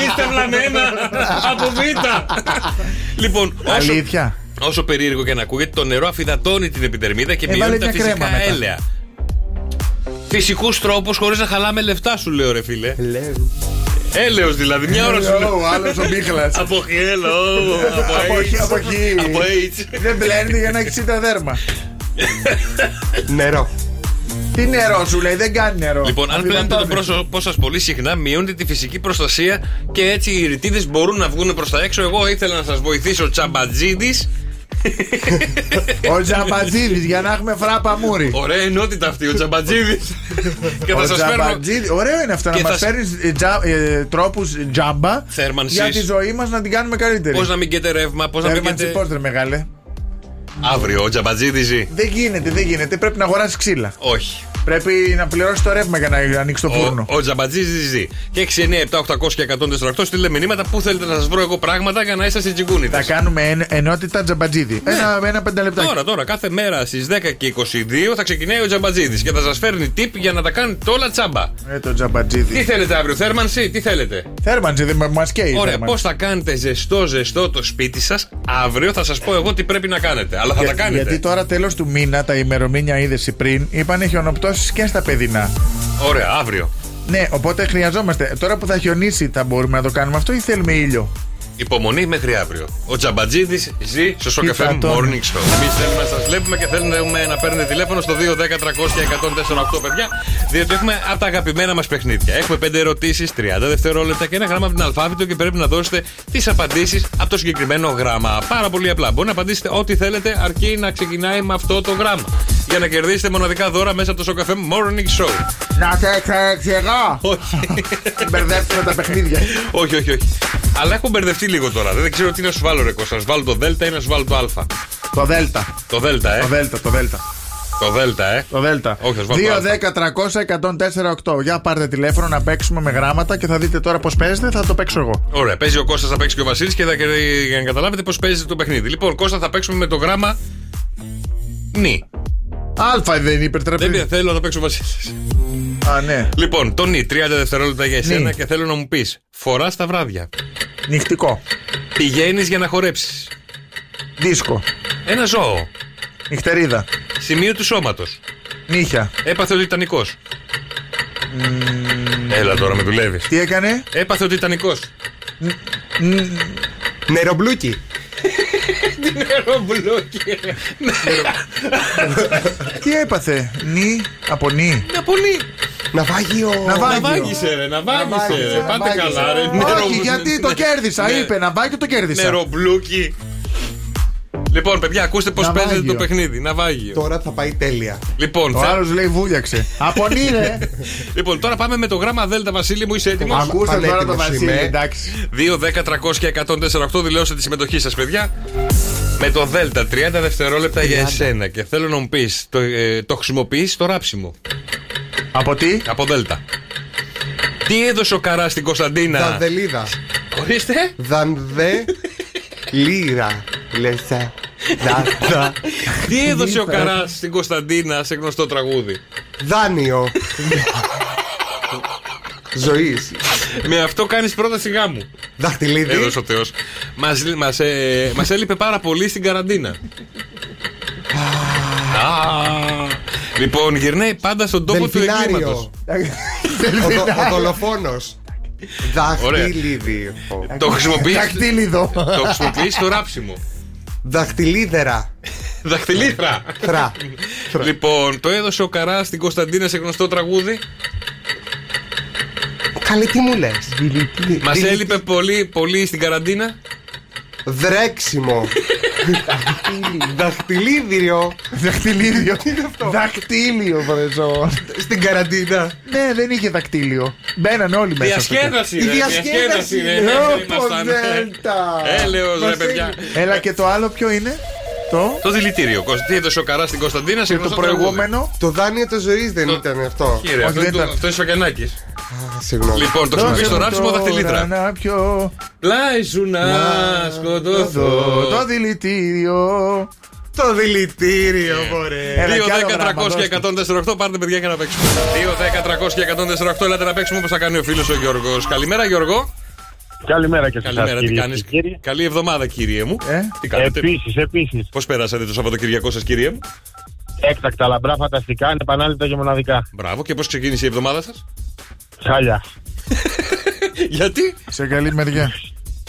S6: Είστε βλαμμένα από β. λοιπόν, όσο,
S4: Αλήθεια.
S6: όσο περίεργο και να ακούγεται, το νερό αφυδατώνει την επιδερμίδα και
S4: Ε, βάλε
S6: μειώνει τα
S4: μια κρέμα
S6: φυσικά
S4: μετά.
S6: έλαια. Φυσικούς τρόπους χωρίς να χαλάμε λεφτά, σου λέω, ρε φίλε.
S4: Ε,
S6: Έλεος δηλαδή, μια ώρα σου λέω.
S4: Hello, άλλος ο Μίχλας.
S6: Από hello,
S4: Από εκεί, από
S6: από
S4: εκεί.
S6: AIDS. Από AIDS.
S4: Δεν μπλένεται για να έχει τα δέρμα.
S20: Νερό.
S4: Τι νερό σου λέει, δεν κάνει νερό.
S6: Λοιπόν, αν πλένετε το πρόσωπό σας πολύ συχνά, μειώνετε τη φυσική προστασία και έτσι οι ρητίδες μπορούν να βγουν προς τα έξω. Εγώ ήθελα να σας βοηθήσω τσαμπατζίδης.
S4: Ο Τζαμπατζίδης για να έχουμε φράπα μούρι.
S6: Ωραία ενότητα αυτή, ο Τζαμπατζίδης. και θα
S4: Ο
S6: σας φέρνω.
S4: Τζαμπατζίδη- Ωραίο είναι αυτό να ε,
S6: Και
S4: μα
S6: θα σ-
S4: φέρεις τρόπου τζάμπα
S6: Θέρμανσης.
S4: για τη ζωή μας να την κάνουμε καλύτερη.
S6: Πώς να μην καίτε ρεύμα, πώς να μην
S4: Θέρμανσης
S6: καίτε.
S4: πώς, ρε, μεγάλε.
S6: Αύριο ο Τζαμπατζίδη ζει.
S4: Δεν γίνεται, δεν γίνεται. Πρέπει να αγοράσεις ξύλα.
S6: Όχι.
S4: Πρέπει να πληρώσει το ρεύμα για να ανοίξει το φούρνο.
S6: Ο, ο Τζαμπατζίδη ζει. Και 6, 9, 7, 800 και 104. Στείλτε μηνύματα που θέλετε να σας βρω εγώ πράγματα για να είσαστε τσιγκούνιδε.
S4: Θα κάνουμε εν- ενότητα τζαμπατζίδι.
S6: Ναι.
S4: Ένα, ένα πενταλεπτάκι.
S6: Τώρα, τώρα, κάθε μέρα στις 10 και 22 θα ξεκινάει ο Τζαμπατζίδης και θα σας φέρνει tip για να τα κάνετε όλα τσάμπα.
S4: Ε, το τζαμπατζίδι.
S6: Τι θέλετε αύριο, θέρμανση, τι θέλετε.
S4: Θέρμανση, δεν μας καίει. η
S6: Ωραία,
S4: θέρμανση.
S6: πώς θα κάνετε ζεστό ζεστό το σπίτι σας αύριο, θα σας πω εγώ τι πρέπει να κάνετε. Αλλά θα
S4: Για-
S6: τα κάνετε.
S4: Γιατί τώρα τέλος του μήνα τα ημερομήνια είδεση πριν είπαν χιονοπτώσει και στα παιδινά.
S6: Ωραία, αύριο.
S4: Ναι, οπότε χρειαζόμαστε. Τώρα που θα χιονίσει, θα μπορούμε να το κάνουμε αυτό ή θέλουμε ήλιο.
S6: Υπομονή μέχρι αύριο. Ο Τζαμπατζίδης ζει στο Σοκαφέ Morning Show.
S4: θα τον-
S6: Εμεί θέλουμε να σας βλέπουμε και θέλουμε να παίρνετε τηλέφωνο στο 210-300-1048, παιδιά, διότι έχουμε από τα αγαπημένα μας παιχνίδια. Έχουμε 5 ερωτήσει, 30 δευτερόλεπτα και ένα γράμμα από την αλφάβητο και πρέπει να δώσετε τις απαντήσεις από το συγκεκριμένο γράμμα. Πάρα πολύ απλά. Μπορεί να απαντήσετε ό,τι θέλετε, αρκεί να ξεκινάει με αυτό το γράμμα. Για να κερδίσετε μοναδικά δώρα μέσα από το Σοκαφέ Morning Show.
S4: Να σε εξεγώ!
S6: Όχι.
S4: Μπερδέψουμε τα παιχνίδια.
S6: όχι, όχι, όχι. Αλλά έχω μπερδευτεί λίγο τώρα. Δεν ξέρω τι να σου βάλω, ρε Κώστα. Να σου βάλω το Δέλτα ή να σου βάλω το Α.
S4: Το Δέλτα.
S6: Το Δέλτα, ε.
S4: Το Δέλτα, το Δέλτα.
S6: Το Δέλτα, ε.
S4: Το Δέλτα.
S6: Όχι, θα σου βάλω.
S4: 2,
S6: το Α.
S4: 10, 300, 104, 8. Για πάρτε τηλέφωνο να παίξουμε με γράμματα και θα δείτε τώρα πώς παίζετε, θα το παίξω εγώ.
S6: Ωραία, παίζει ο Κώστας, θα παίξει και ο Βασίλης και θα, κερδί- για να καταλάβετε πώς παίζει το παιχνίδι. Λοιπόν, Κώστα, θα παίξουμε με το γράμμα. Νι.
S4: Αλφα δεν είναι υπερτρεπή.
S6: Δεν πειράζει, θέλω να το παίξω ο Βασίλης.
S4: Α, ναι.
S6: Λοιπόν, το Νι, 30 δευτερόλεπτα για εσένα
S4: Νι.
S6: και θέλω να μου πεις. Φοράς τα βράδια.
S4: Νυχτικό.
S6: Πηγαίνεις για να χορέψεις.
S4: Δίσκο.
S6: Ένα ζώο.
S4: Νυχτερίδα.
S6: Σημείο του σώματος.
S4: Νύχια.
S6: Έπαθε ο Τιτανικό. Έλα τώρα, με δουλεύεις.
S4: Τι έκανε.
S6: Έπαθε ο Τιτανικό.
S20: Νερομπλούκι.
S6: Τι νερομπλούκι.
S4: Τι έπαθε. Νι από νι.
S6: Να πολύ.
S20: Ναυάγιο.
S6: Ναυάγισε, ρε, ναυάγισε, ρε. Πάτε καλά, ρε.
S4: Όχι,
S6: Νερομπλου-
S4: γιατί το
S6: Ναι.
S4: κέρδισα.
S6: Ναι.
S4: Είπε να πάει και το κέρδισα.
S6: Νερομπλούκι. Λοιπόν, παιδιά, ακούστε πώς
S4: Ναυάγιο.
S6: παίζετε το παιχνίδι. Ναυάγιο.
S20: Τώρα θα πάει τέλεια.
S6: Λοιπόν,
S4: Ο
S6: θε-
S4: άλλος λέει βούλιαξε. Από νι, ρε.
S6: λοιπόν, τώρα πάμε με το γράμμα Δέλτα Βασίλη μου, είσαι έτοιμος.
S4: Ακούστε τώρα το
S20: πανέτοιμος
S4: Βασίλη.
S20: είμαι.
S4: Εντάξει.
S6: 2, 10, 300 και 148 δηλώστε τη συμμετοχή σας, παιδιά. Με το Δέλτα, 30 δευτερόλεπτα για εσένα. Και θέλω να μου πεις, το, ε, το χρησιμοποιείς στο ράψιμο.
S4: Από τι.
S6: Από Δέλτα. Τι έδωσε ο Καρά στην Κωνσταντίνα.
S20: Δανδελίδα.
S6: Ορίστε.
S20: Δανδε. Λίρα. Λεσέ. Δανδα.
S6: Τι έδωσε ο Καράς στην Κωνσταντίνα σε γνωστό τραγούδι.
S20: Δάνειο. Ζωής.
S6: Με αυτό κάνεις πρόταση γάμου.
S20: Δαχτυλίδι.
S6: Έδωσε ο Θεός. Μας μας, ε, μας έλειπε πάρα πολύ στην καραντίνα. Α, Λοιπόν, γυρνάει πάντα στον τόπο του εγκλήματο.
S20: Δελφινάριο. Ο δο- Ο δολοφόνο. Δαχτυλίδι.
S6: Το χρησιμοποιείς.
S4: Δακτύλιδο.
S6: Το χρησιμοποιείς στο ράψιμο.
S20: Δαχτυλίδερα.
S6: Δαχτυλίθρα.
S20: Θρά.
S6: λοιπόν, το έδωσε ο Καράς στην Κωνσταντίνα σε γνωστό τραγούδι.
S20: Καλή τι μου λες.
S6: Μα έλειπε πολύ, πολύ στην καραντίνα.
S20: Δρέξιμο. Δαχτυλίδιο.
S4: Δακτυλίδιο.
S20: Τι είναι αυτό.
S4: Δακτύλιο, βρεζό.
S20: Στην καραντίνα.
S4: Ναι, δεν είχε δακτύλιο. Μπαίναν όλοι μέσα. στο κέντρο.
S6: Διασκέδαση,
S20: Η
S6: ρε,
S20: διασκέδαση.
S6: διασκέδαση, ρε.
S20: Ω,
S6: Ελεύθεροι
S20: πω,
S6: ήμασταν.
S20: Δέλτα.
S6: Έλεος, ρε,
S20: Μας
S6: παιδιά.
S20: έλειπε.
S4: Έλα και το άλλο ποιο είναι. Το.
S6: Το δηλητήριο. Κώστα. Τι έδωσε ο Καρά στην Κωνσταντίνα σε
S4: Το
S6: γνωστό τραγούδι.
S4: προηγούμενο.
S20: Το δάνειο της ζωής δεν ήταν αυτό.
S6: Κύριε,
S4: Όχι,
S6: αυτό,
S4: δεν
S6: είναι το-
S4: ήταν.
S6: αυτό είναι Σφακιανάκη.
S20: Α, Συγγνώμη.
S6: Λοιπόν, το χρησιμοποιεί στο
S4: Δώσε μου
S6: ράψιμο
S4: τώρα
S6: δαχτυλίτρα.
S4: Να πιω
S6: Πλάι σου να σκοτωθώ.
S4: το, το δηλητήριο.
S20: Το δηλητήριο,
S6: Ε.
S20: μωρέ.
S4: Έλα, κι άλλο
S6: 2, 10, 300
S4: γράμμα,
S6: και 148, πάρτε παιδιά για να παίξουμε. 2, 10, 300 και 148, έλατε να παίξουμε όπως θα κάνει ο φίλος ο Γιώργος. Καλημέρα, Γιώργο.
S18: Καλημέρα και σας
S6: Καλημέρα, τι
S18: κυρίες
S6: κάνεις.
S18: και κύριοι.
S6: Καλή εβδομάδα, κύριε μου.
S4: Ε?
S6: Τι κάνετε.
S18: Επίσης, επίσης,
S6: Πώς πέρασατε το Σαββατοκυριακό σας, κύριε μου.
S18: έκτακτα, λαμπρά, φανταστικά, ανεπανάληπτα και μοναδικά.
S6: Μπράβο, και πώς ξεκίνησε η εβδομάδα σας.
S18: Χάλια.
S6: Γιατί.
S4: Σε καλή μεριά.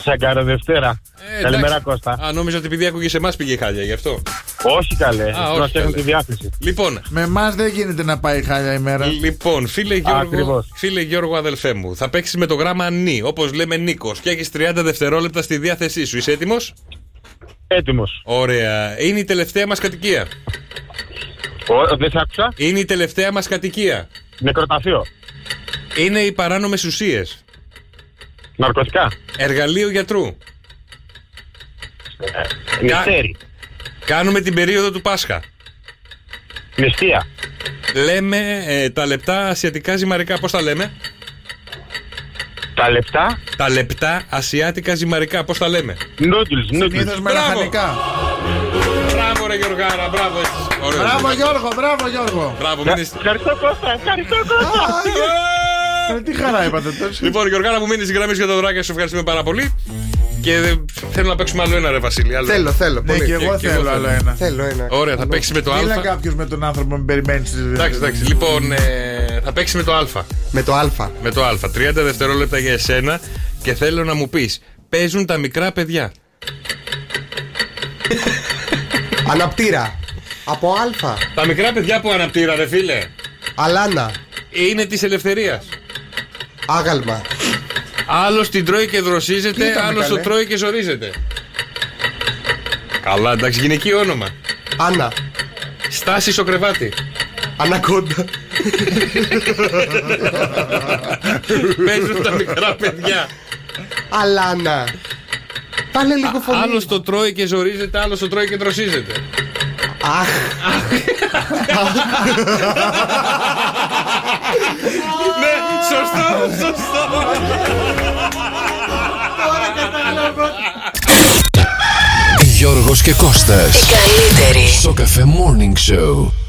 S18: Σαγκάρα Δευτέρα.
S6: Ε,
S18: Καλημέρα,
S6: εντάξει.
S18: Κώστα.
S6: Α, νόμιζα ότι επειδή άκουγες εμάς πήγε η χάλια γι' αυτό.
S18: Όχι καλέ.
S6: όχι,
S18: Να φτιάχνω
S6: καλέ.
S18: τη διάθεση. Ναι.
S6: Λοιπόν,
S4: Με εμάς δεν γίνεται να πάει χάλια ημέρα.
S6: Λοιπόν, φίλε Γιώργο,
S18: Ακριβώς.
S6: φίλε Γιώργο, αδελφέ μου, θα παίξεις με το γράμμα νη, όπως λέμε Νίκος, και έχεις 30 δευτερόλεπτα στη διάθεσή σου. Είσαι έτοιμος? Έτοιμος. Ωραία. Είναι η τελευταία μας κατοικία. δεν σ' άκουσα. Είναι η τελευταία μας κατοικία. Νεκροταφείο. Είναι οι παράνομες ουσίες. Ναρκωτικά. Εργαλείο γιατρού. Μυστέρι. Κάνουμε την περίοδο του Πάσχα. Νηστεία. Λέμε ε, τα λεπτά ασιατικά ζυμαρικά. Πώς τα λέμε. Τα λεπτά. Τα λεπτά ασιάτικα ζυμαρικά. Πώς τα λέμε. Νούντλ.
S4: Συνήθως με λαχανικά.
S6: Μπράβο, ρε Γιωργάρα, μπράβο έτσι. Ωραίο.
S4: Μπράβο Γιώργο, μπράβο Γιώργο.
S6: Μπράβο, μην είσαι-
S4: Ευχαριστώ Κώστα, ευχαριστώ Κώστα. Ε, Τι χαρά είπατε τόσο.
S6: Λοιπόν, Γιωργάρα μου μείνεις γραμμή για το δωράκι, σε ευχαριστούμε πάρα πολύ. Και ε, θέλω να παίξουμε άλλο ένα, ρε Βασίλη. άλλο
S20: Θέλω,
S6: ένα.
S20: θέλω.
S4: Ναι,
S20: πολύ.
S4: και εγώ θέλω άλλο ένα.
S20: Θέλω ένα.
S6: Ωραία, θα παίξεις με το
S4: Μίλα
S6: Α.
S4: κάποιος με τον άνθρωπο με περιμένει.
S6: Εντάξει, εντάξει. Λοιπόν, ε, θα παίξεις με το Α.
S20: Με το Α.
S6: Με το Α. 30 δευτερόλεπτα για εσένα και θέλω να μου πεις. Παίζουν τα μικρά παιδιά.
S20: Αναπτήρα. Από Α.
S6: Τα μικρά παιδιά που αναπτύρα, ρε φίλε.
S20: Αλάνα.
S6: Είναι της ελευθερίας.
S20: Άγαλμα.
S6: Άλλος την τρώει και
S20: Τι
S6: δροσίζεται,
S20: ήταν,
S6: άλλος
S20: καλέ?
S6: το τρώει και ζορίζεται. Καλά, εντάξει, γυναικείο όνομα.
S20: Άννα.
S6: Στάση στο κρεβάτι.
S20: Ανακόντα.
S6: Παίζουν τα μικρά παιδιά.
S20: Αλάνα. Πάλε λίγο φωνή.
S6: Άλλος το τρώει και ζορίζεται, άλλος το τρώει και δροσίζεται.
S20: Αχ.
S6: Ναι, σωστό, σωστό.
S3: Γιώργος και Κώστας
S6: Οι καλύτεροι.
S16: Ε,
S3: Στο Cafe Morning Show